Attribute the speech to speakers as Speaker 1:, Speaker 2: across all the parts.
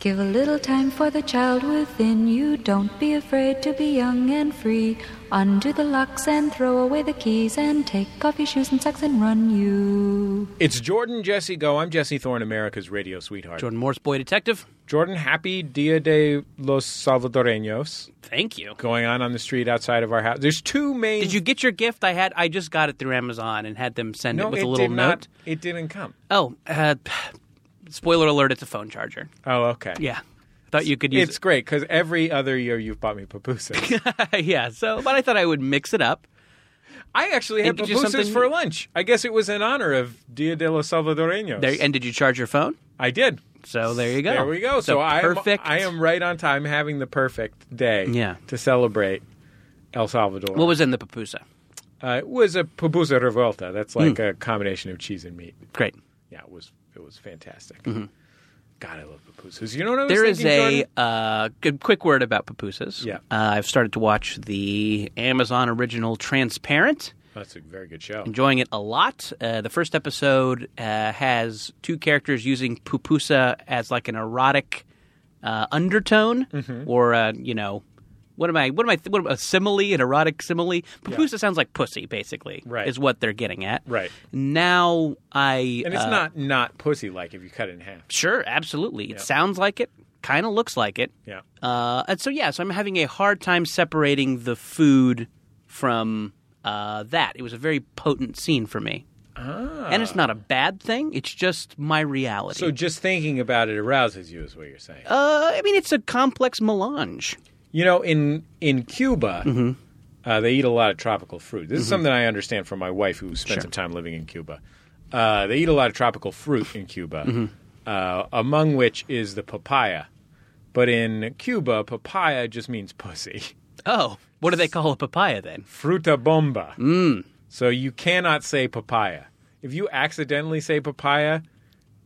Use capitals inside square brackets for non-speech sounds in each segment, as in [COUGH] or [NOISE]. Speaker 1: Give a little time for the child within you. Don't be afraid to be young and free. Undo the locks and throw away the keys and take off your shoes and socks and run you.
Speaker 2: It's Jordan Jesse Go. I'm Jesse Thorne, America's radio sweetheart.
Speaker 3: Jordan Morse, boy detective.
Speaker 2: Jordan, happy Dia de los Salvadoreños
Speaker 3: Thank you.
Speaker 2: going on on the street outside of our house. There's two main.
Speaker 3: Did you get your gift? I had. I just got it through Amazon and had them send
Speaker 2: No,
Speaker 3: it with
Speaker 2: it
Speaker 3: a little
Speaker 2: did
Speaker 3: note.
Speaker 2: not. It didn't come.
Speaker 3: Oh, uh, spoiler alert! It's a phone charger.
Speaker 2: Oh, okay.
Speaker 3: Yeah, thought you could use.
Speaker 2: It's great because every other year you've bought me pupusas.
Speaker 3: [LAUGHS] it. yeah. So, but I thought I would mix it up.
Speaker 2: I actually had
Speaker 3: Think you do
Speaker 2: pupusas
Speaker 3: something-
Speaker 2: for lunch. I guess it was in honor of Dia de los Salvadoreños.
Speaker 3: There, and did you charge your phone?
Speaker 2: I did.
Speaker 3: So there you go.
Speaker 2: There we go.
Speaker 3: So
Speaker 2: So I am,
Speaker 3: perfect.
Speaker 2: I am right on time having the perfect day
Speaker 3: Yeah.
Speaker 2: to celebrate El Salvador.
Speaker 3: What was in the pupusa?
Speaker 2: Uh, it was a pupusa revuelta. That's like
Speaker 3: Hmm.
Speaker 2: a combination of cheese and meat.
Speaker 3: Great.
Speaker 2: Yeah, it was it was fantastic. God, I love pupusas. You know what I was
Speaker 3: Mm-hmm. There is
Speaker 2: thinking,
Speaker 3: a
Speaker 2: Jordan?
Speaker 3: uh, good quick word about pupusas.
Speaker 2: Yeah.
Speaker 3: Uh, I've started to watch the Amazon original Transparent.
Speaker 2: That's a very good show.
Speaker 3: Enjoying it a lot. Uh, the first episode uh, has two characters using pupusa as like an erotic uh, undertone,
Speaker 2: Mm-hmm.
Speaker 3: or uh, you know, what am I? What am I? What am, a simile, an erotic simile. Pupusa sounds like pussy, basically.
Speaker 2: Right.
Speaker 3: Is what they're getting at.
Speaker 2: Right.
Speaker 3: Now I
Speaker 2: And it's
Speaker 3: uh,
Speaker 2: not not pussy like if you cut it in half.
Speaker 3: Sure, absolutely. It sounds like it, kind of looks like it.
Speaker 2: Yeah.
Speaker 3: Uh, and so, yeah, so I'm having a hard time separating the food from uh, that. It was a very potent scene for me. And it's not a bad thing, it's just my reality.
Speaker 2: Ah. So just thinking about it arouses you, is what you're saying.
Speaker 3: uh, I mean, it's a complex melange.
Speaker 2: You know, in in Cuba,
Speaker 3: Mm-hmm.
Speaker 2: uh, they eat a lot of tropical fruit. This is something I understand from my wife, who spent some time living in Cuba. Uh, they eat a lot of tropical fruit in Cuba,
Speaker 3: Mm-hmm.
Speaker 2: uh, among which is the papaya. But in Cuba, papaya just means pussy. [LAUGHS]
Speaker 3: Oh, what do they call a papaya then?
Speaker 2: Fruta bomba. Mm. So you cannot say papaya. If you accidentally say papaya,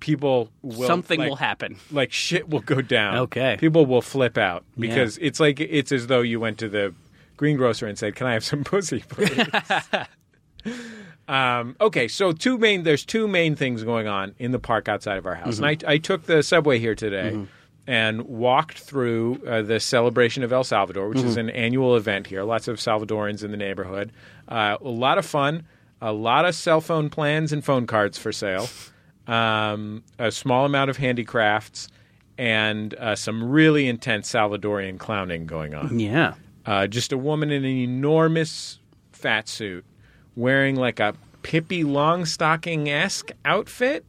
Speaker 2: people will
Speaker 3: Something
Speaker 2: like,
Speaker 3: will happen.
Speaker 2: like shit will go down.
Speaker 3: Okay.
Speaker 2: People will flip out because it's like it's as though you went to the greengrocer and said, "Can I have some [LAUGHS] pussy, please?" um, okay, so two main there's two main things going on in the park outside of our house, and I, I took the subway here today. And walked through uh, the celebration of El Salvador, which is an annual event here. Lots of Salvadorans in the neighborhood. Uh, a lot of fun. A lot of cell phone plans and phone cards for sale. Um, a small amount of handicrafts, and uh, some really intense Salvadorian clowning going on.
Speaker 3: Yeah.
Speaker 2: Uh, just a woman in an enormous fat suit wearing like a Pippi Longstocking esque outfit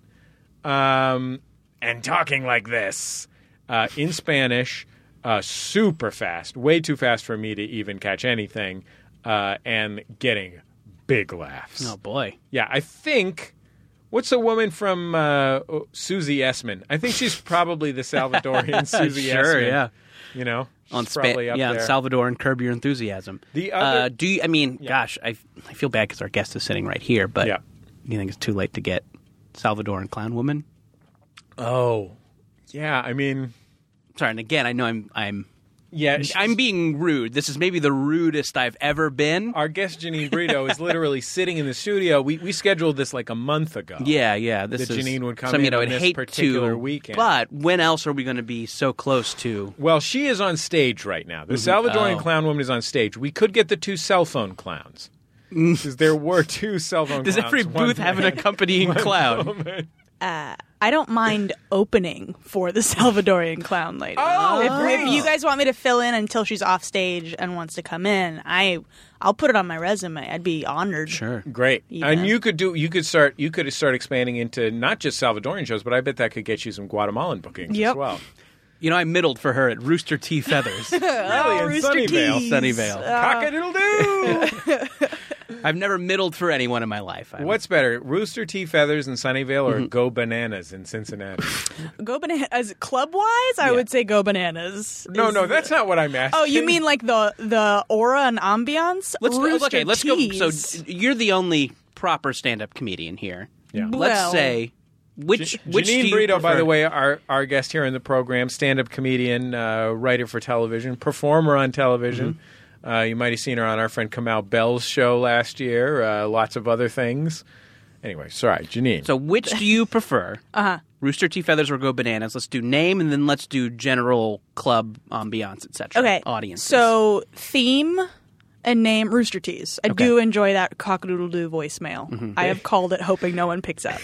Speaker 2: um, and talking like this uh, in Spanish, uh, super fast, way too fast for me to even catch anything, uh, and getting big laughs.
Speaker 3: Oh, boy.
Speaker 2: Yeah, I think. What's the woman from uh, Susie Essman? I think she's probably the Salvadorian
Speaker 3: [LAUGHS]
Speaker 2: Susie
Speaker 3: Sure,
Speaker 2: Essman.
Speaker 3: yeah.
Speaker 2: You know,
Speaker 3: On
Speaker 2: she's
Speaker 3: Spa-
Speaker 2: probably up
Speaker 3: yeah,
Speaker 2: there.
Speaker 3: on Salvador and Curb Your Enthusiasm.
Speaker 2: The other-
Speaker 3: uh, do you, I mean, gosh, I, I feel bad because our guest is sitting right here, but
Speaker 2: Yeah.
Speaker 3: you think it's too late to get Salvador and Clown Woman?
Speaker 2: oh, yeah. I mean,
Speaker 3: Sorry, and again, I know I'm I'm
Speaker 2: yeah.
Speaker 3: I'm being rude. This is maybe the rudest I've ever been.
Speaker 2: our guest Janine Brito is
Speaker 3: [LAUGHS]
Speaker 2: literally sitting in the studio. We we scheduled this like a month ago.
Speaker 3: Yeah, yeah. This
Speaker 2: That
Speaker 3: is
Speaker 2: Janine would come
Speaker 3: something
Speaker 2: in
Speaker 3: that I
Speaker 2: on
Speaker 3: would
Speaker 2: this
Speaker 3: hate
Speaker 2: particular
Speaker 3: to,
Speaker 2: weekend.
Speaker 3: But when else are we going to be so close to?
Speaker 2: Well, she is on stage right now. The Salvadoran
Speaker 3: Oh.
Speaker 2: clown woman is on stage. We could get the two cell phone clowns. Because there were two cell phone
Speaker 3: Mm. Does
Speaker 2: clowns.
Speaker 3: every
Speaker 2: one
Speaker 3: booth have
Speaker 2: [LAUGHS]
Speaker 3: an
Speaker 2: man.
Speaker 3: accompanying clown?
Speaker 4: I don't mind opening for the [LAUGHS] Salvadorian clown lady.
Speaker 2: Oh,
Speaker 4: if,
Speaker 2: great.
Speaker 4: if you guys want me to fill in until she's off stage and wants to come in, I I'll put it on my resume. I'd be honored.
Speaker 3: Sure.
Speaker 2: Great.
Speaker 4: Yeah.
Speaker 2: And you could do you could start you could start expanding into not just Salvadorian shows, but I bet that could get you some Guatemalan bookings as
Speaker 4: Yep.
Speaker 2: well.
Speaker 3: You know, I middled for her at Rooster
Speaker 2: [LAUGHS]
Speaker 3: Tea Feathers,
Speaker 2: Really, in
Speaker 4: Oh, Rooster
Speaker 2: Sunnyvale.
Speaker 4: Teeth.
Speaker 3: Sunnyvale.
Speaker 2: Cock-a-doodle-doo.
Speaker 3: I've never middled for anyone in my life. I'm-
Speaker 2: What's better, Rooster Tea Feathers in Sunnyvale or Go Bananas in Cincinnati?
Speaker 4: Go bananas. Club wise, I would say go bananas.
Speaker 2: No,
Speaker 4: is-
Speaker 2: no, that's not what I'm asking.
Speaker 4: Oh, you
Speaker 2: [LAUGHS]
Speaker 4: mean like the the aura and ambiance?
Speaker 3: Let's
Speaker 4: Rooster
Speaker 3: okay. Let's go.
Speaker 4: Teeth's-
Speaker 3: So you're the only proper stand-up comedian here.
Speaker 2: Yeah.
Speaker 3: Let's
Speaker 4: Well-
Speaker 3: say which which do
Speaker 2: Janine
Speaker 3: you
Speaker 2: Brito, by
Speaker 3: prefer?
Speaker 2: the way, our our guest here in the program, stand-up comedian, uh, writer for television, performer on television. Uh, you might have seen her on our friend Kamal Bell's show last year. Uh, lots of other things. Anyway, sorry, Janine.
Speaker 4: [LAUGHS]
Speaker 3: So which do you prefer? uh-huh. Rooster Tea feathers or go bananas. Let's do name and then let's do general club um, ambiance, etc.
Speaker 4: Okay.
Speaker 3: audience.
Speaker 4: So theme and name Rooster Tees. I do enjoy that cockadoodle doo voicemail.
Speaker 2: Mm-hmm.
Speaker 4: I have called it hoping no one picks up.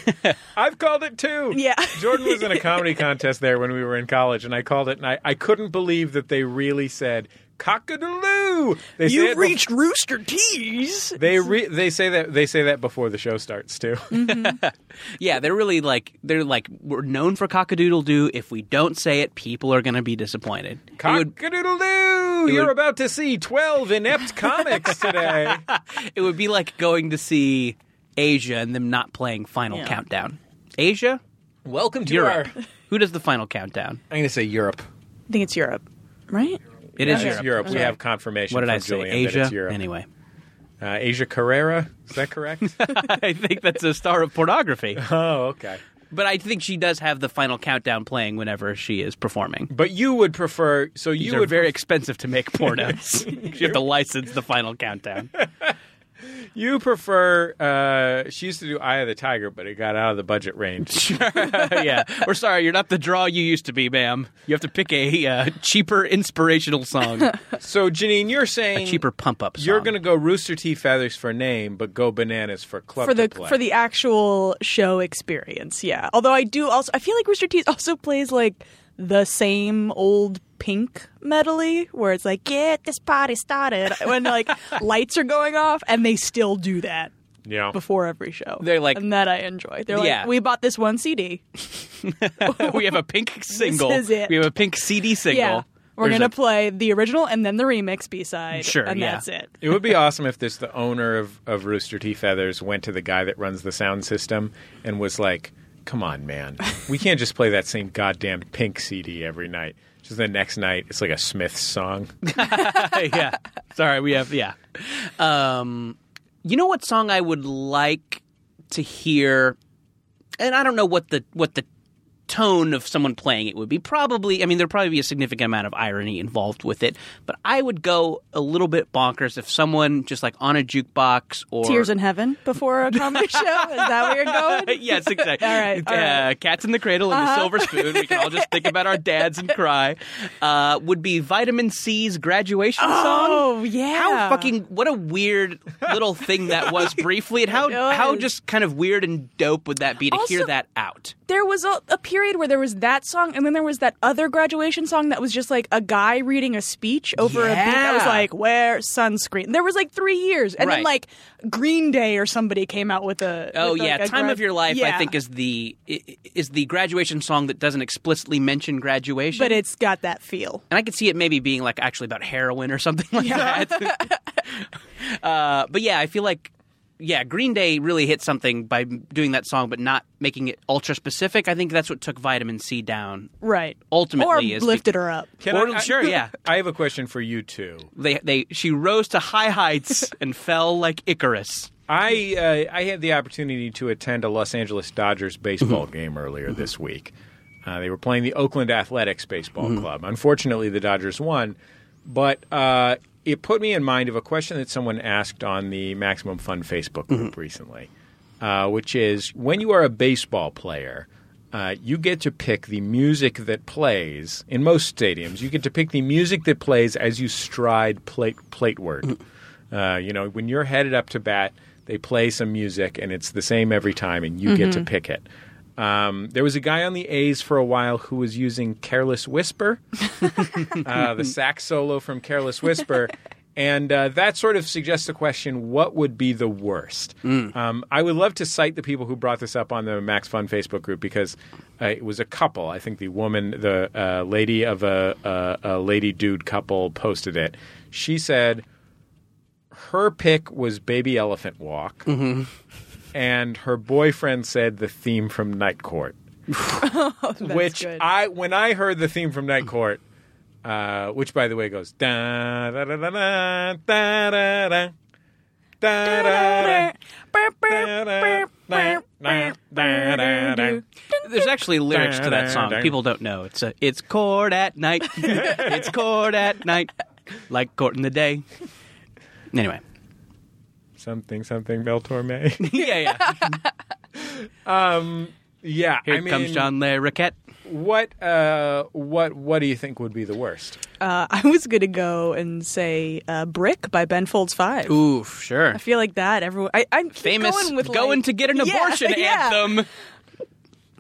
Speaker 2: I've called it too.
Speaker 4: Yeah.
Speaker 2: Jordan was in a comedy contest there when we were in college, and I called it, and I, I couldn't believe that they really said cockadoo. They say it bef-
Speaker 4: you reached Rooster Tees.
Speaker 2: they re- they say that they say that before the show starts too.
Speaker 3: yeah, they're really like they're like we're known for cockadoodle doo. If we don't say it, people are going to be disappointed. It would-
Speaker 2: Cockadoodle-doo! You're
Speaker 3: would-
Speaker 2: about to see 12 inept comics
Speaker 3: [LAUGHS]
Speaker 2: today.
Speaker 3: It would be like going to see Asia and them not playing Final
Speaker 4: Yeah.
Speaker 3: Countdown. Asia,
Speaker 2: Welcome to
Speaker 3: Europe.
Speaker 2: our...
Speaker 3: [LAUGHS] Who does the Final Countdown?
Speaker 2: I'm going to say Europe.
Speaker 4: I think it's Europe, right?
Speaker 2: It
Speaker 3: It is
Speaker 2: is Europe.
Speaker 3: Europe.
Speaker 2: We have confirmation
Speaker 3: What did
Speaker 2: from
Speaker 3: I say?
Speaker 2: Julian
Speaker 3: Asia.
Speaker 2: that it's Europe.
Speaker 3: Anyway, [LAUGHS]
Speaker 2: Uh, Asia Carrera, is that correct?
Speaker 3: I think that's a star of pornography.
Speaker 2: oh, okay.
Speaker 3: But I think she does have the Final Countdown playing whenever she is performing.
Speaker 2: But you would prefer... So
Speaker 3: These
Speaker 2: you
Speaker 3: are
Speaker 2: would
Speaker 3: very
Speaker 2: very
Speaker 3: expensive
Speaker 2: [LAUGHS]
Speaker 3: to make pornos. you have to license the Final Countdown. [LAUGHS]
Speaker 2: you prefer... Uh, she used to do Eye of the Tiger, but it got out of the budget
Speaker 4: [LAUGHS]
Speaker 2: range.
Speaker 3: yeah, we're sorry, you're not the draw you used to be, ma'am. You have to pick a uh, cheaper inspirational song,
Speaker 4: [LAUGHS]
Speaker 2: so, Janine, you're saying...
Speaker 3: cheaper pump up.
Speaker 2: You're going to go Rooster Teeth Feathers for name, but go Bananas for club
Speaker 4: for
Speaker 2: to
Speaker 4: the
Speaker 2: play.
Speaker 4: for the actual show experience. Yeah. Although I do also I feel like Rooster Teeth also plays like the same old pink medley where it's like get this party started
Speaker 3: [LAUGHS]
Speaker 4: when like lights are going off and they still do that
Speaker 2: Yeah.
Speaker 4: before every show.
Speaker 3: They're like-
Speaker 4: and that I enjoy. They're like
Speaker 3: Yeah.
Speaker 4: we bought this one CD.
Speaker 3: [LAUGHS] we have a
Speaker 4: [LAUGHS]
Speaker 3: pink single.
Speaker 4: is it.
Speaker 3: We have a pink CD single.
Speaker 4: Yeah. We're
Speaker 3: There's
Speaker 4: going to
Speaker 3: a-
Speaker 4: play the original and then the remix B-side
Speaker 3: Sure,
Speaker 4: and
Speaker 3: yeah.
Speaker 4: that's it.
Speaker 2: It would be awesome if this the owner of, of Rooster Teeth Feathers went to the guy that runs the sound system and was like, "Come on, man, we can't just play that same goddamn Pink CD every night." Just the next night, it's like a Smiths song.
Speaker 3: [LAUGHS] yeah. Sorry, we have yeah. Um, you know what song I would like to hear, and I don't know what the what the tone of someone playing it would be. Probably, I mean, there'd probably be a significant amount of irony involved with it, but I would go a little bit bonkers if someone just like on a jukebox or
Speaker 4: Tears in Heaven before a comedy show. Is that where you're going?
Speaker 3: [LAUGHS] yes, exactly.
Speaker 4: [LAUGHS] All right, Uh-huh. all
Speaker 3: Uh, Cats in the Cradle and the Silver Spoon. We can all just think about our dads and
Speaker 4: [LAUGHS]
Speaker 3: cry. Uh, would be Vitamin C's graduation song.
Speaker 4: Oh, yeah.
Speaker 3: How fucking what a weird little thing
Speaker 4: [LAUGHS]
Speaker 3: that was briefly, and how
Speaker 4: It
Speaker 3: how
Speaker 4: was.
Speaker 3: just kind of weird and dope would that be to hear
Speaker 4: Also-
Speaker 3: that out?
Speaker 4: there was a, a period where there was that song and then there was that other graduation song that was just like a guy reading a speech over a beat that was
Speaker 3: Yeah.
Speaker 4: like wear sunscreen there was like three years and
Speaker 3: Right.
Speaker 4: then like green day or somebody came out with a
Speaker 3: Oh
Speaker 4: with,
Speaker 3: yeah,
Speaker 4: like, a
Speaker 3: time
Speaker 4: gra-
Speaker 3: of your life. I
Speaker 4: Yeah.
Speaker 3: think is the i- is the graduation song that doesn't explicitly mention graduation,
Speaker 4: but it's got that feel
Speaker 3: and I could see it maybe being like actually about heroin or something [LAUGHS] like
Speaker 4: [LAUGHS]
Speaker 3: that. uh, but yeah, I feel like yeah, Green Day really hit something by doing that song, but not making it ultra specific. I think that's what took Vitamin C down.
Speaker 4: right
Speaker 3: Ultimately,
Speaker 4: or
Speaker 3: is
Speaker 4: lifted her up
Speaker 2: Can
Speaker 3: Or- sure, yeah.
Speaker 2: [LAUGHS] I have a question for you too.
Speaker 3: they they she rose to high
Speaker 4: [LAUGHS]
Speaker 3: heights and fell like Icarus.
Speaker 2: I uh, I had the opportunity to attend a Los Angeles Dodgers baseball game earlier this week. Uh, they were playing the Oakland Athletics baseball club. Unfortunately, the Dodgers won, but uh, it put me in mind of a question that someone asked on the Maximum Fun Facebook group recently, uh, which is when you are a baseball player. Uh, you get to pick the music that plays in most stadiums. You get to pick the music that plays as you stride plate plateward. Uh, you know, when you're headed up to bat, they play some music, and it's the same every time, and you get to pick it. Um, there was a guy on the A's for a while who was using "Careless Whisper," uh, the sax solo from "Careless Whisper," and uh, that sort of suggests the question: What would be the worst? Um, I would love to cite the people who brought this up on the Max Fun Facebook group because uh, it was a couple. I think the woman, the uh, lady of a, a, a lady dude couple, posted it. She said her pick was Baby Elephant Walk, and her boyfriend said the theme from Night Court, which
Speaker 4: good.
Speaker 2: I when I heard the theme from Night Court, uh, which by the way goes da da da da da da da da da da da.
Speaker 3: There's actually lyrics to that song. People don't know. It's a, it's court at
Speaker 4: [LAUGHS]
Speaker 3: night. it's court at night, like court in the day.
Speaker 4: [LAUGHS]
Speaker 3: Anyway,
Speaker 2: Something, something, Mel Torme.
Speaker 3: yeah, yeah.
Speaker 2: [LAUGHS] Yeah,
Speaker 3: Here
Speaker 2: I mean,
Speaker 3: comes John Le Roquette.
Speaker 2: What, uh, what, what do you think would be the worst?
Speaker 4: Uh, I was going to go and say uh, Brick by Ben Folds 5.
Speaker 3: Oof, sure.
Speaker 4: I feel like that. Everyone, I, I'm
Speaker 3: Famous
Speaker 4: going
Speaker 3: going,
Speaker 4: with like,
Speaker 3: to get an
Speaker 4: Yeah,
Speaker 3: abortion
Speaker 4: [LAUGHS] yeah.
Speaker 3: anthem.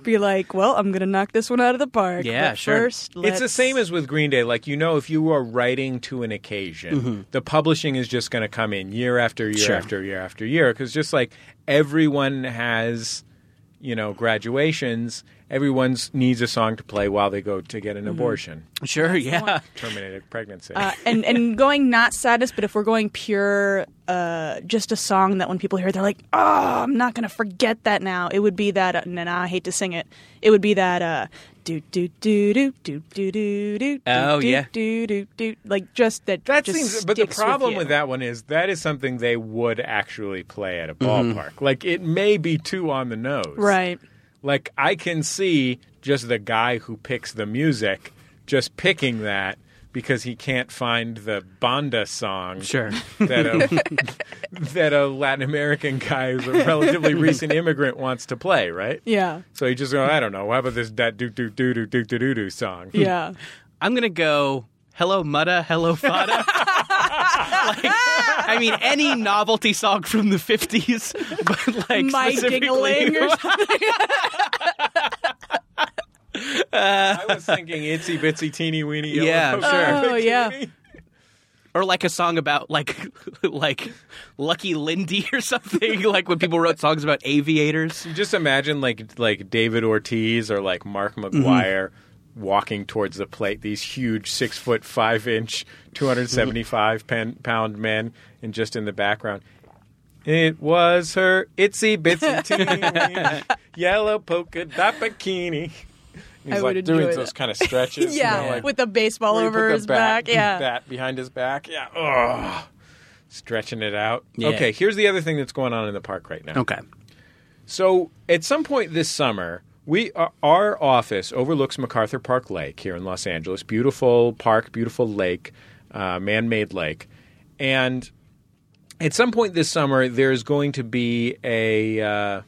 Speaker 4: Be like, well, I'm gonna knock this one out of the park.
Speaker 3: Yeah,
Speaker 4: but
Speaker 3: sure.
Speaker 4: First,
Speaker 2: It's the
Speaker 4: let's-
Speaker 2: same as with Green Day. Like you know, if you are writing to an occasion, the publishing is just going to come in year after year
Speaker 3: Sure.
Speaker 2: after year after year because just like everyone has, you know, graduations, everyone's needs a song to play while they go to get an abortion,
Speaker 3: Sure, yeah.
Speaker 2: terminated pregnancy.
Speaker 4: Uh, and and going not status, but if we're going pure, uh, just a song that when people hear, it, they're like, oh, I'm not gonna forget that now. It would be that, uh, and then I hate to sing it. It would be that, uh, do do do do do do do do.
Speaker 3: Oh,
Speaker 4: do,
Speaker 3: yeah.
Speaker 4: do do do. Like just that.
Speaker 2: that
Speaker 4: just
Speaker 2: seems, but the
Speaker 4: sticks
Speaker 2: problem
Speaker 4: with,
Speaker 2: with,
Speaker 4: you.
Speaker 2: that one is that is something they would actually play at a ballpark. Like it may be too on the nose,
Speaker 4: right?
Speaker 2: Like I can see just the guy who picks the music just picking that because he can't find the Banda song.
Speaker 3: Sure.
Speaker 2: That a, [LAUGHS] that a Latin American guy who's a relatively recent immigrant wants to play, right?
Speaker 4: Yeah,
Speaker 2: So he just goes, I don't know, how about this that doo doo doo doo doo doo doo doo song?
Speaker 3: Hmm.
Speaker 4: yeah.
Speaker 3: I'm going to go Hello Mutta, Hello Fada. [LAUGHS] like, I mean, any novelty song from the 50s, [LAUGHS] but like
Speaker 4: My
Speaker 3: specifically- [LAUGHS]
Speaker 4: giggling or
Speaker 2: I was thinking itsy bitsy teeny weeny yellow
Speaker 3: Yeah,
Speaker 2: poker [LAUGHS]
Speaker 4: sure. Oh, yeah.
Speaker 2: bikini.
Speaker 3: or like a song about like [LAUGHS] like Lucky Lindy or something, [LAUGHS] like when people wrote songs about aviators.
Speaker 2: Just imagine like like David Ortiz or like Mark McGuire walking towards the plate. These huge six foot five inch, two hundred seventy five pen, pound men, and just in the background, it was her itsy bitsy teeny yellow polka dot bikini. And
Speaker 4: I
Speaker 2: He's
Speaker 4: would
Speaker 2: like doing
Speaker 4: enjoy
Speaker 2: those
Speaker 4: that.
Speaker 2: kind of stretches. you
Speaker 4: [LAUGHS] yeah,
Speaker 2: know, like,
Speaker 4: with the baseball
Speaker 2: where you put
Speaker 4: over
Speaker 2: the
Speaker 4: his back.
Speaker 2: [LAUGHS]
Speaker 4: Yeah.
Speaker 2: bat behind his back. Yeah, Ugh. stretching it out.
Speaker 3: Yeah.
Speaker 2: Okay, here's the other thing that's going on in the park right now.
Speaker 3: Okay.
Speaker 2: So at some point this summer, we our- our office overlooks MacArthur Park Lake here in Los Angeles. Beautiful park, beautiful lake, uh, man-made lake, and at some point this summer there's going to be a. Uh,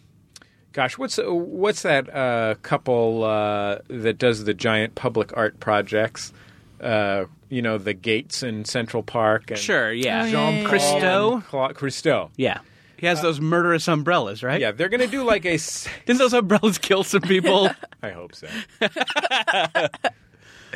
Speaker 2: Gosh, what's what's that uh, couple uh, that does the giant public art projects? Uh, you know, the Gates in Central Park. And
Speaker 3: Sure, yeah.
Speaker 2: Jean Paul
Speaker 3: Christo?
Speaker 2: Christo.
Speaker 3: Yeah. He has those murderous umbrellas, right?
Speaker 2: Yeah, they're going to do like a s-
Speaker 3: Didn't those umbrellas kill some people?
Speaker 2: I hope so. [LAUGHS]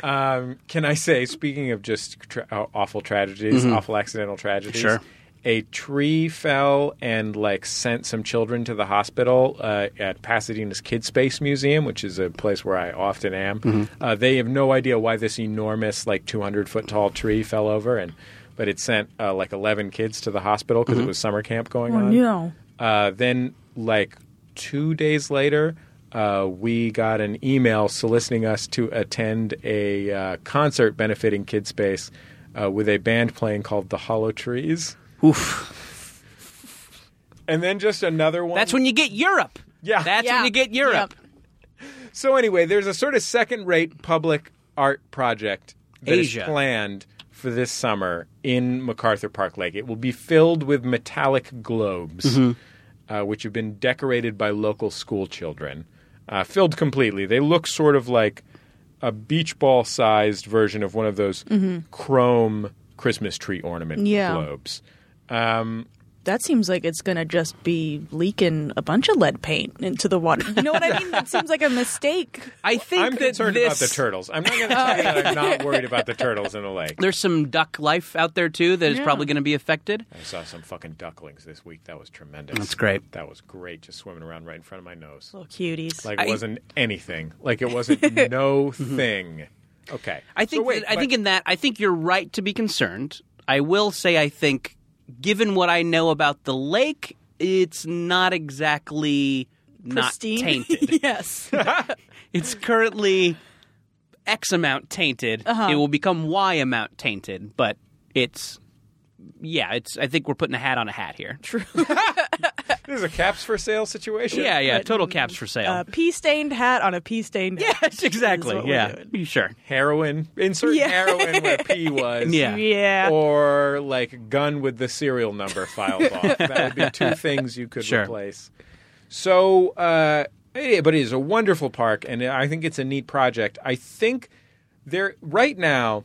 Speaker 2: um, can I say, speaking of just tra- aw- awful tragedies, awful accidental tragedies,
Speaker 3: Sure.
Speaker 2: a tree fell and like sent some children to the hospital uh, at Pasadena's Kid Space Museum, which is a place where I often am. Uh, they have no idea why this enormous, like 200 foot tall tree fell over, and but it sent uh, like 11 kids to the hospital because it was summer camp
Speaker 4: Oh,
Speaker 2: going on. Uh, then, like two days later, uh, we got an email soliciting us to attend a uh, concert benefiting Kid Space uh, with a band playing called the Hollow Trees.
Speaker 3: [LAUGHS] Oof.
Speaker 2: And then just another one.
Speaker 3: That's when you get Europe.
Speaker 2: Yeah.
Speaker 3: That's
Speaker 4: Yeah.
Speaker 3: when you get Europe.
Speaker 2: So anyway, there's a sort of second-rate public art project that is
Speaker 3: Asia.
Speaker 2: planned for this summer in MacArthur Park Lake. It will be filled with metallic globes,
Speaker 3: Mm-hmm.
Speaker 2: uh, which have been decorated by local school children, uh, filled completely. They look sort of like a beach ball-sized version of one of those
Speaker 3: Mm-hmm.
Speaker 2: chrome Christmas tree ornament
Speaker 4: Yeah.
Speaker 2: globes.
Speaker 4: That seems like it's gonna just be leaking a bunch of lead paint into the water. You know what I mean? That seems like a [LAUGHS] mistake.
Speaker 3: I think
Speaker 2: I'm
Speaker 3: that
Speaker 2: concerned
Speaker 3: this,
Speaker 2: about the turtles. I'm not going to tell you that I'm not worried about the turtles in the lake.
Speaker 3: There's some duck life out there too that is probably going to be affected.
Speaker 2: I saw some fucking ducklings this week. That was tremendous.
Speaker 3: That's great.
Speaker 2: That was great. Just swimming around right in front of my nose.
Speaker 4: Little Oh, cuties.
Speaker 2: Like it
Speaker 3: I- Mm-hmm.
Speaker 2: wasn't anything. Like it
Speaker 3: [LAUGHS]
Speaker 2: wasn't no thing. Okay.
Speaker 3: I think
Speaker 2: So wait,
Speaker 3: that- I
Speaker 2: but-
Speaker 3: think in that I think you're right to be concerned. I will say I think given what I know about the lake, it's not exactly
Speaker 4: Pristine.
Speaker 3: not tainted.
Speaker 4: [LAUGHS] yes.
Speaker 3: it's currently X amount tainted.
Speaker 4: Uh-huh.
Speaker 3: It will become Y amount tainted, but it's yeah, it's I think we're putting a hat on a hat here. True.
Speaker 2: this is a caps for sale situation.
Speaker 3: Yeah, yeah, total caps for sale.
Speaker 4: A pea stained hat on a pea stained hat.
Speaker 3: [LAUGHS] yes, exactly.
Speaker 4: uh, what we're
Speaker 3: Yeah. Sure.
Speaker 2: Heroin. Insert
Speaker 4: Yeah.
Speaker 2: heroin where
Speaker 4: [LAUGHS]
Speaker 2: P was.
Speaker 3: Yeah.
Speaker 4: Yeah.
Speaker 2: Or like gun with the serial
Speaker 4: [LAUGHS]
Speaker 2: number filed off. That would be two things you could
Speaker 3: Sure.
Speaker 2: replace. So uh, It- but it is a wonderful park, and I think it's a neat project. I think there right now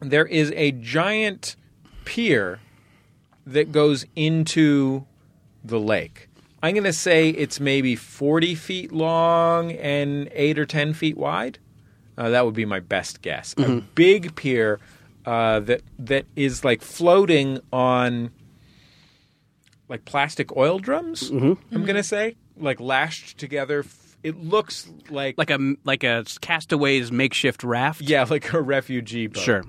Speaker 2: there is a giant pier that goes into the lake. I'm going to say it's maybe 40 feet long and eight or 10 feet wide. Uh, that would be my best guess. A big pier uh, that that is like floating on like plastic oil drums. I'm gonna say like lashed together. F- It looks like,
Speaker 3: like a like a castaways makeshift raft.
Speaker 2: yeah, like a refugee boat.
Speaker 3: sure.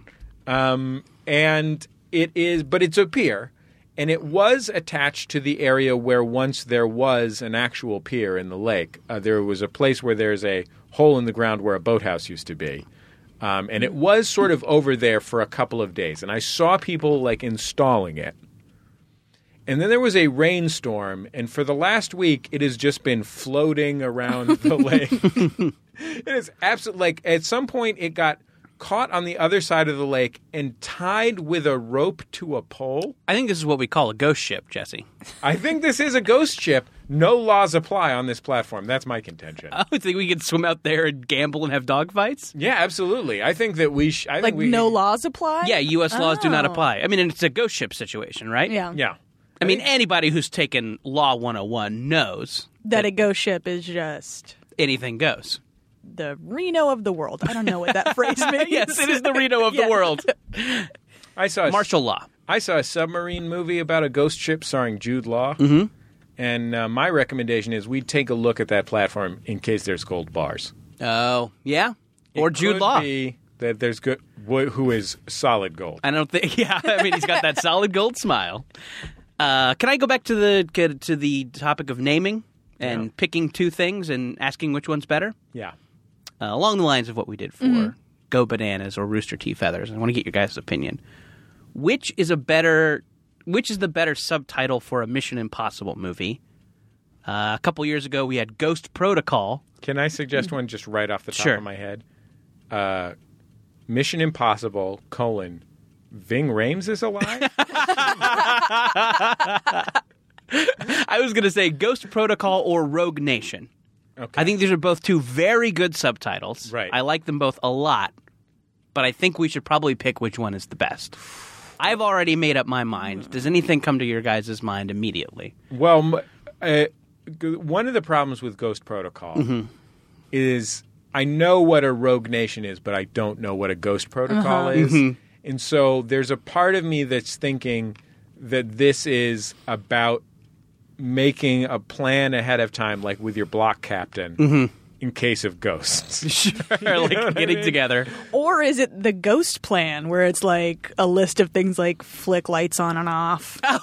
Speaker 2: Um, and it is, but it's a pier, and it was attached to the area where once there was an actual pier in the lake. Uh, there was a place where there's a hole in the ground where a boathouse used to be. Um, and it was sort of over there for a couple of days, and I saw people like installing it. And then there was a rainstorm, and for the last week, it has just been floating around the lake. it is absolutely like at some point it got caught on the other side of the lake and tied with a rope to a pole.
Speaker 3: I think this is what we call a ghost ship, Jesse. [LAUGHS]
Speaker 2: I think this is a ghost ship. No laws apply on this platform. That's my contention.
Speaker 3: I would think we could swim out there and gamble and have dogfights.
Speaker 2: yeah, absolutely. I think that we. Sh- I think
Speaker 4: Like
Speaker 2: we-
Speaker 4: no laws apply.
Speaker 3: Yeah, U.S. laws do not
Speaker 4: Oh.
Speaker 3: apply. I mean, and it's a ghost ship situation, right?
Speaker 4: Yeah.
Speaker 2: Yeah.
Speaker 3: I mean, anybody who's taken Law 101 knows
Speaker 4: That a ghost ship is just
Speaker 3: anything
Speaker 4: [LAUGHS]
Speaker 3: goes.
Speaker 4: the Reno of the world. I don't know
Speaker 3: [LAUGHS]
Speaker 4: what that phrase means.
Speaker 3: Yes, it is the Reno of the
Speaker 4: Yeah.
Speaker 3: world.
Speaker 2: I saw a,
Speaker 3: Martial law.
Speaker 2: I saw a submarine movie about a ghost ship starring Jude Law.
Speaker 3: Mm-hmm.
Speaker 2: And uh, my recommendation is we take a look at that platform in case there's gold bars.
Speaker 3: Oh, yeah. Or
Speaker 2: It
Speaker 3: Jude
Speaker 2: could
Speaker 3: Law.
Speaker 2: be that there's good wh- who is solid gold.
Speaker 3: I don't think. [LAUGHS] Yeah, I mean, he's got that solid gold smile. Uh, can I go back to the to the topic of naming and picking two things and asking which one's better?
Speaker 2: Yeah.
Speaker 3: uh, along the lines of what we did for Go Bananas or Rooster Tea Feathers. I want to get your guys' opinion. Which is a better, which is the better subtitle for a Mission Impossible movie? Uh, a couple years ago, we had Ghost Protocol.
Speaker 2: Can I suggest one just right off the top
Speaker 3: Sure.
Speaker 2: of my head? Uh, Mission Impossible colon Ving Rames is alive.
Speaker 3: I was going to say Ghost Protocol or Rogue Nation.
Speaker 2: Okay.
Speaker 3: I think these are both two very good subtitles.
Speaker 2: Right.
Speaker 3: I like them both a lot, but I think we should probably pick which one is the best. I've already made up my mind. Does anything come to your guys' mind immediately?
Speaker 2: well, m- uh, g- one of the problems with Ghost Protocol is I know what a Rogue Nation is, but I don't know what a Ghost Protocol is, and so there's a part of me that's thinking that this is about making a plan ahead of time, like with your block captain, in case of ghosts.
Speaker 3: [LAUGHS] or like getting together.
Speaker 4: Or is it the ghost plan where it's like a list of things like flick lights on
Speaker 3: [LAUGHS]
Speaker 4: and off?
Speaker 3: Oh,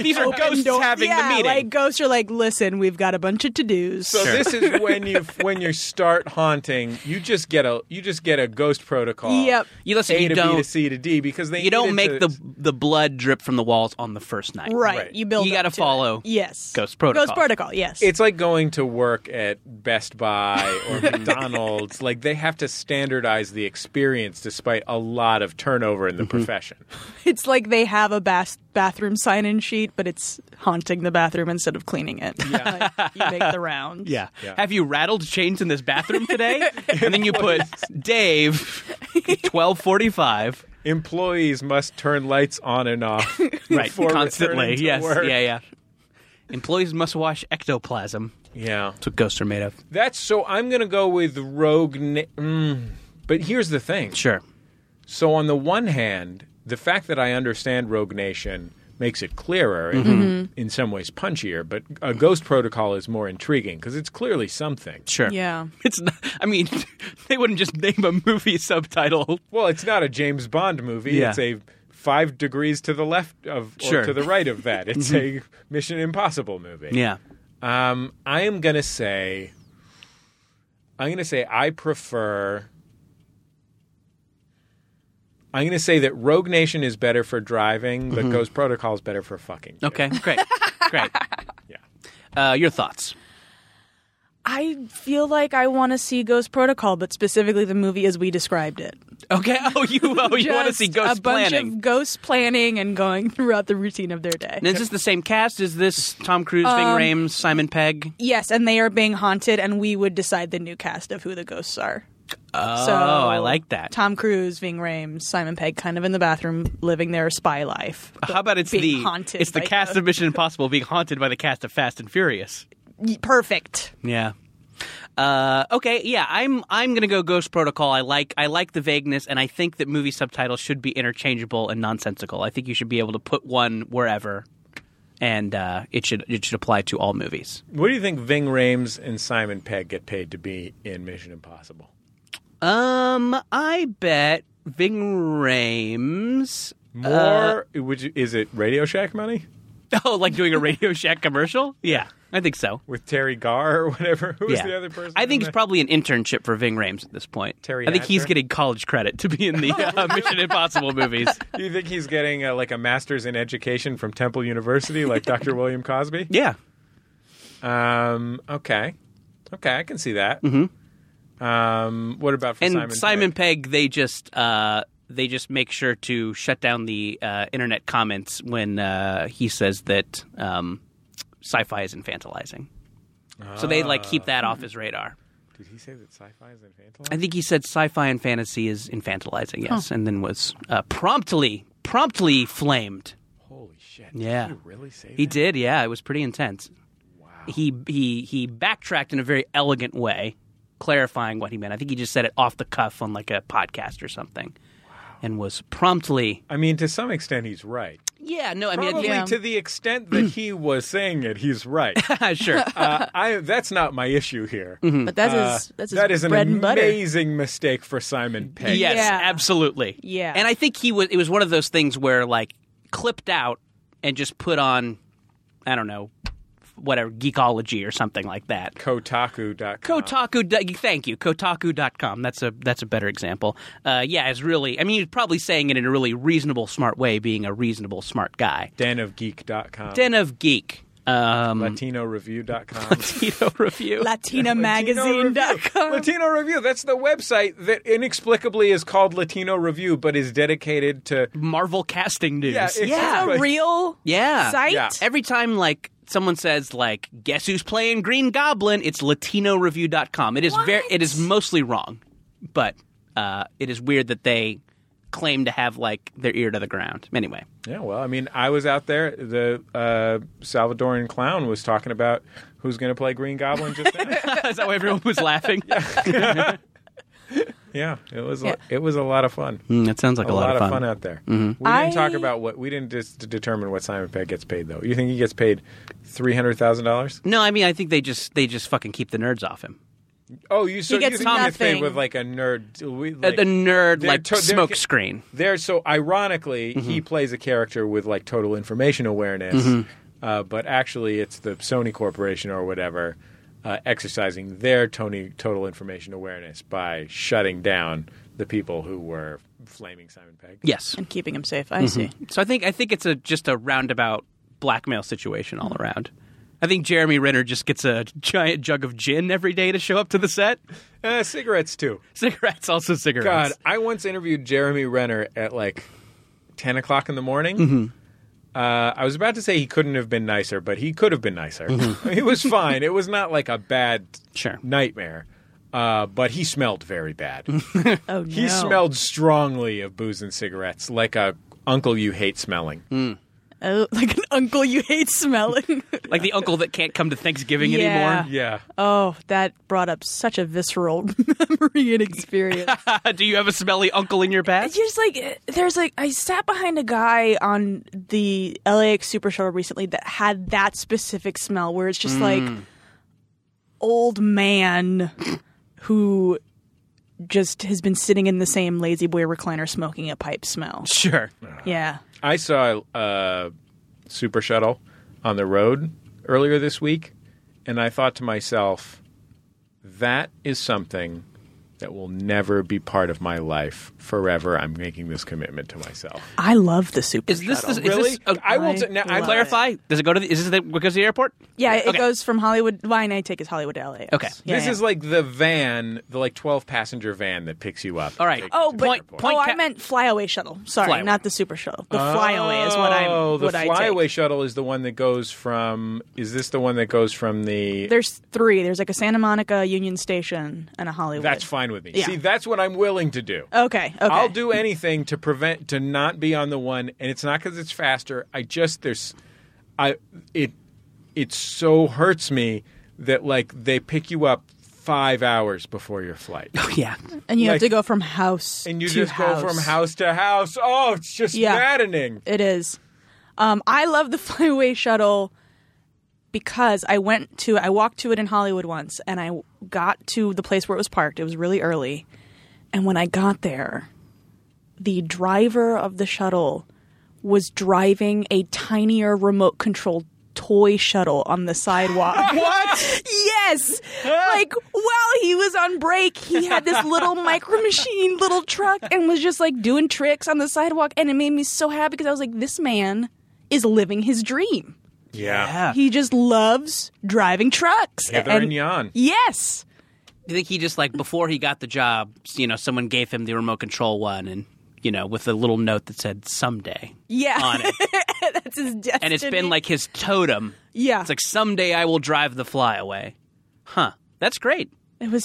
Speaker 3: These are ghosts having
Speaker 4: yeah,
Speaker 3: the meeting.
Speaker 4: Like ghosts are like, listen, we've got a bunch of to dos.
Speaker 2: So this is when you [LAUGHS] when you start haunting, you just get a you just get a ghost protocol.
Speaker 4: Yep.
Speaker 3: you listen,
Speaker 2: A
Speaker 3: you
Speaker 2: to B to
Speaker 3: don't
Speaker 2: C to D because they
Speaker 3: you don't
Speaker 2: needed
Speaker 3: make
Speaker 2: to-
Speaker 3: the the blood drip from the walls on the first night.
Speaker 4: right,
Speaker 2: Right.
Speaker 4: You build.
Speaker 3: You
Speaker 4: up
Speaker 3: gotta
Speaker 4: to
Speaker 3: follow
Speaker 4: It. Yes.
Speaker 3: Ghost Protocol.
Speaker 4: Ghost protocol. Yes.
Speaker 2: It's like going to work at Best Buy or
Speaker 3: [LAUGHS]
Speaker 2: McDonald's. like they have to standardize the experience despite a lot of turnover
Speaker 3: Mm-hmm.
Speaker 2: in the profession.
Speaker 4: It's like they have a bas- bathroom sign-in sheet, but it's haunting the bathroom instead of cleaning it. [LAUGHS] Yeah. you make the rounds.
Speaker 3: Yeah.
Speaker 2: Yeah.
Speaker 3: Have you rattled chains in this bathroom today? and then you put Dave, twelve forty-five.
Speaker 2: Employees must turn lights on and off
Speaker 3: [LAUGHS] Right,
Speaker 2: before
Speaker 3: constantly.
Speaker 2: returning to
Speaker 3: Yes,
Speaker 2: work.
Speaker 3: yeah, yeah. Employees must wash ectoplasm.
Speaker 2: Yeah.
Speaker 3: That's what ghosts are made of.
Speaker 2: That's so I'm going to go with Rogue Na- mm. But here's the thing.
Speaker 3: Sure.
Speaker 2: So on the one hand, the fact that I understand Rogue Nation makes it clearer and
Speaker 3: Mm-hmm.
Speaker 2: in some ways punchier, but a Ghost Protocol is more intriguing because it's clearly something.
Speaker 3: Sure.
Speaker 4: Yeah.
Speaker 3: [LAUGHS] It's. Not, I mean, [LAUGHS] they wouldn't just name a movie subtitle
Speaker 2: Well, it's not a James Bond movie.
Speaker 3: Yeah.
Speaker 2: It's a five degrees to the left of or
Speaker 3: Sure. Mm-hmm.
Speaker 2: to the right of that. It's a Mission Impossible movie.
Speaker 3: Yeah.
Speaker 2: Um, I am gonna say, I'm gonna say I prefer. I'm gonna say that Rogue Nation is better for driving, but Ghost Protocol is better for fucking.
Speaker 3: Mm-hmm. Okay. Great. Great.
Speaker 2: Yeah.
Speaker 3: Uh, your thoughts?
Speaker 4: I feel like I want to see Ghost Protocol, but specifically the movie as we described it.
Speaker 3: Okay. [LAUGHS] Oh, you oh, you want to
Speaker 4: Just
Speaker 3: see ghost
Speaker 4: a bunch
Speaker 3: planning?
Speaker 4: of ghost planning and going [LAUGHS] throughout the routine of their day.
Speaker 3: and is this the same cast? Is this Tom Cruise, Ving Rhames, Simon Pegg?
Speaker 4: Yes, and they are being haunted, and we would decide the new cast of who the ghosts are. Oh, so,
Speaker 3: oh, I like that.
Speaker 4: Tom Cruise, Ving Rhames, Simon Pegg, kind of in the bathroom, living their spy life.
Speaker 3: How about it's
Speaker 4: being
Speaker 3: the
Speaker 4: haunted
Speaker 3: it's the
Speaker 4: by
Speaker 3: cast of Mission Impossible being haunted by the cast of Fast and Furious?
Speaker 4: Perfect.
Speaker 3: Yeah. Uh, okay, yeah, I'm I'm gonna go Ghost Protocol. I like I like the vagueness, and I think that movie subtitles should be interchangeable and nonsensical. I think you should be able to put one wherever, and uh, it should it should apply to all movies.
Speaker 2: What do you think Ving Rhames and Simon Pegg get paid to be in Mission Impossible?
Speaker 3: Um, I bet Ving Rhames. Uh,
Speaker 2: More would you, is it Radio Shack money
Speaker 3: [LAUGHS] Oh, like doing a Radio Shack commercial? Yeah, I think so.
Speaker 2: with Terry Garr or whatever? [LAUGHS] Who's
Speaker 3: yeah.
Speaker 2: the other person?
Speaker 3: I think
Speaker 2: in
Speaker 3: it's probably an internship for Ving Rhames at this point.
Speaker 2: Terry
Speaker 3: I think he's
Speaker 2: Hatcher?
Speaker 3: getting college credit to be
Speaker 2: [LAUGHS]
Speaker 3: in the uh, Mission Impossible movies.
Speaker 2: there? Do you think he's getting uh, like a master's in education from Temple University,
Speaker 3: [LAUGHS]
Speaker 2: like Dr. William Cosby?
Speaker 3: Yeah.
Speaker 2: Um,
Speaker 3: Mm-hmm.
Speaker 2: okay, okay, I can see that. Mm-hmm. Um, what about for
Speaker 3: and
Speaker 2: Simon?
Speaker 3: Simon, Pegg, they just uh, they just make sure to shut down the uh, internet comments when uh, he says that um, sci-fi is infantilizing. So they like keep that
Speaker 2: Ah.
Speaker 3: off his radar.
Speaker 2: Pegg? Did he say that sci-fi is infantilized?
Speaker 3: I think he said sci-fi and fantasy is infantilizing, yes, and then was uh, promptly promptly flamed.
Speaker 2: Holy shit!
Speaker 3: Yeah.
Speaker 2: Did he really say
Speaker 3: He
Speaker 2: that?
Speaker 3: did, yeah. It was pretty intense. Wow. He he he backtracked in a very elegant way, clarifying what he meant. I think he just said it off the cuff on like a podcast or something, and was promptly.
Speaker 2: I mean, to some extent, he's right.
Speaker 3: Yeah, no, I mean,
Speaker 2: Probably
Speaker 4: Yeah.
Speaker 2: to the extent that he was saying it, he's
Speaker 3: [LAUGHS]
Speaker 2: right.
Speaker 3: yeah, sure.
Speaker 2: uh, [LAUGHS] I that's not my issue here.
Speaker 3: Hmm.
Speaker 4: But that is
Speaker 2: Uh,
Speaker 4: that's his
Speaker 2: that is an
Speaker 4: bread and butter.
Speaker 2: amazing mistake for Simon Pegg.
Speaker 3: Uh, Yes,
Speaker 4: Yeah.
Speaker 3: absolutely.
Speaker 4: Yeah.
Speaker 3: and I think he was. It was one of those things where like clipped out and just put on, I don't know, whatever geekology or something like that.
Speaker 2: Kotaku.com.
Speaker 3: Kotaku. do- Thank you. Kotaku.com. That's a that's a better example. Uh, yeah, it's really. I mean, he's probably saying it in a really reasonable, smart way, being a reasonable, smart guy.
Speaker 2: denofgeek.com.
Speaker 3: Den of Geek. [LAUGHS] Um,
Speaker 2: LatinoReview.com.
Speaker 3: Tito review.
Speaker 4: LatinaMagazine.com.
Speaker 2: Latino Review. That's the website that inexplicably is called Latino Review, but is dedicated to.
Speaker 3: Marvel casting news.
Speaker 2: Yeah, it's-
Speaker 4: That's a real
Speaker 3: Yeah.
Speaker 4: site.
Speaker 2: Yeah.
Speaker 3: Every time like someone says like guess who's playing Green Goblin, it's latinoreview.com. It is very it is mostly wrong, but uh, it is weird that they claim to have like their ear to the ground. Anyway. [LAUGHS]
Speaker 2: Yeah, well, I mean, I was out there. The uh, Salvadoran clown was talking about who's going to play Green Goblin just
Speaker 3: [LAUGHS]
Speaker 2: now.
Speaker 3: is that why everyone was laughing?
Speaker 2: yeah, it was a it was a lot of fun.
Speaker 3: Mm, that sounds like
Speaker 2: a lot, of fun. out there. We didn't
Speaker 4: I-
Speaker 2: talk about what we didn't just determine what Simon Pegg gets paid though. You think he gets paid three hundred thousand dollars?
Speaker 3: No, I mean I think they just they just fucking keep the nerds off him.
Speaker 2: Oh, you so
Speaker 4: He gets
Speaker 2: you think he gets paid
Speaker 4: nothing.
Speaker 2: with like a nerd? We,
Speaker 3: A-
Speaker 2: like,
Speaker 3: a Uh, nerd
Speaker 2: they're
Speaker 3: like
Speaker 2: to- they're
Speaker 3: smoke
Speaker 2: ge-
Speaker 3: screen.
Speaker 2: There, so ironically, he plays a character with like total information awareness, uh, but actually, it's the Sony Corporation or whatever uh, exercising their Tony total information awareness by shutting down the people who were flaming Simon Pegg.
Speaker 3: Yes.
Speaker 4: and keeping him safe. I see.
Speaker 3: So I think I think it's a just a roundabout blackmail situation all around. I think Jeremy Renner just gets a giant jug of gin every day to show up to the set. [LAUGHS]
Speaker 2: Uh, cigarettes too.
Speaker 3: Cigarettes, also
Speaker 2: God,
Speaker 3: cigarettes.
Speaker 2: I once interviewed Jeremy Renner at like ten o'clock in the morning. Uh, I was about to say he couldn't have been nicer, but he could have been nicer. [LAUGHS] he was fine. It was not like a bad
Speaker 3: Sure.
Speaker 2: nightmare, uh, but he smelled very bad.
Speaker 4: Oh no.
Speaker 2: he smelled strongly of booze and cigarettes, like a uncle you hate smelling.
Speaker 4: oh, [LAUGHS] like an uncle you
Speaker 2: [LAUGHS]
Speaker 4: hate smelling.
Speaker 3: Like the uncle that can't come to Thanksgiving
Speaker 4: Yeah.
Speaker 3: anymore.
Speaker 2: Yeah.
Speaker 4: oh, that brought up such a visceral [LAUGHS] memory and experience. [LAUGHS]
Speaker 3: [LAUGHS] Do you have a smelly uncle in your past?
Speaker 4: Just like there's like I sat behind a guy on the LAX Super Shuttle recently that had that specific smell where it's
Speaker 3: Mm.
Speaker 4: just like old man who just has been sitting in the same lazy boy recliner smoking a pipe smell.
Speaker 3: Sure.
Speaker 4: Yeah.
Speaker 2: I saw a super shuttle on the road earlier this week, and I thought to myself, that is something that will never be part of my life forever. I'm making this commitment to myself.
Speaker 4: I love the super.
Speaker 3: Is this,
Speaker 4: shuttle.
Speaker 3: is
Speaker 2: Really?
Speaker 3: this uh,
Speaker 2: I will
Speaker 4: I
Speaker 2: t- now, I'm
Speaker 4: love
Speaker 2: clarifying.
Speaker 3: clarify? Does it go to the, is this the, what goes to the airport?
Speaker 4: yeah, it
Speaker 3: Okay.
Speaker 4: goes from Hollywood. Line I take is Hollywood to LA.
Speaker 3: Okay.
Speaker 4: Yeah,
Speaker 2: this
Speaker 4: yeah.
Speaker 2: is like the van, the like 12 passenger van that picks you up.
Speaker 3: All right.
Speaker 2: Take you
Speaker 4: Oh,
Speaker 2: to
Speaker 4: but
Speaker 2: the
Speaker 3: Point-
Speaker 2: airport.
Speaker 3: point
Speaker 4: oh, I
Speaker 3: ca-
Speaker 4: meant flyaway shuttle. Sorry,
Speaker 3: Flyaway.
Speaker 4: not the super shuttle. The flyaway is what I'm.
Speaker 2: Oh, the
Speaker 4: what I take.
Speaker 2: flyaway shuttle is the one that goes from. Is this the one that goes from the?
Speaker 4: There's three. There's like a Santa Monica Union Station and a Hollywood.
Speaker 2: that's fine with me.
Speaker 4: Yeah.
Speaker 2: See, that's what I'm willing to do.
Speaker 4: Okay. Okay.
Speaker 2: I'll do anything to prevent to not be on the one, and it's not because it's faster. I just there's, I it it so hurts me that like they pick you up five hours before your flight,
Speaker 3: [LAUGHS]
Speaker 4: [LAUGHS]
Speaker 3: Yeah.
Speaker 4: And you
Speaker 2: like-
Speaker 4: have to go from house
Speaker 2: and you
Speaker 4: to
Speaker 2: just
Speaker 4: house.
Speaker 2: go from house to house. Oh, it's just
Speaker 4: Yeah.
Speaker 2: maddening.
Speaker 4: It is. Um, I love the [LAUGHS] flyaway shuttle because I went to I walked to it in Hollywood once, and I got to the place where it was parked. It was really early, and when I got there, the driver of the shuttle was driving a tinier remote controlled toy shuttle on the sidewalk.
Speaker 2: What?
Speaker 4: Yes. like while he was on break, he had this little micro machine little truck and was just like doing tricks on the sidewalk and it made me so happy because I was like this man is living his dream.
Speaker 2: yeah.
Speaker 4: He just loves driving trucks.
Speaker 2: Heather
Speaker 4: and,
Speaker 2: and, Jan.
Speaker 4: Yes.
Speaker 3: Do you think he just like before he got the job, you know, someone gave him the remote control one and you know, with a little note that said someday
Speaker 4: Yeah.
Speaker 3: on it.
Speaker 4: [LAUGHS] That's his destiny.
Speaker 3: And it's been like his totem.
Speaker 4: Yeah.
Speaker 3: It's like someday I will drive the flyaway. Huh. That's great.
Speaker 4: it was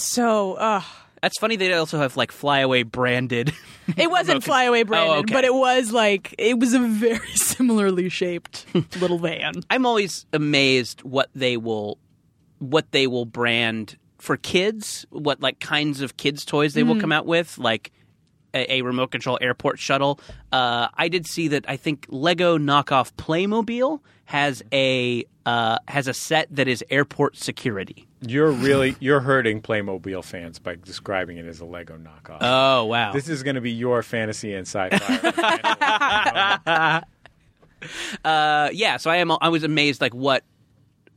Speaker 3: [LAUGHS]
Speaker 4: so uh
Speaker 3: That's funny they also have like flyaway branded [LAUGHS]
Speaker 4: it wasn't flyaway branded,
Speaker 3: okay.
Speaker 4: but it was like it was a very [LAUGHS] similarly shaped little van.
Speaker 3: I'm always amazed what they will what they will brand for kids, what like kinds of kids toys they will come out with, like a, a remote control airport shuttle. Uh, I did see that I think Lego knockoff Playmobil has a uh, has a set that is airport security.
Speaker 2: You're really you're hurting Playmobil fans by describing it as a Lego knockoff.
Speaker 3: Oh wow.
Speaker 2: this is going to be your fantasy and [LAUGHS] sci-fi.
Speaker 3: uh, yeah, so I am I was amazed like what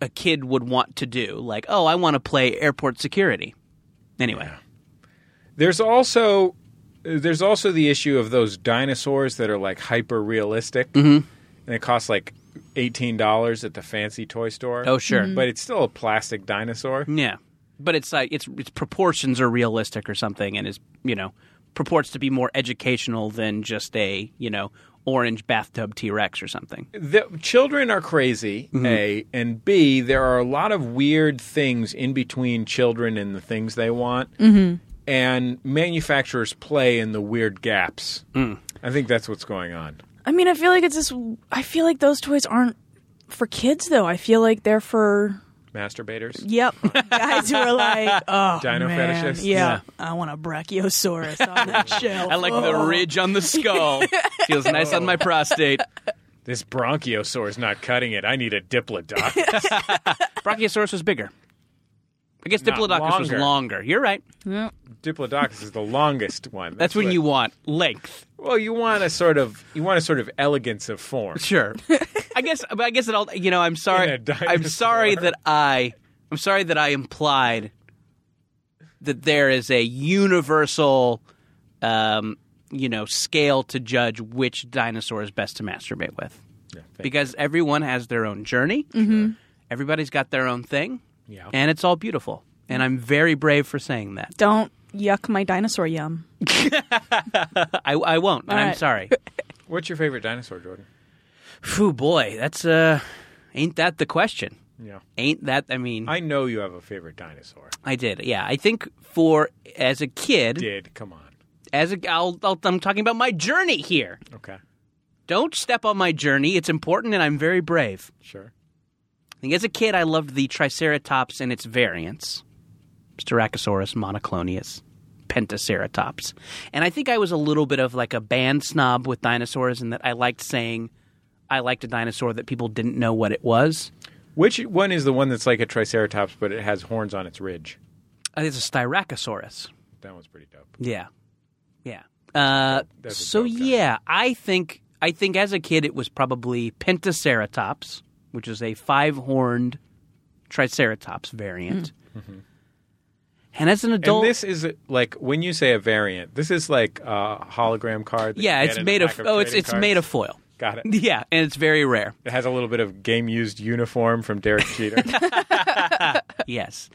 Speaker 3: a kid would want to do. Like, oh, I want to play airport security. Anyway.
Speaker 2: There's also there's also the issue of those dinosaurs that are like hyper realistic,
Speaker 3: Mm-hmm.
Speaker 2: and it costs like eighteen dollars at the fancy toy store.
Speaker 3: Oh, sure.
Speaker 2: but it's still a plastic dinosaur.
Speaker 3: Yeah, but it's like its its proportions are realistic or something, and is you know purports to be more educational than just a you know orange bathtub T Rex or something.
Speaker 2: The, children are crazy.
Speaker 3: Mm-hmm.
Speaker 2: A and B. There are a lot of weird things in between children and the things they want, and manufacturers play in the weird gaps.
Speaker 3: Mm.
Speaker 2: I think that's what's going on.
Speaker 4: I mean, I feel like it's this. I feel like those toys aren't for kids, though. I feel like they're for
Speaker 2: Masturbators.
Speaker 4: yep guys who are [LAUGHS] like, oh,
Speaker 2: Dino
Speaker 4: man,
Speaker 2: fetishists?
Speaker 4: Yeah, I want a brachiosaurus on [LAUGHS] that shelf.
Speaker 3: I like the
Speaker 4: Oh.
Speaker 3: ridge on the skull. Feels nice on my prostate.
Speaker 2: This bronchiosaur is not cutting it. I need a diplodocus.
Speaker 3: Brachiosaurus was bigger. I guess
Speaker 2: Not
Speaker 3: Diplodocus was
Speaker 2: longer.
Speaker 3: longer. You're right.
Speaker 2: Diplodocus is the longest one.
Speaker 3: That's when
Speaker 2: what-
Speaker 3: you want length.
Speaker 2: Well, you want a sort of you want a sort of elegance of form. [LAUGHS]
Speaker 3: Sure. I guess, but I guess it all. You know, I'm
Speaker 2: In a
Speaker 3: sorry. I'm
Speaker 2: dinosaur.
Speaker 3: sorry that I. I'm sorry that I implied that there is a universal, um, you know, scale to judge which dinosaur is best to masturbate with, because everyone has their own journey. Everybody's got their own thing.
Speaker 2: Mm-hmm. Yeah.
Speaker 3: And it's all beautiful. And I'm very brave for saying that.
Speaker 4: Don't yuck my dinosaur yum.
Speaker 3: I, I won't, and
Speaker 4: All
Speaker 3: I'm
Speaker 2: [LAUGHS]
Speaker 4: right.
Speaker 3: sorry.
Speaker 2: What's your favorite dinosaur, Jordan?
Speaker 3: Phew, boy, that's uh, ain't that the question?
Speaker 2: Yeah.
Speaker 3: Ain't that? I mean,
Speaker 2: I know you have a favorite dinosaur.
Speaker 3: I did. Yeah, I think for as a kid,
Speaker 2: Did come on.
Speaker 3: as a, I'll, I'll, I'm talking about my journey here.
Speaker 2: Okay.
Speaker 3: Don't step on my journey. It's important, and I'm very brave.
Speaker 2: Sure.
Speaker 3: I think as a kid, I loved the Triceratops and its variants: Styracosaurus, Monoclonius, Pentaceratops. And I think I was a little bit of like a band snob with dinosaurs, in that I liked saying I liked a dinosaur that people didn't know what it was.
Speaker 2: Which one is the one that's like a triceratops but it has horns on its ridge?
Speaker 3: I think it's a Styracosaurus.
Speaker 2: That one's pretty dope.
Speaker 3: Yeah, yeah. Uh,
Speaker 2: That's a
Speaker 3: so
Speaker 2: dope guy.
Speaker 3: yeah, I think I think as a kid it was probably Pentaceratops, which is a five-horned Triceratops variant. Mm-hmm. And as an
Speaker 2: And
Speaker 3: adult,
Speaker 2: this is like when you say a variant, this is like a hologram card. that
Speaker 3: yeah,
Speaker 2: you
Speaker 3: it's
Speaker 2: get in a
Speaker 3: made
Speaker 2: pack
Speaker 3: of, oh, it's
Speaker 2: trading
Speaker 3: it's
Speaker 2: cards.
Speaker 3: made of foil. [LAUGHS]
Speaker 2: Got it.
Speaker 3: Yeah, and it's
Speaker 2: [LAUGHS]
Speaker 3: very rare.
Speaker 2: It has a little bit of game used uniform from
Speaker 3: [LAUGHS]
Speaker 2: Derek Cheater.
Speaker 3: yes,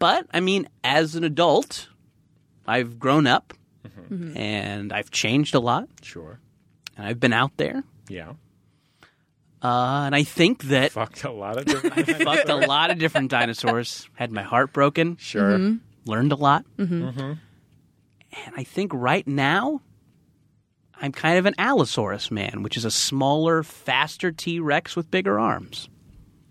Speaker 3: but I mean, as an adult, I've grown up,
Speaker 2: Mm-hmm.
Speaker 3: and I've changed a lot,
Speaker 2: sure.
Speaker 3: and I've been out there,
Speaker 2: Yeah.
Speaker 3: uh, and I think that
Speaker 2: Fucked a lot of
Speaker 3: [LAUGHS]
Speaker 2: different.
Speaker 3: fucked a lot of different dinosaurs, had my heart broken,
Speaker 2: sure.
Speaker 3: learned a lot. Mm-hmm. And I think right now, I'm kind of an Allosaurus man, which is a smaller, faster T Rex with bigger arms.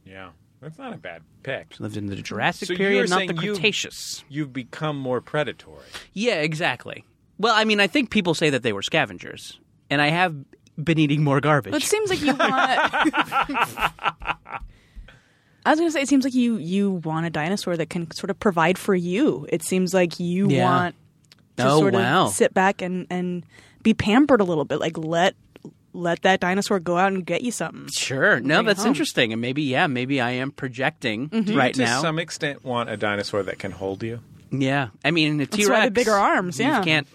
Speaker 2: Yeah. That's not a bad pick.
Speaker 3: Lived in the Jurassic
Speaker 2: So you were
Speaker 3: period, not the
Speaker 2: saying you-
Speaker 3: Cretaceous.
Speaker 2: You've become more predatory.
Speaker 3: Yeah, exactly. Well, I mean, I think people say that they were scavengers, and I have been eating more garbage.
Speaker 4: But it seems like you want.
Speaker 3: [LAUGHS]
Speaker 4: I was gonna say it seems like you you want a dinosaur that can sort of provide for you. It seems like you
Speaker 3: Yeah.
Speaker 4: want to
Speaker 3: Oh,
Speaker 4: sort
Speaker 3: wow.
Speaker 4: of sit back and and be pampered a little bit. Like let let that dinosaur go out and get you something.
Speaker 3: Sure. No,
Speaker 4: Bring it
Speaker 3: that's
Speaker 4: home.
Speaker 3: interesting. And maybe, yeah, maybe I am projecting
Speaker 2: Do
Speaker 3: right
Speaker 2: you, Mm-hmm. to
Speaker 3: now.
Speaker 2: some extent, want a dinosaur that can hold you?
Speaker 3: Yeah, I mean, a T
Speaker 4: why
Speaker 3: Rex.
Speaker 4: the bigger arms, yeah. Mm-hmm.
Speaker 3: you can't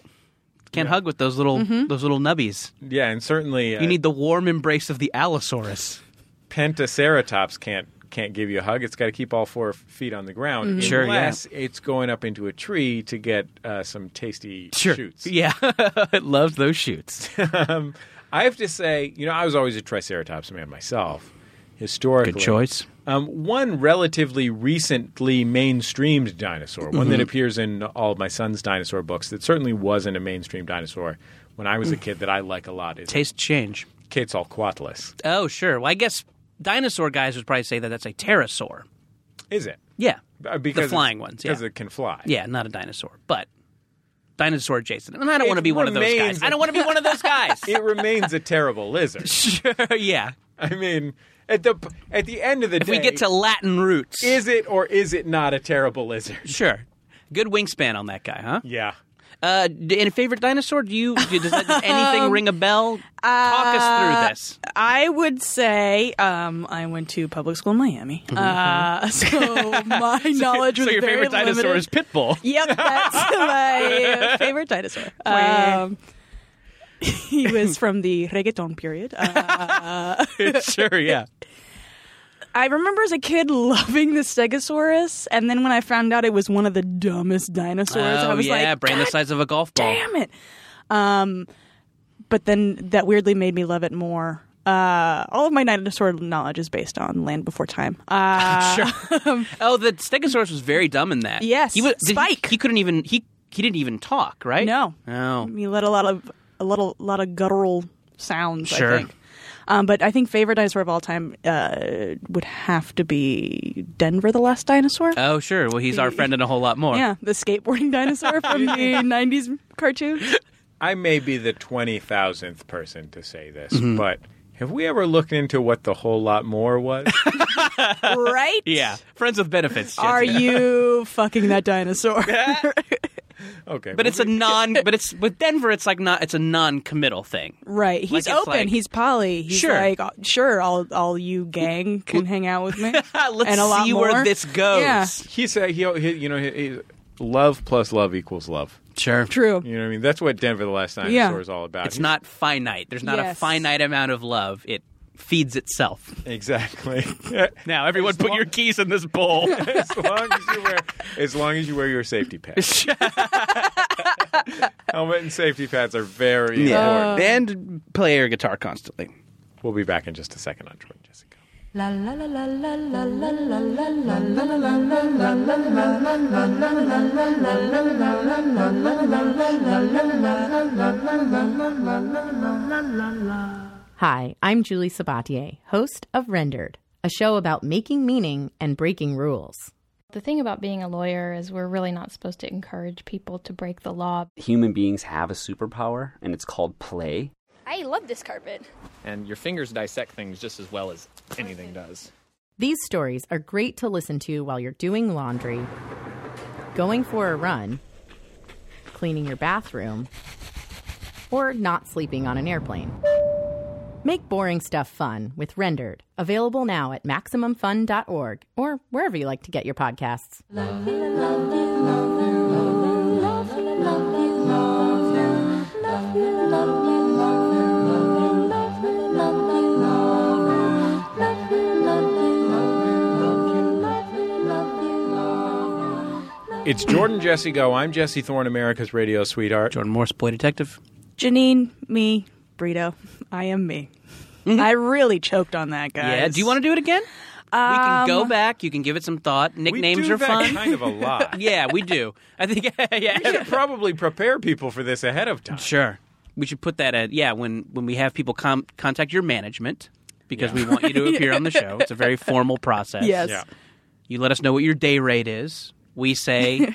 Speaker 3: can't hug with those little those little nubbies.
Speaker 2: Yeah, and certainly uh,
Speaker 3: You need the warm embrace of the Allosaurus.
Speaker 2: Pentaceratops can't can't give you a hug. It's got to keep all four feet on the ground,
Speaker 3: Mm-hmm. Sure, yeah.
Speaker 2: unless it's going up into a tree to get uh, some tasty shoots. Um,
Speaker 3: Yeah, [LAUGHS] I love those shoots.
Speaker 2: [LAUGHS] I have to say, you know, I was always a Triceratops man myself. Historically,
Speaker 3: choice.
Speaker 2: Um, one relatively recently mainstreamed dinosaur, one
Speaker 3: Mm-hmm.
Speaker 2: that appears in all of my son's dinosaur books, that certainly wasn't a mainstream dinosaur when I
Speaker 3: Mm.
Speaker 2: was a kid that I like a lot, is
Speaker 3: Taste change.
Speaker 2: Quetzalcoatlus.
Speaker 3: Oh, sure. Well, I guess dinosaur guys would probably say that that's a pterosaur.
Speaker 2: Is it?
Speaker 3: Yeah,
Speaker 2: Uh, Because it's-
Speaker 3: flying ones,
Speaker 2: Because
Speaker 3: yeah.
Speaker 2: it can fly.
Speaker 3: yeah, not a dinosaur, but dinosaur adjacent. And I don't
Speaker 2: It
Speaker 3: want to be one of those
Speaker 2: remains
Speaker 3: guys.
Speaker 2: a-
Speaker 3: I don't want to be one of those guys.
Speaker 2: [LAUGHS]
Speaker 3: [LAUGHS]
Speaker 2: It remains a terrible lizard.
Speaker 3: sure. Yeah.
Speaker 2: I mean, at the at the end of the
Speaker 3: If
Speaker 2: day,
Speaker 3: we get to Latin roots,
Speaker 2: is it or is it not a terrible lizard?
Speaker 3: sure. Good wingspan on that guy, huh?
Speaker 2: Yeah.
Speaker 3: Uh, d- and a favorite dinosaur? Do you do- does, that, does
Speaker 4: [LAUGHS] Um,
Speaker 3: anything ring a bell? Talk us through
Speaker 4: uh,
Speaker 3: this.
Speaker 4: I would say um, I went to public school in Miami, uh, [LAUGHS] so my knowledge was
Speaker 3: Mm-hmm. [LAUGHS] so your
Speaker 4: very
Speaker 3: favorite dinosaur
Speaker 4: limited.
Speaker 3: is
Speaker 4: [LAUGHS]
Speaker 3: Pitbull.
Speaker 4: Yep,
Speaker 3: [LAUGHS]
Speaker 4: that's my favorite dinosaur. Um, [LAUGHS] he was from the reggaeton period.
Speaker 3: [LAUGHS]
Speaker 4: Uh,
Speaker 3: sure, yeah.
Speaker 4: I remember as a kid loving the Stegosaurus, and then when I found out it was one of the dumbest dinosaurs, I
Speaker 3: Oh,
Speaker 4: was
Speaker 3: yeah,
Speaker 4: like,
Speaker 3: brain the size of a golf ball.
Speaker 4: damn it. Um, but then that weirdly made me love it more. Uh, all of my dinosaur knowledge is based on Land Before Time. Uh, [LAUGHS]
Speaker 3: Oh, the Stegosaurus was very dumb in that.
Speaker 4: Yes,
Speaker 3: he was did he-
Speaker 4: Spike.
Speaker 3: He, couldn't even he he didn't even talk, right?
Speaker 4: No.
Speaker 3: Oh,
Speaker 4: You let a lot of a little lot of guttural sounds.
Speaker 3: Sure.
Speaker 4: I think. Um, but I think favorite dinosaur of all time uh, would have to be Denver, the last dinosaur.
Speaker 3: oh, sure. Well, he's our friend and a whole lot more.
Speaker 4: yeah, the skateboarding [LAUGHS] dinosaur from the '90s cartoon.
Speaker 2: I may be the twenty thousandth person to say this,
Speaker 3: Mm-hmm.
Speaker 2: but have we ever looked into what the whole lot more
Speaker 3: [LAUGHS]
Speaker 2: was?
Speaker 4: Right?
Speaker 3: yeah. Friends with benefits. Jesse.
Speaker 4: Are you fucking that dinosaur?
Speaker 2: Okay,
Speaker 3: [LAUGHS] But it's
Speaker 4: [LAUGHS]
Speaker 3: a non. But it's with Denver. It's like not. It's a non-committal thing.
Speaker 4: right. He's
Speaker 3: Like, it's
Speaker 4: open.
Speaker 3: like-
Speaker 4: he's poly. He's
Speaker 3: Sure.
Speaker 4: like, "Oh, sure, all all you gang can hang out with me.
Speaker 3: [LAUGHS] Let's
Speaker 4: and a lot
Speaker 3: see where
Speaker 4: more.
Speaker 3: this goes.
Speaker 4: Yeah.
Speaker 2: he said he, he you know he, he- love plus love equals love.
Speaker 3: Sure.
Speaker 4: True.
Speaker 2: You know what I mean? That's what Denver the Last Dinosaur
Speaker 4: Yeah.
Speaker 2: is all about.
Speaker 3: It's not finite. There's not a
Speaker 4: Yes.
Speaker 3: finite amount of love. It feeds itself.
Speaker 2: [LAUGHS] exactly.
Speaker 3: [LAUGHS]
Speaker 2: [LAUGHS]
Speaker 3: Now, everyone, put your keys in this bowl. [LAUGHS]
Speaker 2: as long as you wear as long as you wear your safety
Speaker 3: [LAUGHS]
Speaker 2: pads. Helmet and safety pads are very important.
Speaker 3: and play air guitar constantly.
Speaker 2: We'll be back in just a second on Jordan Jessica.
Speaker 1: La la la la la la la la la
Speaker 5: Hi, I'm Julie Sabatier, host of Rendered, a show about making meaning and breaking rules.
Speaker 6: The thing about being a lawyer is we're really not supposed to encourage people to break the law.
Speaker 7: human beings have a superpower, and it's called play.
Speaker 8: I love this carpet.
Speaker 9: and your fingers dissect things just as well as anything does.
Speaker 5: These stories are great to listen to while you're doing laundry, going for a run, cleaning your bathroom, or not sleeping on an airplane. Make boring stuff fun with Rendered, available now at MaximumFun.org or wherever you like to get your podcasts.
Speaker 2: It's Jordan Jesse Go. I'm Jesse Thorne, America's radio sweetheart.
Speaker 3: Jordan Morse, boy detective.
Speaker 4: Janine, me, Brito. I am me.
Speaker 5: Mm-hmm.
Speaker 4: I really choked on that, guys.
Speaker 3: Yeah. Do you want to do it again? we can go back. You can give it some thought.
Speaker 2: we
Speaker 3: Nicknames
Speaker 2: do
Speaker 3: are
Speaker 2: that
Speaker 3: [LAUGHS] fun.
Speaker 2: kind of a lot.
Speaker 3: yeah, we do. I think. [LAUGHS]
Speaker 2: We
Speaker 3: yeah.
Speaker 2: should probably prepare people for this ahead of time.
Speaker 3: Sure. We should put that at yeah when when we have people com- contact your management because we want you
Speaker 4: [LAUGHS]
Speaker 3: to appear on the show. It's a very formal process.
Speaker 4: Yes.
Speaker 2: Yeah.
Speaker 3: You let us know what your day rate is. We
Speaker 4: [LAUGHS]
Speaker 3: say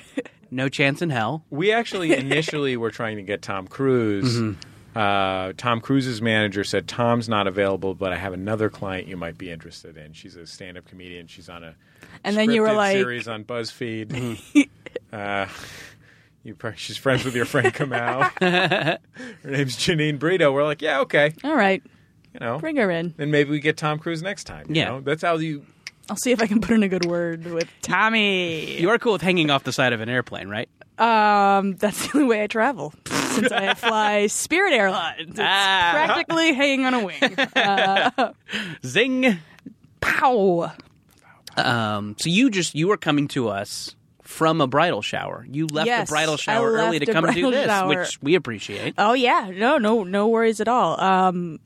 Speaker 3: no chance in hell.
Speaker 2: We actually initially were trying to get Tom Cruise.
Speaker 3: Mm-hmm.
Speaker 2: Uh, Tom Cruise's manager said, Tom's not available, but I have another client you might be interested in. She's a stand up comedian. She's on a
Speaker 4: And then you were
Speaker 2: scripted
Speaker 4: like- Mm-hmm.
Speaker 2: series on BuzzFeed. [LAUGHS] uh, you probably, she's friends with your friend
Speaker 4: [LAUGHS]
Speaker 2: Kamau. her name's Janine Brito. We're like, yeah, okay.
Speaker 4: All right,
Speaker 2: You know,
Speaker 4: bring her in.
Speaker 2: then maybe we get Tom Cruise next time. you
Speaker 3: Yeah.
Speaker 2: know? That's how you.
Speaker 4: I'll see if I can put in a good word with Tommy.
Speaker 3: You are cool with hanging off the side of an airplane, right?
Speaker 4: Um, that's the only way I travel since I fly Spirit Airlines. It's
Speaker 3: Ah.
Speaker 4: practically hanging on a
Speaker 3: [LAUGHS]
Speaker 4: wing.
Speaker 3: Zing.
Speaker 4: Pow.
Speaker 3: Um, so you just you were coming to us from a bridal shower. You left
Speaker 4: Yes,
Speaker 3: the bridal
Speaker 4: I
Speaker 3: shower early
Speaker 4: left
Speaker 3: to
Speaker 4: a
Speaker 3: come do
Speaker 4: bridal
Speaker 3: this,
Speaker 4: shower.
Speaker 3: which we appreciate.
Speaker 4: Oh yeah, no, no, no worries at all. Um,